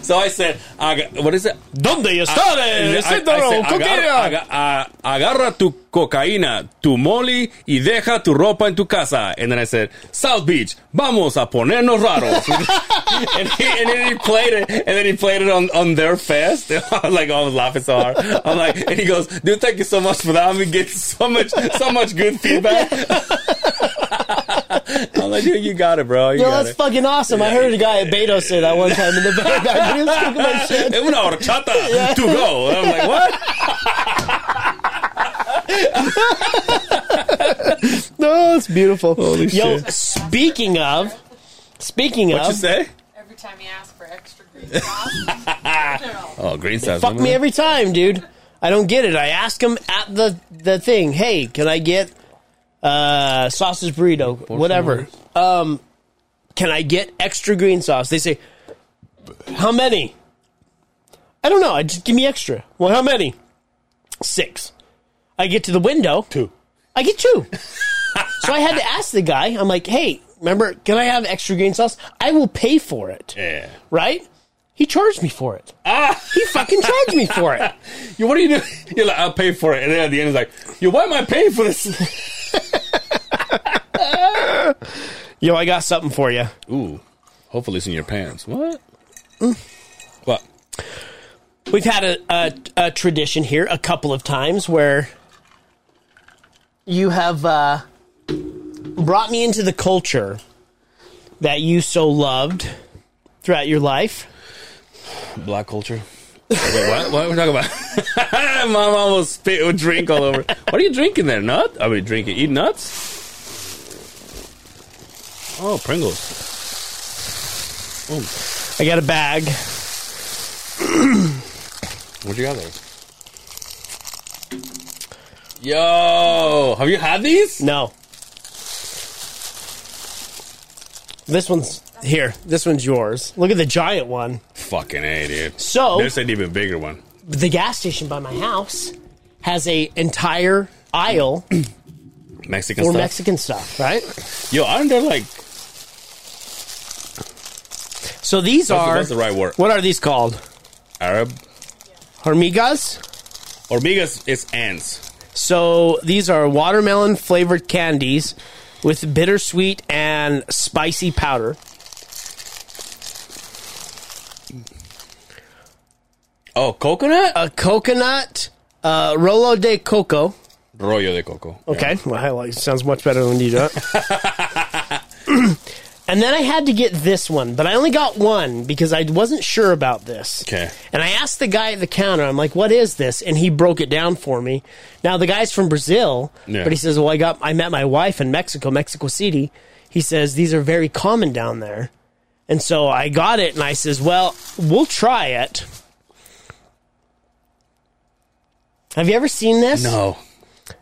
[SPEAKER 2] so I said, I got, "What is it?"
[SPEAKER 3] Donde
[SPEAKER 2] Ah, eh, I- I- I said, "Agar- aga- a- Agarra tu cocaína, tu molly y deja tu ropa en tu casa. And then I said, South Beach, vamos a ponernos raros. and, he, and then he played it, and then he played it on, on their fest. I was like, oh, I was laughing so hard. I'm like, and he goes, dude, thank you so much for that. I'm getting so much, so much good feedback. I'm like, dude, you got it, bro. You
[SPEAKER 3] Yo,
[SPEAKER 2] got
[SPEAKER 3] that's
[SPEAKER 2] it.
[SPEAKER 3] fucking awesome. I heard a guy at Beto say that one time in the back. He was talking about shit.
[SPEAKER 2] Eh, Una horchata to go. And I'm like, what?
[SPEAKER 3] No, it's beautiful.
[SPEAKER 2] Holy
[SPEAKER 3] Yo,
[SPEAKER 2] shit.
[SPEAKER 3] speaking of, speaking
[SPEAKER 2] What you
[SPEAKER 3] of,
[SPEAKER 2] say?
[SPEAKER 5] Every time you ask for extra green sauce,
[SPEAKER 2] Oh, green sauce.
[SPEAKER 3] fuck me
[SPEAKER 2] Mm.
[SPEAKER 3] every time, dude. I don't get it. I ask him at the the thing, hey, can I get uh sausage burrito, whatever. Um, can I get extra green sauce? They say, how many? I don't know. I just give me extra. Well, how many? Six. I get to the window.
[SPEAKER 2] Two.
[SPEAKER 3] I get two. so I had to ask the guy. I'm like, hey, remember? Can I have extra green sauce? I will pay for it.
[SPEAKER 2] Yeah.
[SPEAKER 3] right? He charged me for it. Ah, he fucking charged me for it.
[SPEAKER 2] You, what do you do? You're like, I'll pay for it. And then at the end, it's like, yo, why am I paying for this?
[SPEAKER 3] Yo, I got something for you.
[SPEAKER 2] Ooh, hopefully it's in your pants. What?
[SPEAKER 3] Mm.
[SPEAKER 2] What?
[SPEAKER 3] We've had a, a, a tradition here a couple of times where you have uh, brought me into the culture that you so loved throughout your life.
[SPEAKER 2] Black culture. Wait, what? What are we talking about? Mom almost spit with drink all over. What are you drinking there? Nut? Are we drinking? Eat nuts? Oh, Pringles.
[SPEAKER 3] I got a bag.
[SPEAKER 2] What you got there? Yo, have you had these?
[SPEAKER 3] No. This one's here. This one's yours. Look at the giant one.
[SPEAKER 2] Fucking A, dude.
[SPEAKER 3] So-
[SPEAKER 2] There's an even bigger one.
[SPEAKER 3] the gas station by my house has a entire aisle
[SPEAKER 2] Mexican
[SPEAKER 3] for
[SPEAKER 2] stuff.
[SPEAKER 3] Mexican stuff, right?
[SPEAKER 2] Yo, aren't there like
[SPEAKER 3] So
[SPEAKER 2] That's
[SPEAKER 3] these
[SPEAKER 2] the-
[SPEAKER 3] are
[SPEAKER 2] that's the right word.
[SPEAKER 3] What are these called?
[SPEAKER 2] Arab
[SPEAKER 3] Hormigas.
[SPEAKER 2] Hormigas is ants.
[SPEAKER 3] So these are watermelon flavored candies with bittersweet and spicy powder.
[SPEAKER 2] Oh, coconut?
[SPEAKER 3] A coconut uh, Rolo de coco.
[SPEAKER 2] Rollo de coco.
[SPEAKER 3] Oh. Okay, well, I like sounds much better when you do it. And then I had to get this one, but I only got one because I wasn't sure about this.
[SPEAKER 2] Okay.
[SPEAKER 3] And I asked the guy at the counter, I'm like, what is this? And he broke it down for me. Now, the guy's from Brazil,
[SPEAKER 2] Yeah.
[SPEAKER 3] but he says, well, I, got, I met my wife in Mexico, Mexico City. He says, these are very common down there. And so I got it and I says, well, we'll try it. Have you ever seen this?
[SPEAKER 2] No.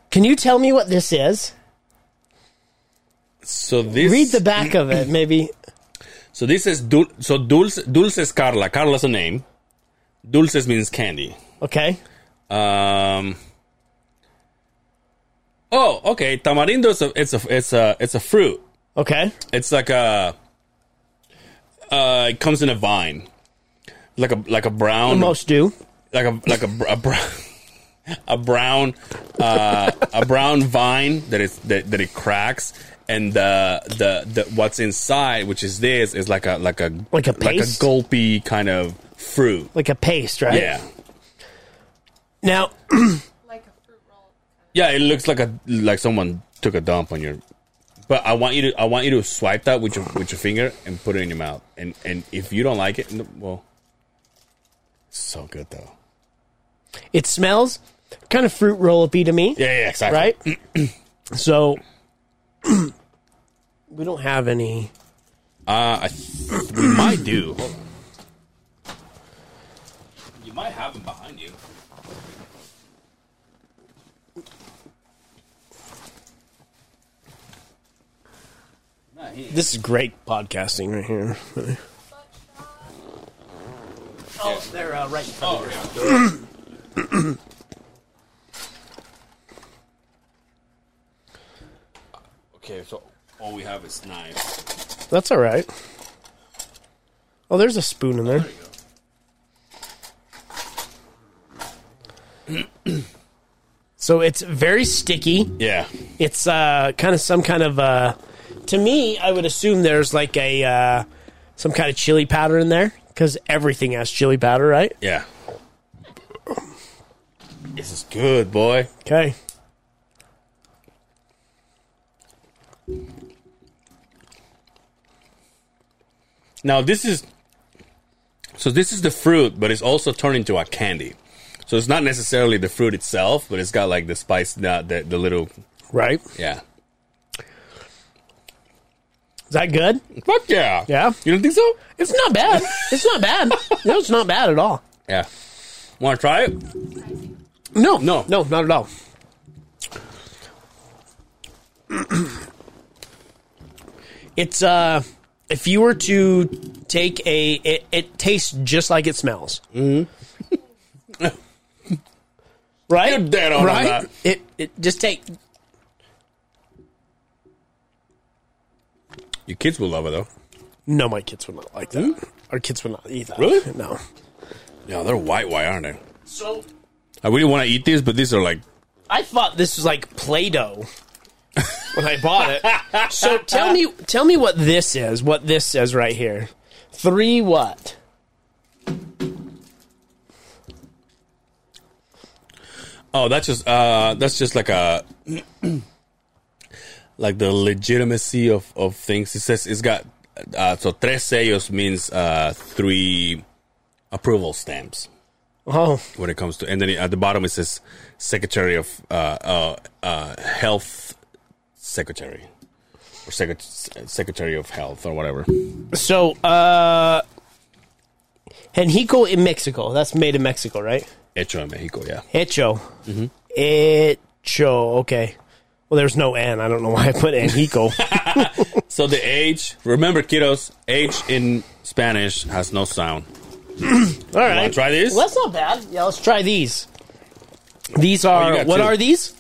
[SPEAKER 3] Can you tell me what this is?
[SPEAKER 2] So this
[SPEAKER 3] Read the back of it, maybe.
[SPEAKER 2] So this is dul- so dulce dulce is Carla. Carla's a name. Dulces means candy.
[SPEAKER 3] Okay.
[SPEAKER 2] Um. Oh, okay. Tamarindo is a it's a it's a it's a fruit.
[SPEAKER 3] Okay.
[SPEAKER 2] It's like a. Uh, it comes in a vine, like a like a brown
[SPEAKER 3] Most do.
[SPEAKER 2] like a like a, br- a brown a brown uh, a brown vine that is that, that it cracks and the, the the what's inside which is this is like a like a like
[SPEAKER 3] Like a
[SPEAKER 2] a
[SPEAKER 3] paste?
[SPEAKER 2] gulpy kind of fruit
[SPEAKER 3] Like a paste, right?
[SPEAKER 2] yeah
[SPEAKER 3] Now,
[SPEAKER 5] Like a fruit roll.
[SPEAKER 2] yeah it looks like a like someone took a dump on your but I want you to I want you to swipe that with your with your finger and put it in your mouth and and if you don't like it n- well so good though
[SPEAKER 3] it smells kind of fruit roll y to me,
[SPEAKER 2] yeah yeah exactly
[SPEAKER 3] right? so, we don't have any.
[SPEAKER 2] Uh, I th- we might do. Hold on. You might have them behind you. Not here.
[SPEAKER 3] This is great podcasting right here. oh, they're uh, right in front
[SPEAKER 2] Oh, yeah. okay, so all we have is knives.
[SPEAKER 3] That's all right. Oh, there's a spoon in there. so it's very sticky.
[SPEAKER 2] Yeah.
[SPEAKER 3] It's uh, kind of some kind of. Uh, to me, I would assume there's like a uh, some kind of chili powder in there because everything has chili powder, right?
[SPEAKER 2] Yeah. This is good, boy.
[SPEAKER 3] Okay.
[SPEAKER 2] Now this is so this is the fruit, but it's also turned into a candy. So it's not necessarily the fruit itself, but it's got like the spice, the the, the little
[SPEAKER 3] Right. Is
[SPEAKER 2] yeah.
[SPEAKER 3] that good?
[SPEAKER 2] Fuck yeah,
[SPEAKER 3] Yeah.
[SPEAKER 2] You don't think so?
[SPEAKER 3] It's not bad. It's not bad. No, it's not bad at all.
[SPEAKER 2] Yeah. Want to try it?
[SPEAKER 3] No,
[SPEAKER 2] No.
[SPEAKER 3] no, not at all. it's uh, if you were to take a, it, it tastes just like it smells. Mm-hmm. right,
[SPEAKER 2] You're dead on
[SPEAKER 3] right.
[SPEAKER 2] that.
[SPEAKER 3] It it just take.
[SPEAKER 2] Your kids will love it though.
[SPEAKER 3] No, my kids would not like that. Our kids would not eat that.
[SPEAKER 2] Mm-hmm. Really?
[SPEAKER 3] No.
[SPEAKER 2] Yeah, they're white, white, aren't they?
[SPEAKER 3] So
[SPEAKER 2] I really want to eat these, but these are like
[SPEAKER 3] I thought this was like Play-Doh when I bought it. so tell me, tell me what this is. What this says right here. Three what?
[SPEAKER 2] oh, that's just uh, that's just like a like the legitimacy of of things. It says it's got uh, so tres sellos means uh three approval stamps.
[SPEAKER 3] Oh,
[SPEAKER 2] when it comes to and then at the bottom it says secretary of uh, uh, uh, health secretary or Secret- secretary of health or whatever
[SPEAKER 3] so uh, Henrico in Mexico. That's made in Mexico, right?
[SPEAKER 2] hecho en mexico yeah
[SPEAKER 3] Hecho. Hecho. Okay. Well, there's no N. I don't know why I put Henrico.
[SPEAKER 2] so the age remember kiddos age in spanish has no sound
[SPEAKER 3] All right.
[SPEAKER 2] try these?
[SPEAKER 3] Well, that's not bad. Yeah, let's try these. These are
[SPEAKER 2] Oh, you got
[SPEAKER 3] what
[SPEAKER 2] two.
[SPEAKER 3] are these?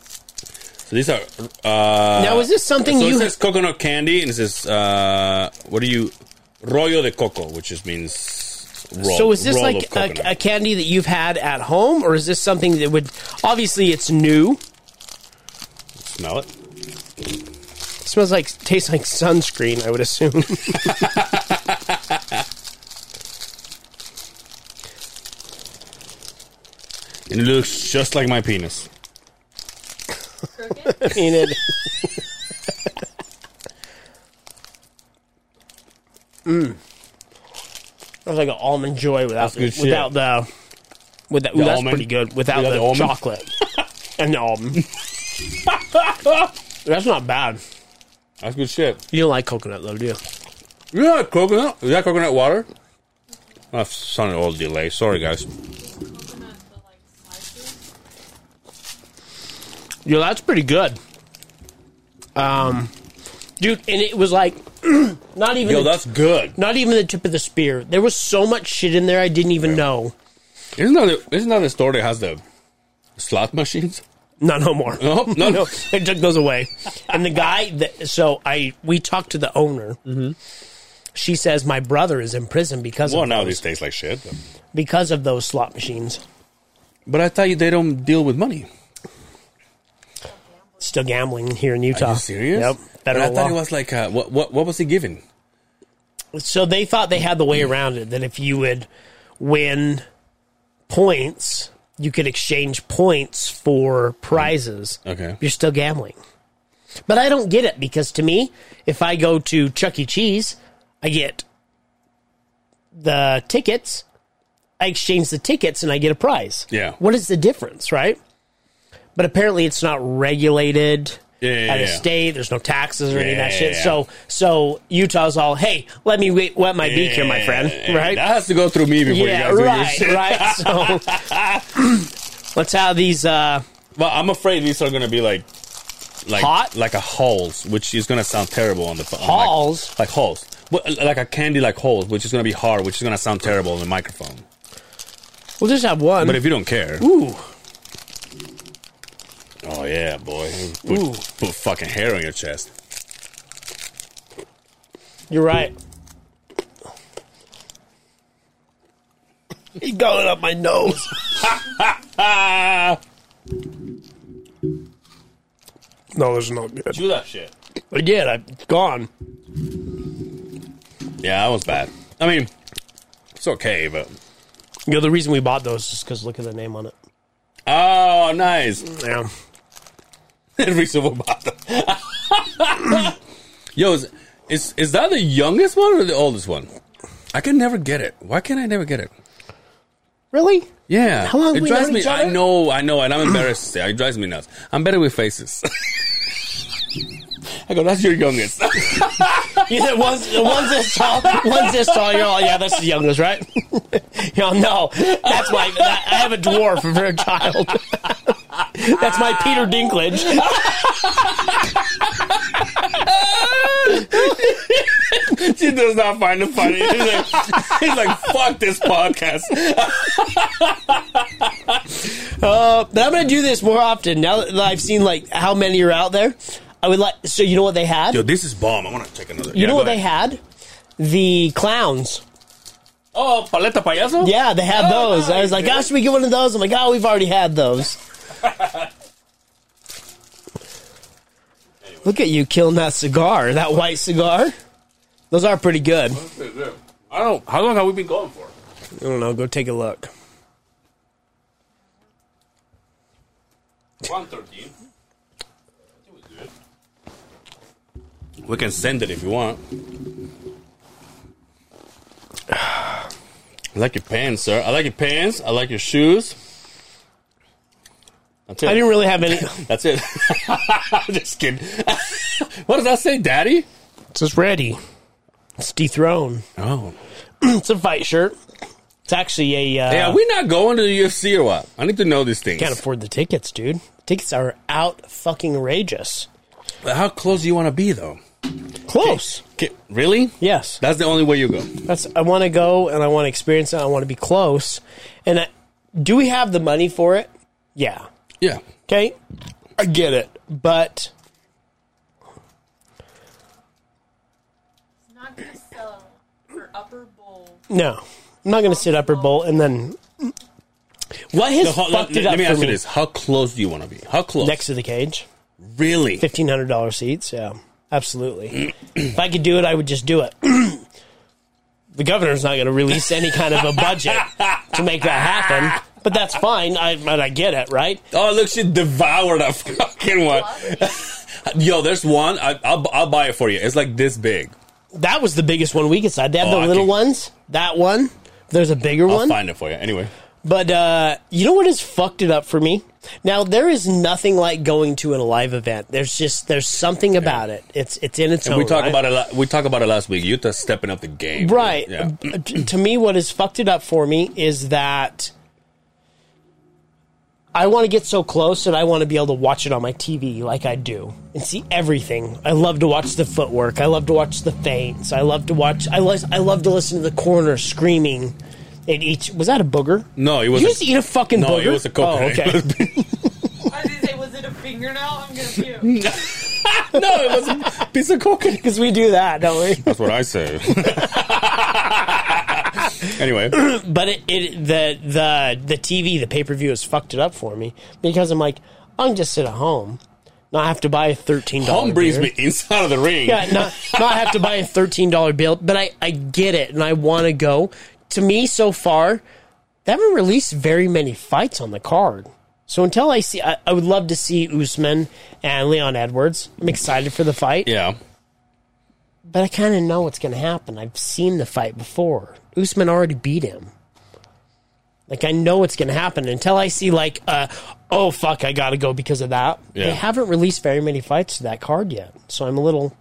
[SPEAKER 2] so these are uh
[SPEAKER 3] now, is this something
[SPEAKER 2] so
[SPEAKER 3] you
[SPEAKER 2] it says coconut candy and it says uh what do you rollo de coco which just means roll,
[SPEAKER 3] So is this
[SPEAKER 2] roll
[SPEAKER 3] like
[SPEAKER 2] of coconut.
[SPEAKER 3] a, a candy that you've had at home, or is this something that would obviously it's new?
[SPEAKER 2] smell it
[SPEAKER 3] It smells like tastes like sunscreen, I would assume.
[SPEAKER 2] and it looks just like my penis
[SPEAKER 5] Crooked?
[SPEAKER 3] I mean, it- That was Mm. like an almond joy without
[SPEAKER 2] That's good
[SPEAKER 3] the, without the with that. ooh,
[SPEAKER 2] The
[SPEAKER 3] that's
[SPEAKER 2] almond?
[SPEAKER 3] pretty good without
[SPEAKER 2] Without
[SPEAKER 3] the,
[SPEAKER 2] the almond?
[SPEAKER 3] chocolate and the almond. that's not bad.
[SPEAKER 2] That's good shit.
[SPEAKER 3] You don't like coconut though, do you?
[SPEAKER 2] Yeah, coconut. Is that coconut water? I sounded all delay. Sorry, guys.
[SPEAKER 5] Coconut, the like slices.
[SPEAKER 3] Yeah, that's pretty good. Um, dude, and it was like not even
[SPEAKER 2] Yo,
[SPEAKER 3] the-
[SPEAKER 2] that's good.
[SPEAKER 3] not even the tip of the spear. There was so much shit in there I didn't even know.
[SPEAKER 2] Isn't that the, isn't that the store that has the slot machines?
[SPEAKER 3] No, no more.
[SPEAKER 2] No, no, no.
[SPEAKER 3] they took those away. And the guy, that, so I we talked to the owner.
[SPEAKER 2] Mm-hmm.
[SPEAKER 3] She says my brother is in prison because
[SPEAKER 2] Well,
[SPEAKER 3] of
[SPEAKER 2] now
[SPEAKER 3] those,
[SPEAKER 2] this tastes like shit. But.
[SPEAKER 3] because of those slot machines.
[SPEAKER 2] I thought you- they don't deal with money.
[SPEAKER 3] Still gambling here in Utah.
[SPEAKER 2] Are you serious?
[SPEAKER 3] Oh, Yep.
[SPEAKER 2] But I
[SPEAKER 3] Federal
[SPEAKER 2] thought it
[SPEAKER 3] law.
[SPEAKER 2] was like uh, what what what was he giving?
[SPEAKER 3] so they thought they had the way around it that if you would win points, you could exchange points for prizes.
[SPEAKER 2] Okay.
[SPEAKER 3] You're still gambling. But I don't get it because to me, if I go to Chuck E. Cheese, I get the tickets, I exchange the tickets and I get a prize.
[SPEAKER 2] Yeah.
[SPEAKER 3] What is the difference, right? But apparently it's not regulated
[SPEAKER 2] Yeah, yeah,
[SPEAKER 3] at a
[SPEAKER 2] yeah.
[SPEAKER 3] state. There's no taxes or any of that
[SPEAKER 2] Yeah,
[SPEAKER 3] shit.
[SPEAKER 2] yeah, yeah.
[SPEAKER 3] So so Utah's all, hey, let me wait, wet my beak here, my friend. Right?
[SPEAKER 2] That has to go through me before
[SPEAKER 3] yeah,
[SPEAKER 2] you guys do your
[SPEAKER 3] right,
[SPEAKER 2] shit.
[SPEAKER 3] right. So let's have these uh
[SPEAKER 2] Well, I'm afraid these are gonna be like like
[SPEAKER 3] Hot?
[SPEAKER 2] like a halls, which is gonna sound terrible on the phone.
[SPEAKER 3] Halls?
[SPEAKER 2] like, like halls, Well, like a candy like halls, which is gonna be hard, which is gonna sound terrible on the microphone.
[SPEAKER 3] we'll just have one.
[SPEAKER 2] But if you don't care,
[SPEAKER 3] Ooh.
[SPEAKER 2] oh yeah, boy, put,
[SPEAKER 3] Ooh.
[SPEAKER 2] put fucking hair on your chest.
[SPEAKER 3] You're right. He's going up my nose. no, there's not good.
[SPEAKER 2] Do that shit.
[SPEAKER 3] I did. I, it's gone.
[SPEAKER 2] Yeah, that was bad. I mean, it's okay, but
[SPEAKER 3] You know, the reason we bought those is because look at the name on it.
[SPEAKER 2] oh, nice.
[SPEAKER 3] Yeah.
[SPEAKER 2] Every silver bottle. Yo, is, is is that the youngest one or the oldest one? I can never get it. Why can't I never get it?
[SPEAKER 3] Really?
[SPEAKER 2] Yeah,
[SPEAKER 3] How long have
[SPEAKER 2] it
[SPEAKER 3] we
[SPEAKER 2] drives
[SPEAKER 3] known
[SPEAKER 2] me.
[SPEAKER 3] each other?
[SPEAKER 2] I know, I know, and I'm embarrassed to say it drives me nuts. I'm better with faces. I go, that's your youngest.
[SPEAKER 3] Yeah, one's, one's this tall. One's this tall. You're all, yeah, that's the youngest, right? Y'all know. That's my, that, I have a dwarf for a child. that's my Peter Dinklage.
[SPEAKER 2] she does not find it funny. He's like, he's like fuck this podcast.
[SPEAKER 3] Uh, but I'm gonna do this more often now that I've seen like how many are out there. I would like. So you know what they had?
[SPEAKER 2] Yo, this is bomb. I want to take another.
[SPEAKER 3] you know what they had? The clowns.
[SPEAKER 2] Oh, paleta payaso.
[SPEAKER 3] Yeah, they had
[SPEAKER 2] Oh,
[SPEAKER 3] those. I was like,
[SPEAKER 2] nice.
[SPEAKER 3] gosh, should we get one of those? I'm like, oh, we've already had those. Look at you killing that cigar, that white cigar. Those are pretty good.
[SPEAKER 2] I don't. How long have we been going for?
[SPEAKER 3] I don't know. Go take a look.
[SPEAKER 2] One thirteen. We can send it if you want. I like your pants, sir. I like your pants. I like your shoes. That's it.
[SPEAKER 3] I didn't really have any.
[SPEAKER 2] That's it. I'm just kidding. what does that say, Daddy?
[SPEAKER 3] It's just ready. It's dethroned.
[SPEAKER 2] Oh.
[SPEAKER 3] It's a fight shirt. It's actually a. Uh,
[SPEAKER 2] Yeah, we not going to the UFC or what? I need to know these things.
[SPEAKER 3] Can't afford the tickets, dude. Tickets are out fucking outrageous.
[SPEAKER 2] How close do you want to be, though?
[SPEAKER 3] Close.
[SPEAKER 2] K- Really?
[SPEAKER 3] Yes.
[SPEAKER 2] That's the only way you go.
[SPEAKER 3] That's I want to go and I want to experience it. I want to be close. And I, do we have the money for it? Yeah.
[SPEAKER 2] Yeah.
[SPEAKER 3] Okay. I get it. But
[SPEAKER 5] It's not gonna sell for upper bowl.
[SPEAKER 3] no. I'm not going to sit up or bolt and then what has
[SPEAKER 2] Ho-
[SPEAKER 3] fucked
[SPEAKER 2] let,
[SPEAKER 3] it
[SPEAKER 2] let
[SPEAKER 3] up
[SPEAKER 2] me
[SPEAKER 3] for
[SPEAKER 2] ask
[SPEAKER 3] me?
[SPEAKER 2] you this: How close do you want to be? How close?
[SPEAKER 3] Next to the cage,
[SPEAKER 2] really?
[SPEAKER 3] fifteen hundred dollar seats. Yeah, absolutely. if I could do it, I would just do it. the governor's not going to release any kind of a budget to make that happen, but that's fine. I but I get it, right?
[SPEAKER 2] Oh, look, she devoured that fucking one. Yo, there's one. I, I'll, I'll buy it for you. It's like this big.
[SPEAKER 3] That was the biggest one we could side. They have
[SPEAKER 2] Oh,
[SPEAKER 3] the
[SPEAKER 2] I
[SPEAKER 3] little
[SPEAKER 2] can-
[SPEAKER 3] ones. That one. There's a bigger
[SPEAKER 2] I'll
[SPEAKER 3] one.
[SPEAKER 2] find it for you. Anyway,
[SPEAKER 3] But uh, you know what has fucked it up for me? Now there is nothing like going to a live event. There's just there's something about it. It's it's in its
[SPEAKER 2] and
[SPEAKER 3] own.
[SPEAKER 2] we talk
[SPEAKER 3] right?
[SPEAKER 2] about it. la- We talk about it last week. Utah stepping up the game,
[SPEAKER 3] Right.
[SPEAKER 2] Yeah.
[SPEAKER 3] Uh, t- to me, what has fucked it up for me is that I want to get so close and I want to be able to watch it on my TV like I do and see everything. I love to watch the footwork. I love to watch the feints. I love to watch. I love. I love to listen to the corner screaming. At each was that a booger?
[SPEAKER 2] No, it
[SPEAKER 3] Did
[SPEAKER 2] was.
[SPEAKER 3] you
[SPEAKER 2] a-
[SPEAKER 3] just eat a fucking
[SPEAKER 2] No,
[SPEAKER 3] booger.
[SPEAKER 2] it was a coconut.
[SPEAKER 3] Oh, okay.
[SPEAKER 5] I was gonna say, was it a fingernail? I'm gonna puke.
[SPEAKER 2] no, it was a piece of coconut.
[SPEAKER 3] Because we do that, don't we?
[SPEAKER 2] That's what I say. anyway,
[SPEAKER 3] But it, it the the the TV, the pay per view has fucked it up for me because I'm like, I'm just sit at home, not have to buy a thirteen dollar.
[SPEAKER 2] home brings me inside of the ring.
[SPEAKER 3] Yeah, not not have to buy a thirteen dollar bill. But I I get it, and I want to go. To me, so far, they haven't released very many fights on the card. So until I see, I, I would love to see Usman and Leon Edwards. I'm excited for the fight,
[SPEAKER 2] yeah.
[SPEAKER 3] but I kind of know what's going to happen. I've seen the fight before. Usman already beat him. Like I know what's going to happen until I see like, uh, oh fuck, I got to go because of that.
[SPEAKER 2] Yeah.
[SPEAKER 3] They haven't released very many fights to that card yet, so I'm a little.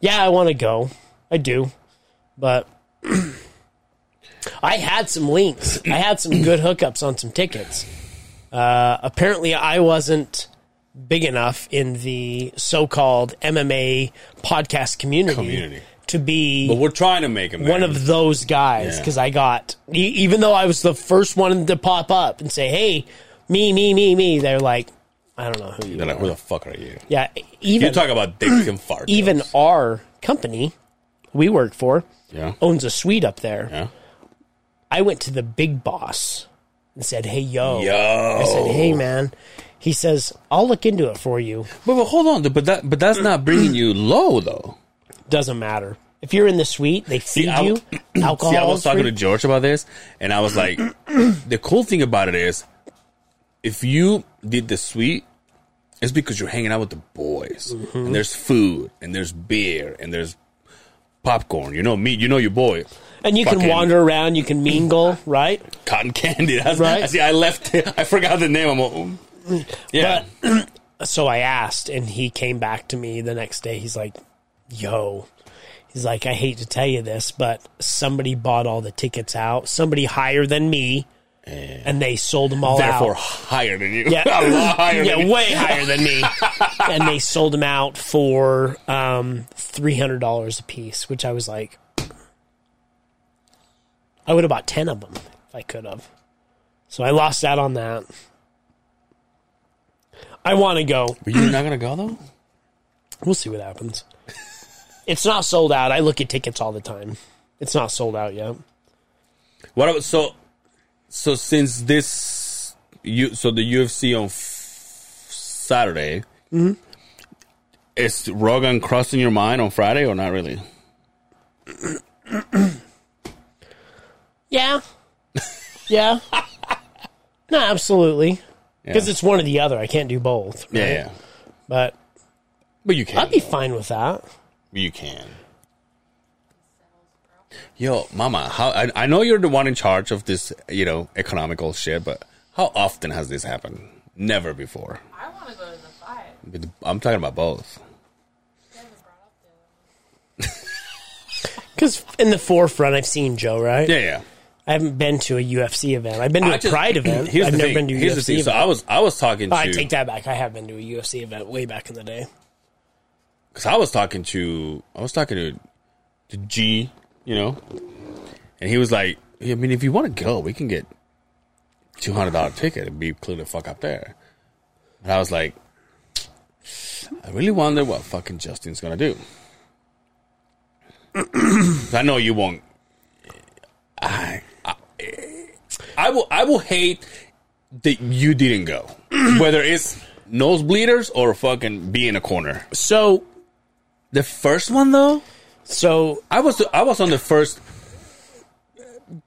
[SPEAKER 3] Yeah, I want to go. I do, but I had some links. I had some good hookups on some tickets. Uh, apparently, I wasn't big enough in the so-called MMA podcast community,
[SPEAKER 2] Community.
[SPEAKER 3] to be
[SPEAKER 2] But we're trying to make him
[SPEAKER 3] one of those guys
[SPEAKER 2] Yeah.
[SPEAKER 3] because I got e- even though I was the first one to pop up and say, "Hey, me, me, me, me," they're like, "I don't know who you."
[SPEAKER 2] They're like, who the fuck are you?
[SPEAKER 3] Yeah,
[SPEAKER 2] You
[SPEAKER 3] even
[SPEAKER 2] talk about dicks and farts.
[SPEAKER 3] even our company we work for
[SPEAKER 2] yeah,
[SPEAKER 3] owns a suite up there.
[SPEAKER 2] yeah.
[SPEAKER 3] I went to the big boss and said, "Hey, yo,"
[SPEAKER 2] Yo.
[SPEAKER 3] I said, "Hey, man." He says, "I'll look into it for you."
[SPEAKER 2] But, but hold on, but that but that's not bringing you low though.
[SPEAKER 3] Doesn't matter if you're in the suite; they feed
[SPEAKER 2] I-
[SPEAKER 3] you alcohol.
[SPEAKER 2] See, I was
[SPEAKER 3] is
[SPEAKER 2] talking
[SPEAKER 3] free.
[SPEAKER 2] to George about this, and I was like, the cool thing about it is, if you did the suite, it's because you're hanging out with the boys,
[SPEAKER 3] Mm-hmm.
[SPEAKER 2] and there's food, and there's beer, and there's popcorn. You know me, you know your boy.
[SPEAKER 3] and you can
[SPEAKER 2] fucking-
[SPEAKER 3] wander around. You can mingle, right?
[SPEAKER 2] Cotton candy. That's
[SPEAKER 3] Right.
[SPEAKER 2] right. See, I left. it. I forgot the name. I'm all, mm. yeah.
[SPEAKER 3] so I asked, and he came back to me the next day. He's like, "Yo," he's like, "I hate to tell you this, but somebody bought all the tickets out. Somebody higher than me, and they sold them all
[SPEAKER 2] Therefore,
[SPEAKER 3] out.
[SPEAKER 2] higher than you.
[SPEAKER 3] Yeah,
[SPEAKER 2] a lot higher.
[SPEAKER 3] yeah,
[SPEAKER 2] than you.
[SPEAKER 3] way higher than me. and they sold them out for um, three hundred dollars a piece, which I was like, I would have bought ten of them if I could have. So I lost out on that. I want to go.
[SPEAKER 2] But you're not gonna go though.
[SPEAKER 3] We'll see what happens. it's not sold out. I look at tickets all the time. It's not sold out yet.
[SPEAKER 2] What about so? So since this you so the UFC on f- Saturday, is Rogan crossing your mind on Friday or not really?
[SPEAKER 3] Yeah. Yeah. no, absolutely. Because it's one or the other. I can't do both.
[SPEAKER 2] Yeah,
[SPEAKER 3] right?
[SPEAKER 2] yeah.
[SPEAKER 3] But
[SPEAKER 2] but you can.
[SPEAKER 3] I'd be fine with that.
[SPEAKER 2] you can. Yo, Mama, how I, I know you're the one in charge of this, you know, economical shit, but how often has this happened? Never before.
[SPEAKER 5] I want to go to the fight.
[SPEAKER 2] But I'm talking about both.
[SPEAKER 5] You haven't brought up the
[SPEAKER 3] Because in the forefront, I've seen Joe, right?
[SPEAKER 2] Yeah, yeah.
[SPEAKER 3] I haven't been to a UFC event. I've been to a
[SPEAKER 2] I just-
[SPEAKER 3] Pride event.
[SPEAKER 2] Here's
[SPEAKER 3] I've
[SPEAKER 2] the
[SPEAKER 3] never
[SPEAKER 2] thing.
[SPEAKER 3] been to a
[SPEAKER 2] here's
[SPEAKER 3] UFC
[SPEAKER 2] the thing.
[SPEAKER 3] event.
[SPEAKER 2] So I was I was talking to
[SPEAKER 3] I take that back. I have been to a UFC event way back in the day.
[SPEAKER 2] because I was talking to I was talking to to G, you know, and he was like, I mean, if you want to go, we can get two hundred dollar ticket and be clear the fuck up there. And I was like, I really wonder what fucking Justin's gonna do. I know you won't. I, I I will I will hate that you didn't go, whether it's nosebleeders or fucking be in a corner.
[SPEAKER 3] So,
[SPEAKER 2] The first one though,
[SPEAKER 3] so
[SPEAKER 2] I was I was on the first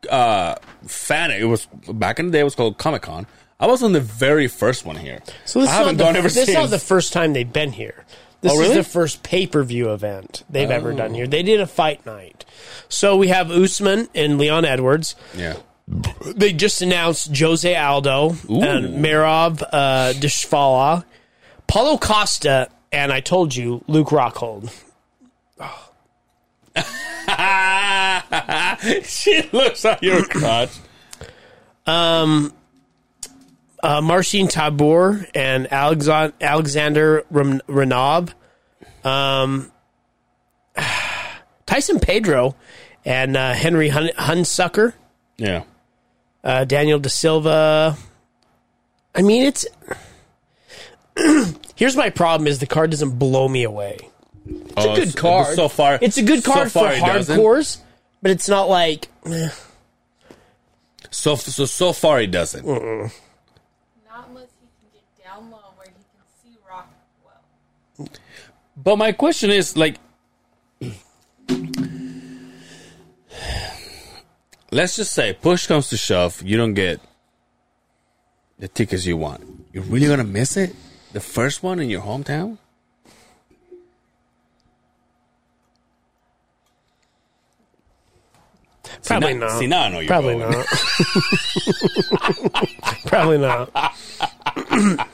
[SPEAKER 2] uh fan. It was back in the day. It was called Comic Con. I was on the very first one here.
[SPEAKER 3] So this
[SPEAKER 2] I
[SPEAKER 3] is not
[SPEAKER 2] haven't
[SPEAKER 3] the,
[SPEAKER 2] gone ever
[SPEAKER 3] this is
[SPEAKER 2] since.
[SPEAKER 3] not the first time they've been here. This
[SPEAKER 2] Oh, really?
[SPEAKER 3] is the first pay per view event they've ever done here. They did a fight night. So we have Usman and Leon Edwards.
[SPEAKER 2] Yeah.
[SPEAKER 3] They just announced Jose Aldo and Mirov uh, Dishvala, Paulo Costa, and I told you, Luke Rockhold.
[SPEAKER 2] she looks at your crotch.
[SPEAKER 3] uh, Marcin Tabor and Alexan- Alexander Ram- Ranov, um, Tyson Pedro and uh, Henry Hun- Hunsucker,
[SPEAKER 2] Yeah.
[SPEAKER 3] uh, Daniel De Silva. I mean, it's here's my problem: is the card doesn't blow me away. It's
[SPEAKER 2] Oh,
[SPEAKER 3] a good
[SPEAKER 2] it's-
[SPEAKER 3] card
[SPEAKER 2] So far,
[SPEAKER 3] It's a good
[SPEAKER 2] so
[SPEAKER 3] card
[SPEAKER 2] far
[SPEAKER 3] for
[SPEAKER 2] it doesn't.
[SPEAKER 3] hardcores, but it's not like
[SPEAKER 2] So so so far it doesn't.
[SPEAKER 5] Not unless he can get down low where he can see rock well.
[SPEAKER 2] But my question is like let's just say push comes to shove, you don't get the tickets you want. You're really gonna miss it? The first one in your hometown?
[SPEAKER 3] probably
[SPEAKER 2] Now-
[SPEAKER 3] not.
[SPEAKER 2] See now I know you're
[SPEAKER 3] Probably
[SPEAKER 2] going.
[SPEAKER 3] not. Probably not.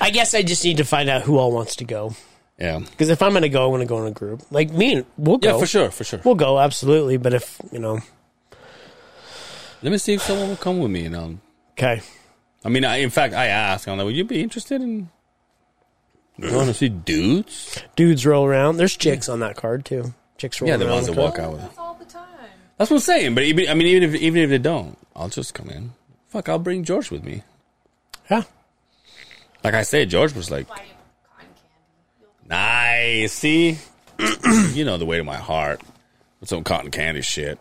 [SPEAKER 3] I guess I just need to find out who all wants to go.
[SPEAKER 2] Yeah.
[SPEAKER 3] Because if I'm going to go, I want to go in a group. Like me and we'll
[SPEAKER 2] Yeah,
[SPEAKER 3] go.
[SPEAKER 2] for sure, for sure.
[SPEAKER 3] We'll go, absolutely. But if, you know,
[SPEAKER 2] Let me see if someone will come with me and um
[SPEAKER 3] okay.
[SPEAKER 2] I mean I, in fact I asked, I'm like, would you be interested in you wanna see dudes?
[SPEAKER 3] Dudes roll around. There's chicks on that card, too. Chicks roll
[SPEAKER 2] Yeah,
[SPEAKER 3] around.
[SPEAKER 2] the ones
[SPEAKER 3] on
[SPEAKER 2] that
[SPEAKER 3] the
[SPEAKER 2] walk
[SPEAKER 3] card.
[SPEAKER 2] out with
[SPEAKER 5] Oh, That's all the time.
[SPEAKER 2] That's what I'm saying. But even, I mean, even if even if they don't, I'll just come in. Fuck, I'll bring George with me.
[SPEAKER 3] Yeah.
[SPEAKER 2] Like I said, George was like,
[SPEAKER 5] Buy him cotton candy. You'll
[SPEAKER 2] nice. See, you know the way to my heart. With some cotton candy shit.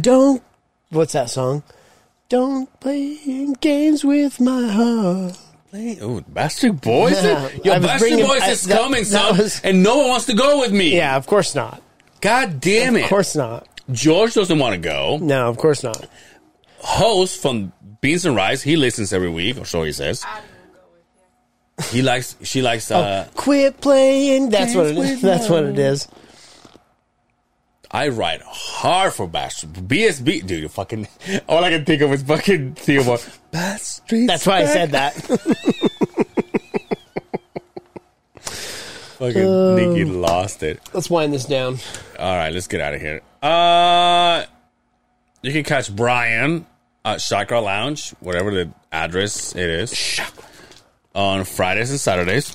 [SPEAKER 3] Don't, what's that song? Don't play games with my heart.
[SPEAKER 2] Oh, Bastard Boys!
[SPEAKER 3] Yeah,
[SPEAKER 2] Yo,
[SPEAKER 3] I was
[SPEAKER 2] Bastard
[SPEAKER 3] bringing-
[SPEAKER 2] Boys
[SPEAKER 3] I-
[SPEAKER 2] is
[SPEAKER 3] that-
[SPEAKER 2] coming,
[SPEAKER 3] that
[SPEAKER 2] son,
[SPEAKER 3] was-
[SPEAKER 2] and no one wants to go with me.
[SPEAKER 3] Yeah, of course not.
[SPEAKER 2] God damn it!
[SPEAKER 3] Of course not.
[SPEAKER 2] George doesn't want to go.
[SPEAKER 3] No, of course not.
[SPEAKER 2] Host from Beans and Rice, he listens every week, or so he says.
[SPEAKER 5] go with him.
[SPEAKER 2] He likes, she likes.
[SPEAKER 3] Oh,
[SPEAKER 2] Uh,
[SPEAKER 3] Quit playing. That's what it is. That's what it is.
[SPEAKER 2] I ride hard for Bastard. BSB, dude, you fucking. All I can think of is fucking Theobald. Bastard.
[SPEAKER 3] That's why I said that.
[SPEAKER 2] Fucking Nikki lost it.
[SPEAKER 3] Let's wind this down.
[SPEAKER 2] All right, let's get out of here. Uh, You can catch Brian at Chakra Lounge, whatever the address it is, on Fridays and Saturdays.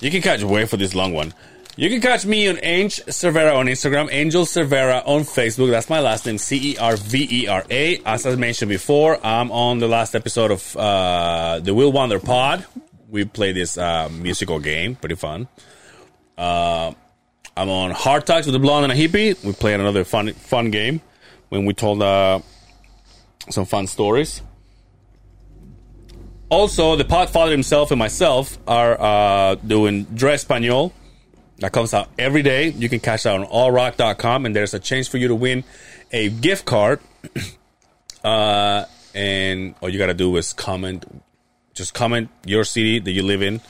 [SPEAKER 2] You can catch way for this long one. You can catch me on Ange Cervera on Instagram, Angel Cervera on Facebook. That's my last name, C E R V E R A. As I mentioned before, I'm on the last episode of uh, the Will Wander Pod. We play this uh, musical game, pretty fun. I'm on Hard Talks with a Blonde and a Hippie. We played another fun fun game when we told uh, some fun stories. Also, the Podfather himself and myself are uh, doing Dress Español. That comes out every day. You can catch that on allrock.com, and there's a chance for you to win a gift card. uh, and all you got to do is comment just comment your city that you live in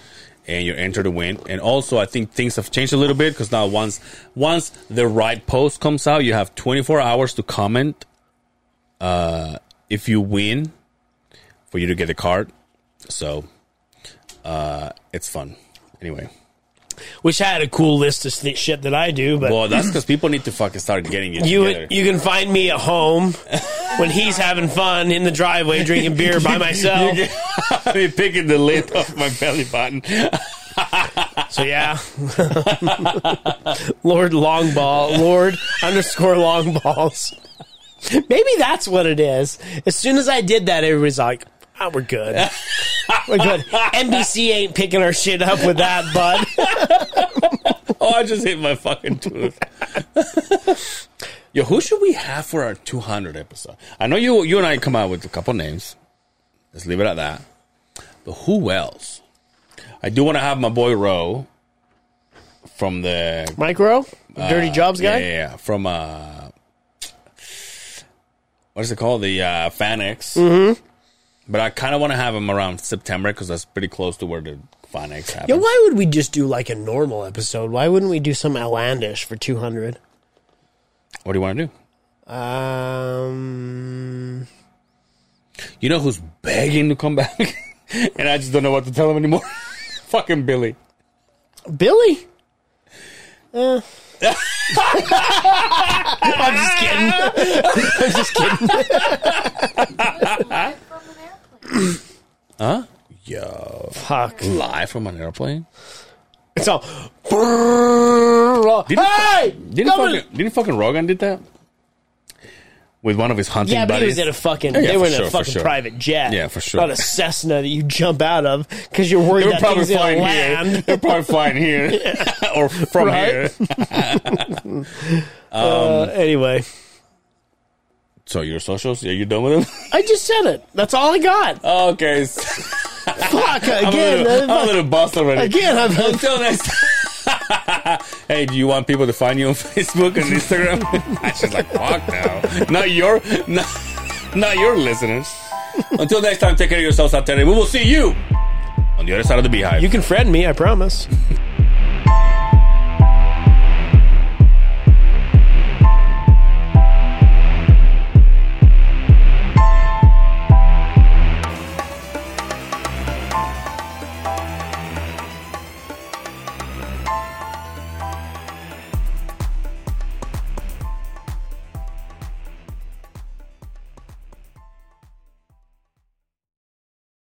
[SPEAKER 2] and you're entered to win. And also, I think things have changed a little bit because now once once the right post comes out, you have 24 hours to comment. Uh, if you win, for you to get the card, so uh, it's fun. Anyway,
[SPEAKER 3] Wish I had a cool list of sne- shit that I do, but
[SPEAKER 2] well, that's because people need to fucking start getting it
[SPEAKER 3] you
[SPEAKER 2] together.
[SPEAKER 3] you can find me at home when he's having fun in the driveway drinking beer by myself.
[SPEAKER 2] I mean, picking the lid off my belly button.
[SPEAKER 3] so yeah, Lord Longball, Lord underscore Longballs. Maybe that's what it is. As soon as I did that, everybody's like, "Ah, we're good. We're good." NBC ain't picking our shit up with that, bud.
[SPEAKER 2] Oh, I just hit my fucking tooth. Yo, who should we have for our 200 episode? I know you you and I come out with a couple names. Let's leave it at that. But who else? I do want to have my boy Ro from the
[SPEAKER 3] Micro, dirty jobs guy.
[SPEAKER 2] Uh, yeah, yeah, yeah, from uh what is it called? The uh Fanex. Mm-hmm. But I kind of want to have them around September because that's pretty close to where the phonics happens.
[SPEAKER 3] Yo, why would we just do like a normal episode? Why wouldn't we do some outlandish for 200?
[SPEAKER 2] What do you want to do?
[SPEAKER 3] Um,
[SPEAKER 2] You know who's begging to come back, and I just don't know what to tell him anymore. Fucking Billy.
[SPEAKER 3] Billy.
[SPEAKER 5] Live from an airplane.
[SPEAKER 2] Yo,
[SPEAKER 3] Fuck.
[SPEAKER 2] live from an airplane.
[SPEAKER 3] It's all.
[SPEAKER 2] Didn't,
[SPEAKER 3] hey!
[SPEAKER 2] didn't
[SPEAKER 3] come in-
[SPEAKER 2] fucking didn't fucking Rogan did that with one of his hunting
[SPEAKER 3] yeah, but he
[SPEAKER 2] buddies.
[SPEAKER 3] was in a fucking.
[SPEAKER 2] Yeah, yeah,
[SPEAKER 3] they were
[SPEAKER 2] for
[SPEAKER 3] in
[SPEAKER 2] sure,
[SPEAKER 3] a
[SPEAKER 2] for
[SPEAKER 3] fucking
[SPEAKER 2] sure.
[SPEAKER 3] private jet.
[SPEAKER 2] Yeah, for sure.
[SPEAKER 3] Not a Cessna that you jump out of because you're worried
[SPEAKER 2] They were
[SPEAKER 3] that
[SPEAKER 2] probably
[SPEAKER 3] thing's gonna
[SPEAKER 2] flying here.
[SPEAKER 3] land.
[SPEAKER 2] They're probably flying here or from
[SPEAKER 3] Right?
[SPEAKER 2] here. Um,
[SPEAKER 3] Uh, anyway,
[SPEAKER 2] So your socials? Are you done with them?
[SPEAKER 3] I just said it. That's all I got.
[SPEAKER 2] okay.
[SPEAKER 3] Fuck
[SPEAKER 2] I'm, a
[SPEAKER 3] again.
[SPEAKER 2] little,
[SPEAKER 3] uh,
[SPEAKER 2] I'm a little bust already.
[SPEAKER 3] Again, I've
[SPEAKER 2] Until next hey, do you want people to find you on Facebook and Instagram? I just like, fuck now. Not your, not, not your listeners. Until next time, take care of yourselves out there. and We will see you on the other side of the beehive.
[SPEAKER 3] You can friend me. I promise.